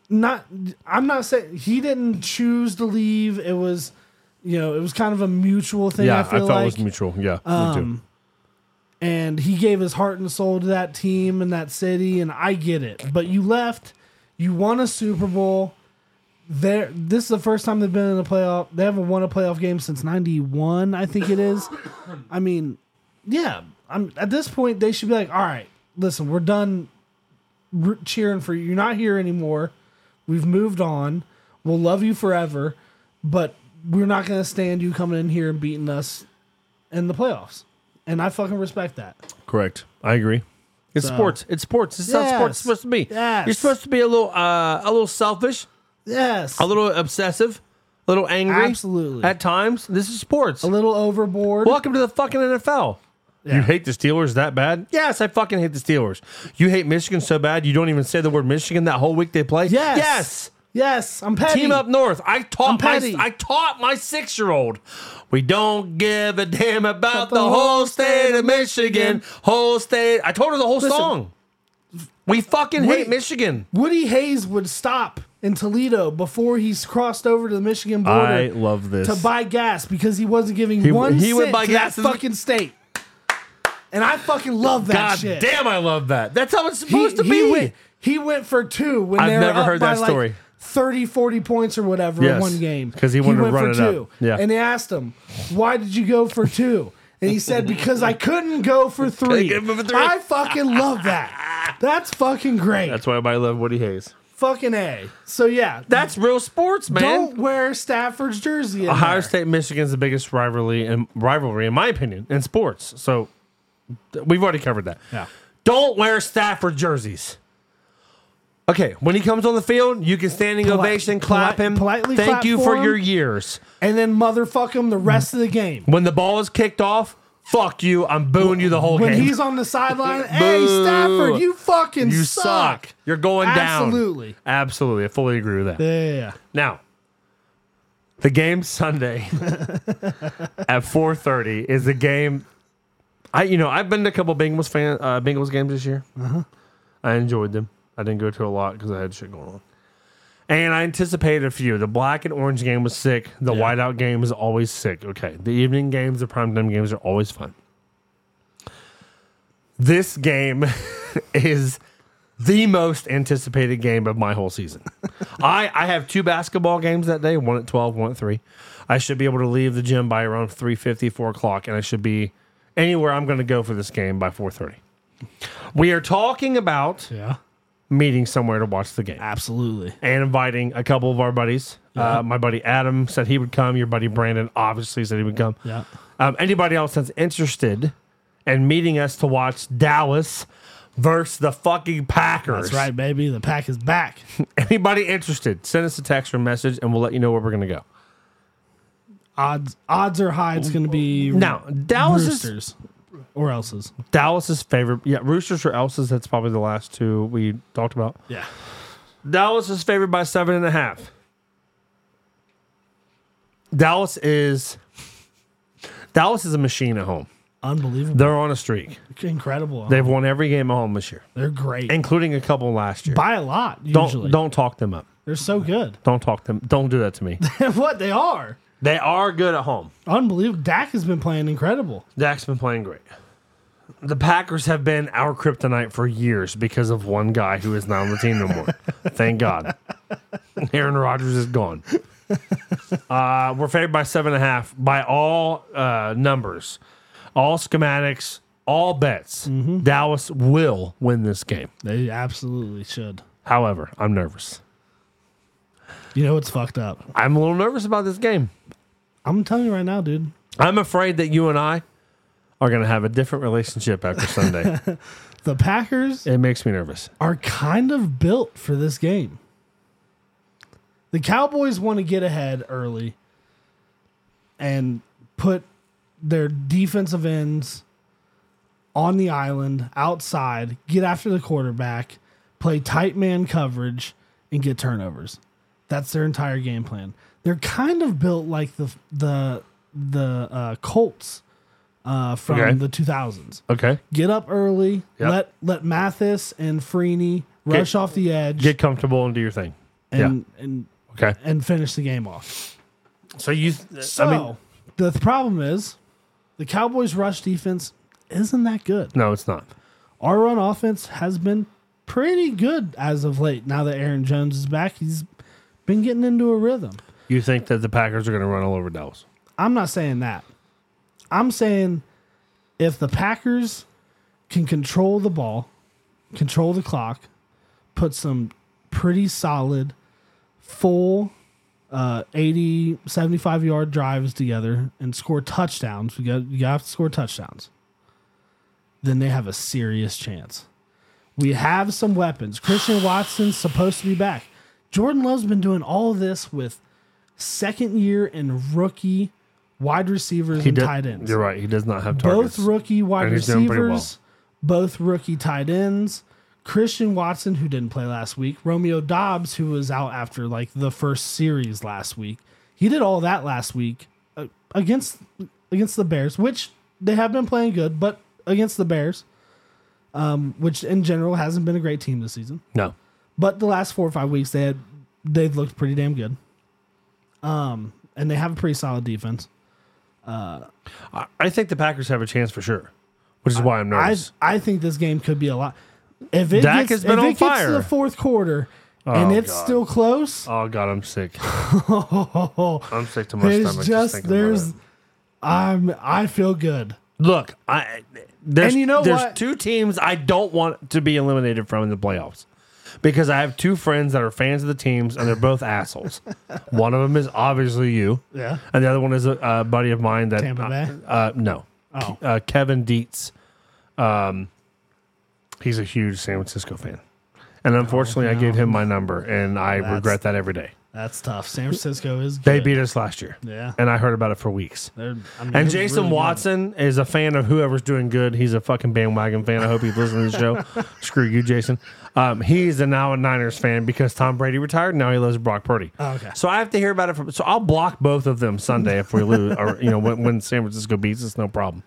A: Not, I'm not saying he didn't choose to leave. It was, you know, it was kind of a mutual thing.
B: Yeah, I,
A: I feel
B: thought
A: like um,
B: it was mutual. Yeah, me too.
A: and he gave his heart and soul to that team and that city and I get it. But you left, you won a Super Bowl. There this is the first time they've been in a playoff. They haven't won a playoff game since 91, I think it is. I mean, yeah, I'm at this point they should be like, "All right, listen, we're done r- cheering for you. You're not here anymore. We've moved on. We'll love you forever, but we're not going to stand you coming in here and beating us in the playoffs." And I fucking respect that.
B: Correct. I agree. It's
A: So-
B: sports. It's sports. It's how
A: Yes.
B: sports is supposed to be.
A: Yes.
B: You're supposed to be a little, uh, a little selfish,
A: Yes.
B: a little obsessive, a little angry.
A: Absolutely.
B: At times, this is sports.
A: a little overboard.
B: Welcome to the fucking NFL. You hate the Steelers that bad? Yes, I fucking hate the Steelers. You hate Michigan so bad you don't even say the word Michigan that whole week they play.
A: Yes.
B: Yes.
A: Yes. I'm petty.
B: Team up north. I
A: I'm
B: taught my
A: petty.
B: I taught my six year old. We don't give a damn about the whole state of Michigan. Whole state. I told her the whole song. We fucking hate
A: Wait.
B: Michigan.
A: Woody Hayes would stop in Toledo before he's crossed over to the Michigan border
B: love this.
A: to buy gas because he wasn't giving one
B: he would
A: cent
B: buy
A: to
B: gas
A: that
B: in the-
A: fucking state. And I fucking love that
B: God
A: shit.
B: damn, I love that. That's how it's
A: He-
B: supposed to
A: he
B: be.
A: went- He went for two when
B: I've
A: they were
B: never
A: up
B: heard
A: by
B: that
A: like
B: story.
A: 30, 40 points or whatever in
B: Yes,
A: one game.
B: 'cause he wanted to
A: went
B: run
A: for
B: it up.
A: two.
B: Yeah.
A: And they asked him, why did you go for two? And he said, because I couldn't go for three.
B: go for three.
A: I fucking love that. That's fucking great.
B: That's why everybody love Woody Hayes.
A: fucking A. So, yeah.
B: That's real sports, man.
A: don't wear Stafford's jersey. in
B: Ohio
A: there.
B: State, Michigan's the biggest rivalry and rivalry, in my opinion, in sports. So th- we've already covered that.
A: Yeah.
B: Don't wear Stafford jerseys. Okay, when he comes on the field, you can standing
A: Poli-
B: ovation, clap
A: poli-
B: him.
A: politely
B: Thank
A: clap
B: you
A: for
B: for
A: him.
B: your years.
A: And then motherfuck him the rest of the game.
B: When the ball is kicked off, fuck you. I'm booing you the whole
A: When
B: game.
A: he's on the sideline, hey,
B: Boo.
A: Stafford, you fucking
B: you
A: suck.
B: suck. You're going down.
A: Absolutely.
B: Absolutely. I fully agree with that.
A: Yeah.
B: Now, the game Sunday at 4:30 is the game. I you know I've been to a couple Bengals fan uh, Bengals games this year. I enjoyed them. I didn't go to a lot because I had shit going on. And I anticipated a few. The black and orange game was sick. The whiteout game is always sick. Okay. The evening games, the primetime games are always fun. This game is the most anticipated game of my whole season. I, I have two basketball games that day, one at 12, one at 3. I should be able to leave the gym by around 3.50, 4 o'clock, and I should be anywhere I'm going to go for this game by 4.30. We are talking about
A: Yeah.
B: meeting somewhere to watch the game
A: Absolutely.
B: and inviting a couple of our buddies. Uh, my buddy Adam said he would come. Your buddy Brandon obviously said he would come.
A: Yeah.
B: Um, anybody else that's interested in meeting us to watch Dallas versus the fucking Packers?
A: That's right, baby. The pack is back.
B: Anybody interested, send us a text or message and we'll let you know where we're going to go.
A: Odds odds are high it's going to be
B: Now,
A: Mm,
B: Dallas is
A: Roosters or else's.
B: Dallas's favorite. Yeah, Roosters or Elsa's. That's probably the last two we talked about.
A: Yeah.
B: Dallas is favored by seven and a half. Dallas is Dallas is a machine at home.
A: Unbelievable.
B: They're on a streak.
A: Incredible. They're,
B: They've won every game at home this year,
A: great.
B: including a couple last year.
A: By a lot
B: don't
A: usually.
B: don't talk them up.
A: They're so good.
B: Don't talk them. Don't do that to me.
A: what they are.
B: they are good at home.
A: Unbelievable. Dak has been playing incredible.
B: Dak's been playing great. The Packers have been our kryptonite for years because of one guy who is not on the team no more. Thank God. Aaron Rodgers is gone. Uh, we're favored by seven and a half by all uh, numbers, all schematics, all bets. Dallas will win this game.
A: They absolutely should.
B: However, I'm nervous.
A: You know it's fucked up.
B: I'm a little nervous about this game.
A: I'm telling you right now, dude.
B: I'm afraid that you and I are going to have a different relationship after Sunday.
A: The Packers
B: it makes me nervous.
A: are kind of built for this game. The Cowboys want to get ahead early and put their defensive ends on the island outside, get after the quarterback, play tight man coverage, and get turnovers. That's their entire game plan. They're kind of built like the the the uh, Colts uh, from
B: Okay.
A: the 2000s
B: Okay.
A: get up early.
B: Yep.
A: Let let Mathis and Freeney rush off the edge
B: get comfortable and do your thing.
A: and, and
B: Okay.
A: and finish the game off.
B: So you,
A: So the th- problem is the Cowboys' rush defense isn't that good.
B: no, it's not.
A: Our run offense has been pretty good as of late. Now that Aaron Jones is back, he's been getting into a rhythm.
B: You think that the Packers are going to run all over Dallas?
A: I'm not saying that. I'm saying if the Packers can control the ball, control the clock, put some pretty solid full uh, 80, 75 yard drives together and score touchdowns, we got, you have to score touchdowns, then they have a serious chance. We have some weapons. Christian Watson's supposed to be back. Jordan Love's been doing all this with second year and rookie wide receivers and
B: does,
A: tight ends
B: You're right. He does not have targets.
A: both rookie wide
B: And he's doing pretty well.
A: receivers, both rookie tight ends. Christian Watson, who didn't play last week, Romeo Dobbs, who was out after like the first series last week. He did all that last week uh, against against the Bears, which they have been playing good, but against the Bears, um, which in general hasn't been a great team this season.
B: no.
A: But the last four or five weeks, they had they've looked pretty damn good. Um, and they have a pretty solid defense.
B: I think the Packers have a chance for sure, which is why I'm
A: I
B: nervous.
A: I think this game could be a lot. If it
B: Dak
A: gets,
B: has been
A: if
B: on
A: it gets
B: fire.
A: to the fourth quarter and
B: Oh,
A: it's
B: God.
A: still close,
B: oh God, I'm sick. I'm sick to my
A: there's
B: stomach.
A: just
B: thinking about
A: there's
B: it.
A: I'm I feel good.
B: look. I there's
A: And you know
B: there's
A: what?
B: two teams I don't want to be eliminated from in the playoffs. Because I have two friends that are fans of the teams, and they're both assholes. One of them is obviously you.
A: Yeah.
B: And the other one is a, a buddy of mine that
A: Tampa Bay?
B: Uh, uh, no,
A: Oh.
B: Ke- uh, Kevin Dietz. Um, he's a huge San Francisco fan, and unfortunately, I gave him my number, and
A: Oh,
B: I
A: That's-
B: regret that every day.
A: That's tough. San Francisco is good.
B: They beat us last year,
A: Yeah.
B: and I heard about it for weeks.
A: They're- I mean,
B: And
A: they're
B: Jason
A: really good.
B: Watson is a fan of whoever's doing good. He's a fucking bandwagon fan. I hope he's listening to the show. Screw you, Jason. Um, he's a now a Niners fan because Tom Brady retired. Now he loves Brock Purdy.
A: Oh, okay.
B: So I have to hear about it from. So I'll block both of them Sunday if we lose, or you know when, when San Francisco beats us, no problem.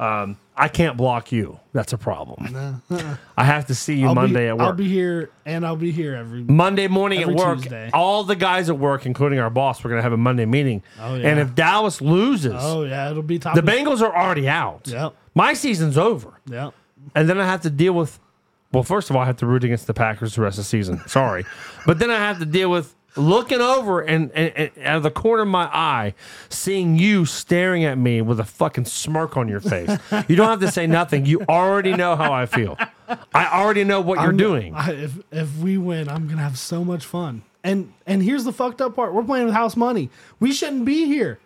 B: Um, I can't block you. That's a problem. I have to see you
A: I'll be-
B: Monday at work.
A: I'll be here and I'll be here every.
B: Monday morning
A: Every
B: at work,
A: Tuesday.
B: all the guys at work, including our boss, we're going to have a Monday meeting.
A: Oh, yeah.
B: And if Dallas loses,
A: Oh yeah, it'll be top.
B: the
A: of-
B: Bengals are already out.
A: Yep.
B: My season's over.
A: Yep.
B: And then I have to deal with well, first of all, I have to root against the Packers the rest of the season. Sorry. but then I have to deal with looking over and, and, and out of the corner of my eye, seeing you staring at me with a fucking smirk on your face. you don't have to say nothing. You already know how I feel. I already know what you're doing.
A: I, if if we win, I'm gonna have so much fun. And and here's the fucked up part: we're playing with house money. We shouldn't be here.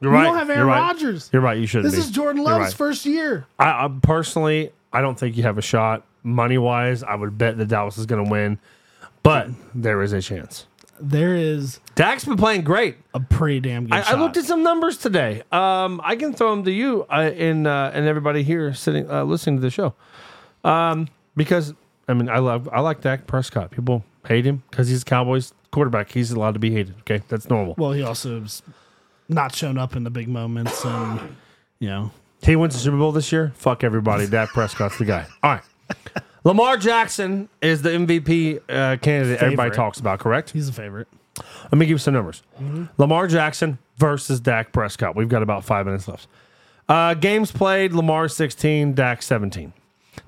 B: You're
A: we
B: right.
A: don't have Aaron
B: You're right.
A: Rodgers.
B: You're right. You shouldn't.
A: This
B: be.
A: is Jordan
B: You're
A: Love's
B: right.
A: first year.
B: I, I personally, I don't think you have a shot money wise. I would bet that Dallas is going to win, but there is a chance.
A: There is
B: Dak's been playing great.
A: a pretty damn good.
B: I, I
A: shot.
B: looked at some numbers today. Um, I can throw them to you uh, and uh, and everybody here sitting uh, listening to the show, um, because I mean I love I like Dak Prescott. People hate him because he's a Cowboys quarterback. He's allowed to be hated. Okay, that's normal.
A: Well, he also's not shown up in the big moments, and you know,
B: He wins the Super Bowl this year. Fuck everybody. Dak Prescott's the guy. All right. Lamar Jackson is the MVP uh, candidate everybody
A: Favorite.
B: talks about, correct?
A: he's a favorite.
B: Let me give you some numbers. Lamar Jackson versus Dak Prescott. We've got about five minutes left. Uh, games played Lamar 16, Dak 17.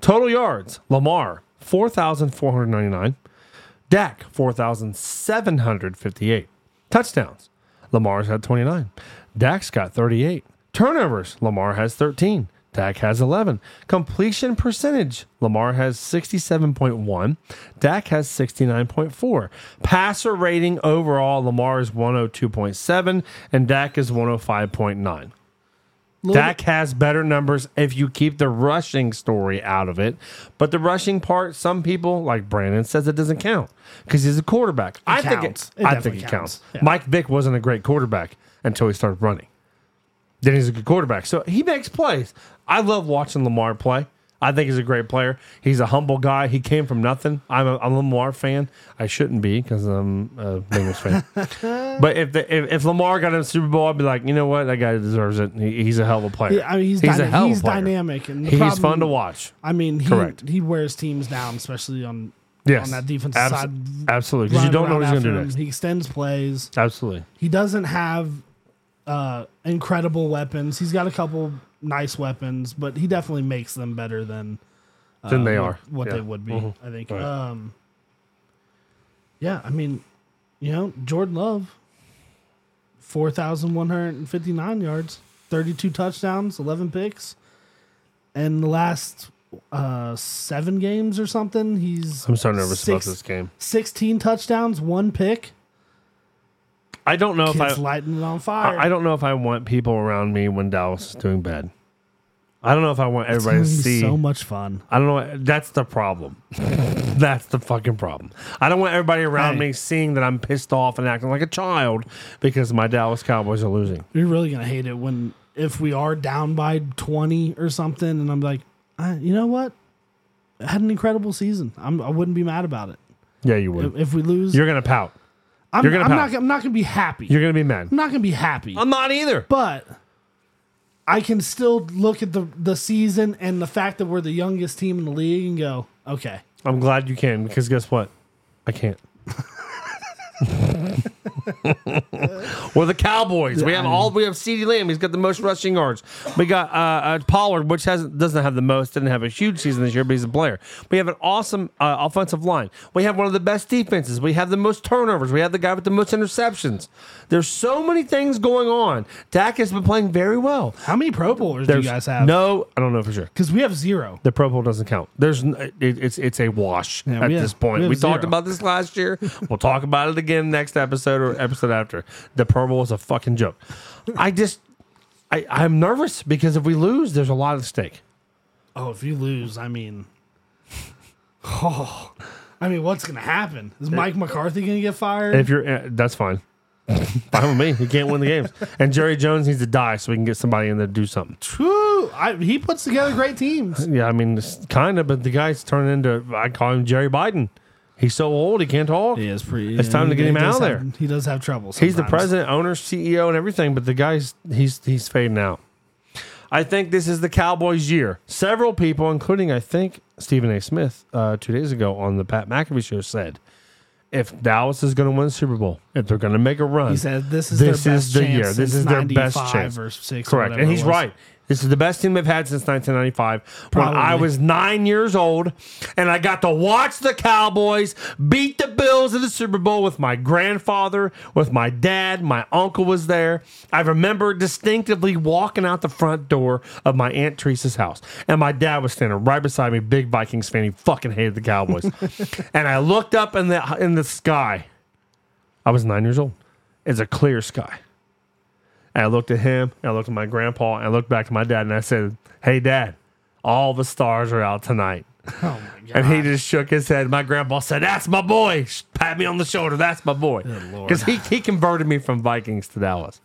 B: Total yards Lamar 4,499, Dak 4,758. Touchdowns Lamar's had 29, Dak's got 38. Turnovers Lamar has 13, Dak has 11. Completion percentage Lamar has 67.1, Dak has 69.4. Passer rating overall Lamar is 102.7, and Dak is 105.9.
A: Little
B: Dak has better numbers if you keep the rushing story out of it. But the rushing part, some people, like Brandon, says it doesn't count because he's a quarterback. I think
A: counts.
B: it,
A: It
B: I think
A: definitely
B: it counts.
A: counts. Yeah.
B: Mike Vick wasn't a great quarterback until he started running. Then he's a good quarterback. So he makes plays. I love watching Lamar play. I think he's a great player. He's a humble guy. He came from nothing. I'm a, I'm a Lamar fan. I shouldn't be because I'm a Bengals fan. But if, the, if if Lamar got in the Super Bowl, I'd be like, you know what, that guy deserves it. He, he's a hell of a player.
A: Yeah, I mean, he's, dyna- he's dynamic and the
B: He's
A: problem-
B: fun to watch.
A: I mean, he
B: Correct.
A: he wears teams down, especially on
B: Yes,
A: on that defensive
B: Abs-
A: side.
B: Absolutely, because you
A: running
B: don't know
A: around
B: what he's going to
A: after
B: do
A: him.
B: next.
A: He extends plays.
B: Absolutely,
A: He doesn't have uh, incredible weapons. He's got a couple nice weapons, but he definitely makes them better than
B: then they
A: Uh, what-
B: are
A: what
B: Yeah.
A: they would be.
B: Mhm.
A: I think.
B: Right.
A: Um, yeah, I mean, you know, Jordan Love, four thousand one hundred and fifty nine yards, thirty two touchdowns, eleven picks, and the last uh, seven games or something, he's
B: I'm so nervous about
A: six-
B: this game.
A: Sixteen touchdowns, one pick.
B: I don't know if I,
A: Kids lighting it on fire.
B: I I don't know if I want people around me when Dallas is doing bad. I don't know if I want everybody to
A: It's gonna be
B: see.
A: so much fun.
B: I don't know. That's the problem. That's the fucking problem. I don't want everybody around
A: Hey.
B: me seeing that I'm pissed off and acting like a child because my Dallas Cowboys are losing.
A: You're really gonna hate it when if we are down by 20 or something, and I'm like, I, you know what? I had an incredible season. I'm, I wouldn't be mad about it.
B: Yeah, you would.
A: If, if we lose,
B: You're gonna pout.
A: I'm,
B: you're gonna
A: I'm
B: pout.
A: not. I'm not gonna be happy.
B: You're gonna be mad.
A: I'm not gonna be happy.
B: I'm not either.
A: but I can still look at the the season and the fact that we're the youngest team in the league and go, okay,
B: I'm glad you can because guess what? I can't. We're the Cowboys. We have all. We have Ceedee Lamb. He's got the most rushing yards. We got uh, uh, Pollard, which has doesn't have the most. Didn't have a huge season this year, but he's a player. We have an awesome uh, offensive line. We have one of the best defenses. We have the most turnovers. We have the guy with the most interceptions. There's so many things going on. Dak has been playing very well.
A: how many Pro Bowlers do
B: There's
A: you guys have?
B: no. I don't know for sure.
A: because we have zero.
B: The Pro Bowl doesn't count. There's n- it, it's it's a wash
A: Yeah,
B: at
A: we have-
B: this point.
A: we
B: We,
A: have
B: talked
A: zero.
B: about this last year. We'll talk about it again next episode or episode after. The Pro Bowl is a fucking joke. I just I I'm nervous because if we lose, there's a lot at stake.
A: Oh, if you lose, I mean, oh, I mean, what's gonna happen? Is Mike McCarthy gonna get fired?
B: If you're eh, that's fine. fine with me. You can't win the games. And Jerry Jones needs to die so we can get somebody in there to do something.
A: Whew, I, he puts together great teams.
B: Yeah, I mean kind of, but the guy's turning into I call him Jerry Biden. He's so old he can't talk.
A: is pretty.
B: It's time to get him out of there.
A: He does have trouble.
B: He's the
A: sometimes.
B: president, owner, CEO, and everything, but the guy's he's he's fading out. I think this is the Cowboys' year. Several people, including I think Stephen A. Smith, uh, two days ago on the Pat McAfee show, said if Dallas is going to win the Super Bowl, if they're going to make a run,
A: He said, "This is
B: This
A: their
B: is
A: best
B: the
A: chance
B: year. This
A: since
B: is their best
A: 95
B: chance."
A: Or six or
B: correct,
A: whatever
B: and he's
A: it was.
B: right. This is the best team they've had since 1995
A: Probably.
B: when I was nine years old, and I got to watch the Cowboys beat the Bills in the Super Bowl with my grandfather, with my dad. My uncle was there. I remember distinctively walking out the front door of my Aunt Teresa's house, and my dad was standing right beside me, big Vikings fan. He fucking hated the Cowboys. and I looked up in the, in the sky. I was nine years old. It's a clear sky. And I looked at him, and I looked at my grandpa, and I looked back to my dad, and I said, Hey, dad, all the stars are out tonight.
A: Oh my god.
B: And he just shook his head. My grandpa said, That's my boy. Pat me on the shoulder. That's my boy.
A: Lord.
B: Because he, he converted me from Vikings to Dallas.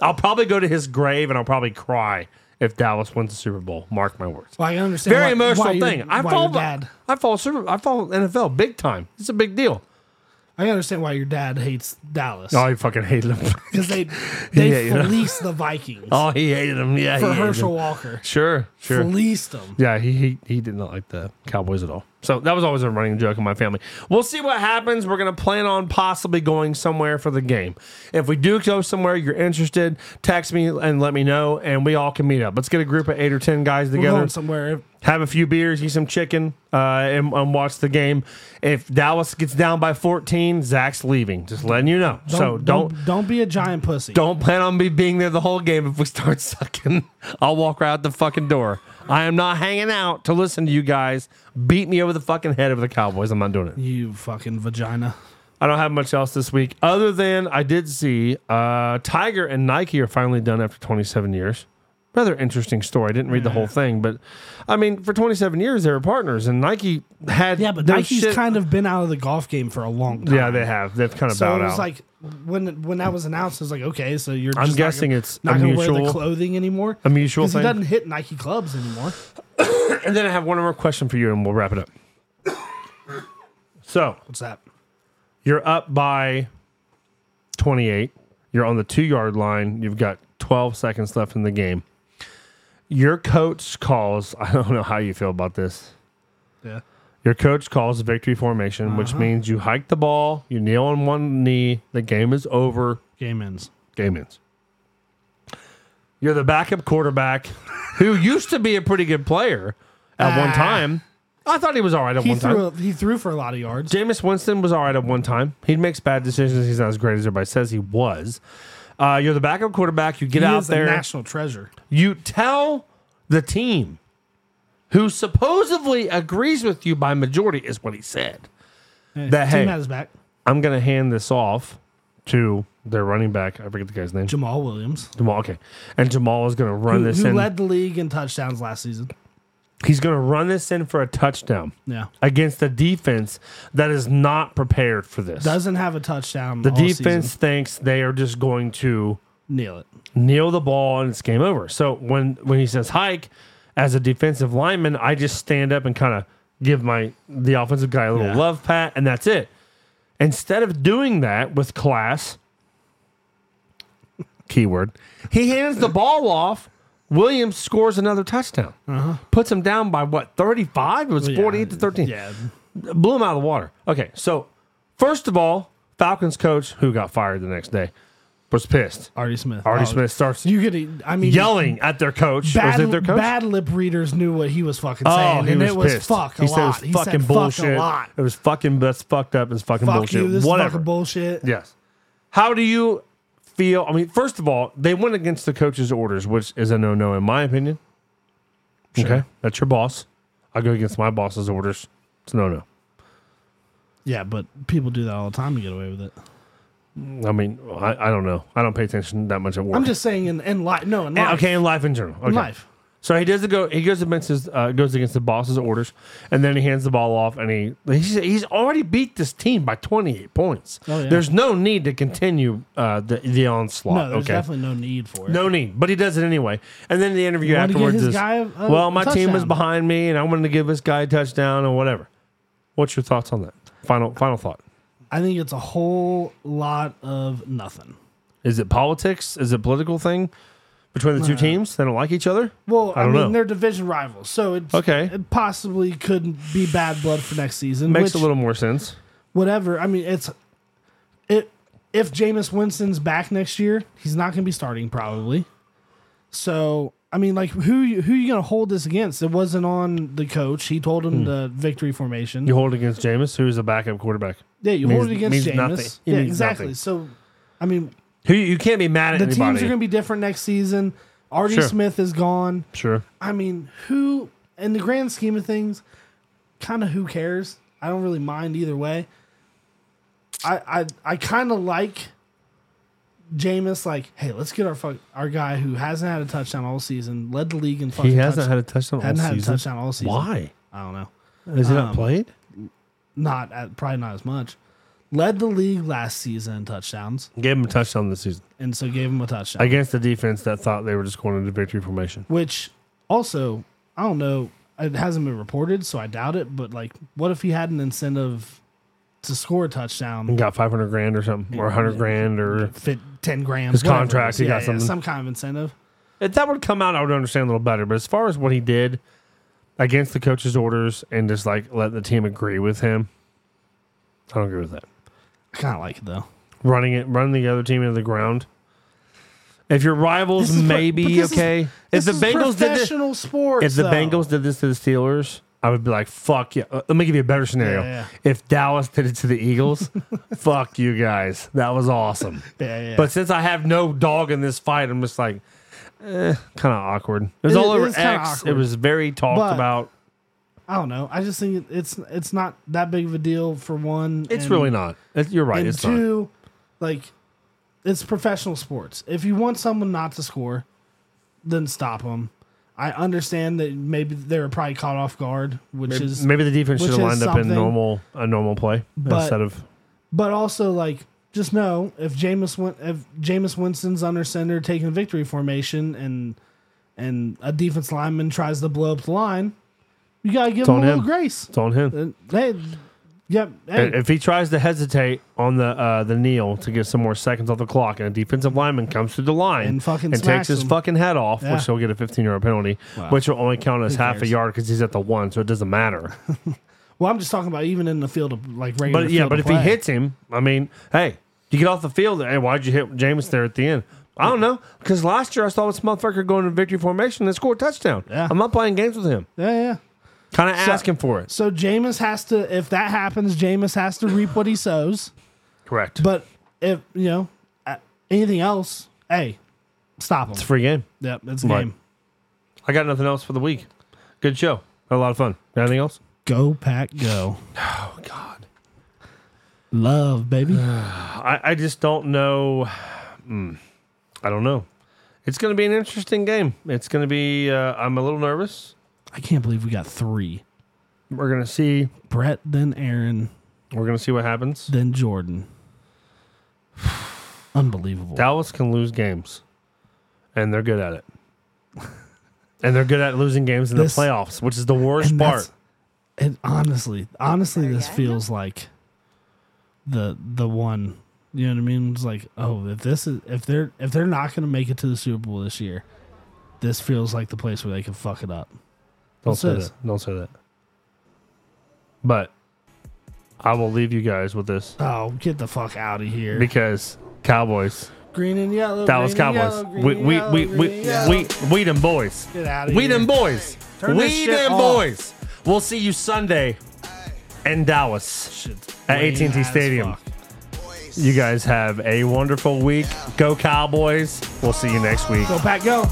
B: I'll probably go to his grave and I'll probably cry if Dallas wins the Super Bowl. Mark my words.
A: Well, I can understand.
B: Very
A: why-
B: emotional
A: why your-
B: thing. I
A: why
B: follow,
A: your dad.
B: I follow Super I follow NFL big time. It's a big deal.
A: I can understand why your dad hates Dallas
B: Oh, he fucking hated him.
A: because they they
B: Yeah, you know.
A: fleece the Vikings
B: oh, he hated him. Yeah. he
A: for
B: hated him.
A: Herschel Walker.
B: Sure, sure.
A: Fleeced them.
B: Yeah, he, he he did not like the Cowboys at all. So that was always a running joke in my family. We'll see what happens. We're gonna plan on possibly going somewhere for the game. If we do go somewhere, you're interested, text me and let me know, and we all can meet up. Let's get a group of eight or ten guys
A: We're
B: together
A: going somewhere.
B: have a few beers, eat some chicken, uh, and, and watch the game. If Dallas gets down by 14, Zach's leaving. Just letting you know. so don't. don't
A: don't be a giant pussy.
B: plan on me being there the whole game if we start sucking. I'll walk right out the fucking door. I am not hanging out to listen to you guys beat me over the fucking head of the Cowboys. I'm not doing it.
A: you fucking vagina.
B: I don't have much else this week other than I did see uh, Tiger and Nike are finally done after 27 years. Rather interesting story. I didn't read the whole thing, but I mean, for 27 years they were partners, and Nike had
A: Yeah, but
B: their
A: Nike's
B: shit-
A: kind of been out of the golf game for a long time.
B: yeah they have they've kind of
A: So
B: bowed
A: it was
B: out.
A: like when when that was announced, it was like okay, so you're.
B: I'm
A: just not
B: guessing
A: gonna-
B: it's a
A: not gonna wear the
B: mutual-
A: clothing anymore.
B: a mutual
A: 'Cause
B: thing.
A: He doesn't hit Nike clubs anymore.
B: and then I have one more question for you, and we'll wrap it up. so
A: What's that?
B: you're up by 28. You're on the two yard line. You've got 12 seconds left in the game. Your coach calls. I don't know how you feel about this.
A: Yeah.
B: Your coach calls victory formation,
A: Uh-huh.
B: which means you hike the ball, you kneel on one knee, the game is over,
A: Game ends.
B: game ends. You're the backup quarterback who used to be a pretty good player at one
A: Ah.
B: time. I thought he was all right at
A: He
B: one time.
A: threw. He threw for a lot of yards.
B: Jameis Winston was all right at one time. He makes bad decisions. He's not as great as everybody says he was. Uh, you're the backup quarterback. You get
A: he
B: out
A: is
B: there.
A: a national treasure.
B: you tell the team who supposedly agrees with you by majority is what he said. That,
A: Team
B: hey,
A: had his back.
B: I'm going to hand this off to their running back. I forget the guy's name.
A: Jamal Williams,
B: Jamal. Okay. And Jamal is going to run
A: who,
B: this
A: who
B: in.
A: led the league in touchdowns last season.
B: He's going to run this in for a touchdown
A: Yeah,
B: against a defense that is not prepared for this.
A: doesn't have a touchdown.
B: the
A: all
B: defense
A: season.
B: thinks they are just going to
A: nail it.
B: kneel the ball and it's game over. So when when he says hike, as a defensive lineman, I just stand up and kind of give my the offensive guy a little
A: Yeah.
B: love pat, and that's it. Instead of doing that with class, keyword, he hands the ball off. Williams scores another touchdown, puts him down by what thirty five? It was
A: Uh-huh. Yeah.
B: forty eight to thirteen
A: Yeah,
B: blew him out of the water. Okay, so first of all, Falcons coach who got fired the next day was pissed.
A: Artie Smith.
B: Artie
A: Oh,
B: Smith starts
A: You could. I mean,
B: yelling at their coach.
A: Bad,
B: was it their coach?
A: bad lip readers knew what he was fucking
B: Oh,
A: saying,
B: he
A: and
B: was
A: it was
B: pissed.
A: fuck a
B: he
A: lot.
B: said it was
A: he
B: fucking
A: said
B: bullshit.
A: fuck a lot.
B: It was fucking that's fucked up. It's fucking
A: Fuck
B: bullshit.
A: you, this is
B: Whatever.
A: fucking bullshit.
B: Yes. How do you feel? I mean, first of all, they went against the coach's orders, which is a no no in my opinion. Okay. That's your boss. I go against my boss's orders. It's no no.
A: Yeah, but people do that all the time to get away with it.
B: I mean, I, I don't know. I don't pay attention that much at work.
A: I'm just saying in, in life. No, in
B: Yeah,
A: life.
B: Eh, okay, in life in general. Okay.
A: In life.
B: So he does go. He goes against his uh, goes against the boss's orders, and then he hands the ball off, and he he's, he's already beat this team by twenty eight points.
A: Oh, yeah.
B: There's no need to continue uh, the the onslaught.
A: No, there's
B: okay.
A: definitely no need for it.
B: No need, but he does it anyway. And then the interview
A: wanted to get
B: afterwards
A: his
B: is,
A: guy a- a
B: well, my team was
A: touchdown.
B: behind me, and I wanted to give this guy a touchdown or whatever. What's your thoughts on that? Final final thought.
A: I think it's a whole lot of nothing.
B: Is it politics? Is it political thing between the two teams? They don't like each other.
A: Well, I,
B: I don't
A: mean,
B: know.
A: they're division rivals, so it's,
B: Okay.
A: it possibly could be bad blood for next season. which,
B: Makes a little more sense.
A: whatever. I mean, it's it. If Jameis Winston's back next year, he's not going to be starting probably. So I mean, like who you- who you gonna hold this against? It wasn't on the coach. He told
B: Hmm.
A: him the victory formation.
B: You hold against Jameis, who is a backup quarterback.
A: yeah, you hold
B: means-
A: it against
B: means
A: Jameis.
B: nothing. It
A: Yeah,
B: means
A: exactly.
B: nothing.
A: So, I mean,
B: Who you can't be mad at
A: the
B: anybody.
A: teams are gonna be different next season. Artie
B: Sure.
A: Smith is gone.
B: sure.
A: I mean, who in the grand scheme of things, kind of who cares? I don't really mind either way. I I I kind of like Jameis. Like, hey, let's get our fuck our guy who hasn't had a touchdown all season, led the league in fucking.
B: He hasn't
A: touch-
B: had a touchdown all
A: hadn't had a
B: season.
A: touchdown Um, all season.
C: Why?
A: I don't know.
C: Is he not played?
A: Not at, probably not as much. Led the league last season in touchdowns,
B: Gave him a touchdown this season
A: and so gave him a touchdown.
B: against the defense that thought they were just going into victory formation.
A: Which also, I don't know. It hasn't been reported, so I doubt it. But like, what if he had an incentive to score a touchdown,
B: And got five hundred grand or something, or hundred grand, or
A: fit ten grams,
B: His
A: whatever it
B: contract,
A: is.
B: he
A: yeah,
B: got
A: yeah,
B: something.
A: some kind of incentive.
B: if that would come out, I would understand a little better. But as far as what he did against the coach's orders and just like let the team agree with him, I don't agree with that.
A: I kind of like it though.
B: Running it, running the other team into the ground. If your rivals,
A: This is pro- but
B: maybe
A: this is-
B: okay.
A: This
B: if
A: is
B: the Bengals did this,
A: professional sports,
B: if the
A: though.
B: Bengals did this to the Steelers, I would be like, "Fuck yeah!" Uh, Let me give you a better scenario.
A: Yeah,
B: If Dallas did it to the Eagles, fuck you guys. That was awesome.
A: yeah, yeah,
B: But since I have no dog in this fight, I'm just like, eh, kind of awkward. It was
A: It-
B: all
A: it
B: over
A: is
B: X.
A: kinda
B: It
A: awkward.
B: was very talked
A: But-
B: about.
A: I don't know. I just think it's it's not that big of a deal for one.
B: It's
A: and-
B: really not. It's- you're right.
A: and
B: It's not.
A: two, like it's professional sports. If you want someone not to score, then stop them. I understand that maybe they were probably caught off guard, which
B: Maybe,
A: is,
B: maybe the defense
A: which
B: should have
A: is
B: lined up in
A: something.
B: normal a normal play
A: But-
B: instead of
A: but also like just know if Jameis went if Jameis Winston's under center taking victory formation and and a defense lineman tries to blow up the line, you gotta give him
B: on
A: a little
B: him.
A: grace.
B: it's on him.
A: And, hey, yep, hey,
B: And If he tries to hesitate on the uh, the kneel to get some more seconds off the clock, and a defensive lineman comes to the line
A: And fucking smacks
B: takes his
A: him.
B: fucking head off,
A: Yeah.
B: which he'll get a 15 yard penalty,
A: Wow.
B: which will only count as half a
A: cares?
B: yard because he's at the one, so it doesn't matter.
A: well, I'm just talking about even in the field of like regular.
B: But yeah,
A: field
B: but
A: of
B: if he
A: play.
B: hits him, I mean, hey, you get off the field. Hey, why'd you hit Jameis there at the end? I don't know because last year I saw this motherfucker going to victory formation and score a touchdown.
A: Yeah.
B: I'm not playing games with him.
A: yeah, yeah.
B: Kind of asking for it.
A: So Jameis has to, if that happens, Jameis has to reap what he sows.
B: Correct. But
A: But if you know uh, anything else, hey, stop him.
B: it's a free game.
A: Yep, it's a
B: Right.
A: game.
B: I got nothing else for the week. Good show. Had a lot of fun. Got anything else?
A: Go pack, go.
B: Oh God.
A: Love, baby.
B: I, I just don't know. Mm, I don't know. It's going to be an interesting game. It's going to be. Uh, I'm a little nervous.
A: I can't believe we got three:
B: We're going to see.
A: Brett, then Aaron,
B: We're going to see what happens.
A: then Jordan. Unbelievable.
B: Dallas can lose games, and they're good at it. and they're good at losing games in
A: This-
B: the playoffs, which is the worst
A: And
B: part.
A: that's- And honestly, honestly, this feels like the the one. You know what I mean? It's like, oh, if this is if they're if they're not going to make it to the Super Bowl this year, this feels like the place where they can fuck it up.
B: Don't
A: what's
B: say
A: this?
B: that. Don't say that. But I will leave you guys with this
A: Oh, get the fuck out of here!
B: because Cowboys,
A: green and yellow.
B: Dallas
A: green and
B: Cowboys,
A: yellow, green
B: we
A: and
B: we
A: yellow,
B: we
A: green
B: we
A: and yellow.
B: we we them boys.
A: Get out of
B: We
A: here.
B: them boys.
A: Turn this
B: we
A: shit
B: them
A: off.
B: boys. We'll see you Sunday in Dallas
A: Shit's
B: at
A: lame
B: AT&T
A: as
B: Stadium.
A: fuck.
B: You guys have a wonderful week. Go Cowboys. We'll see you next week.
A: Go back, go.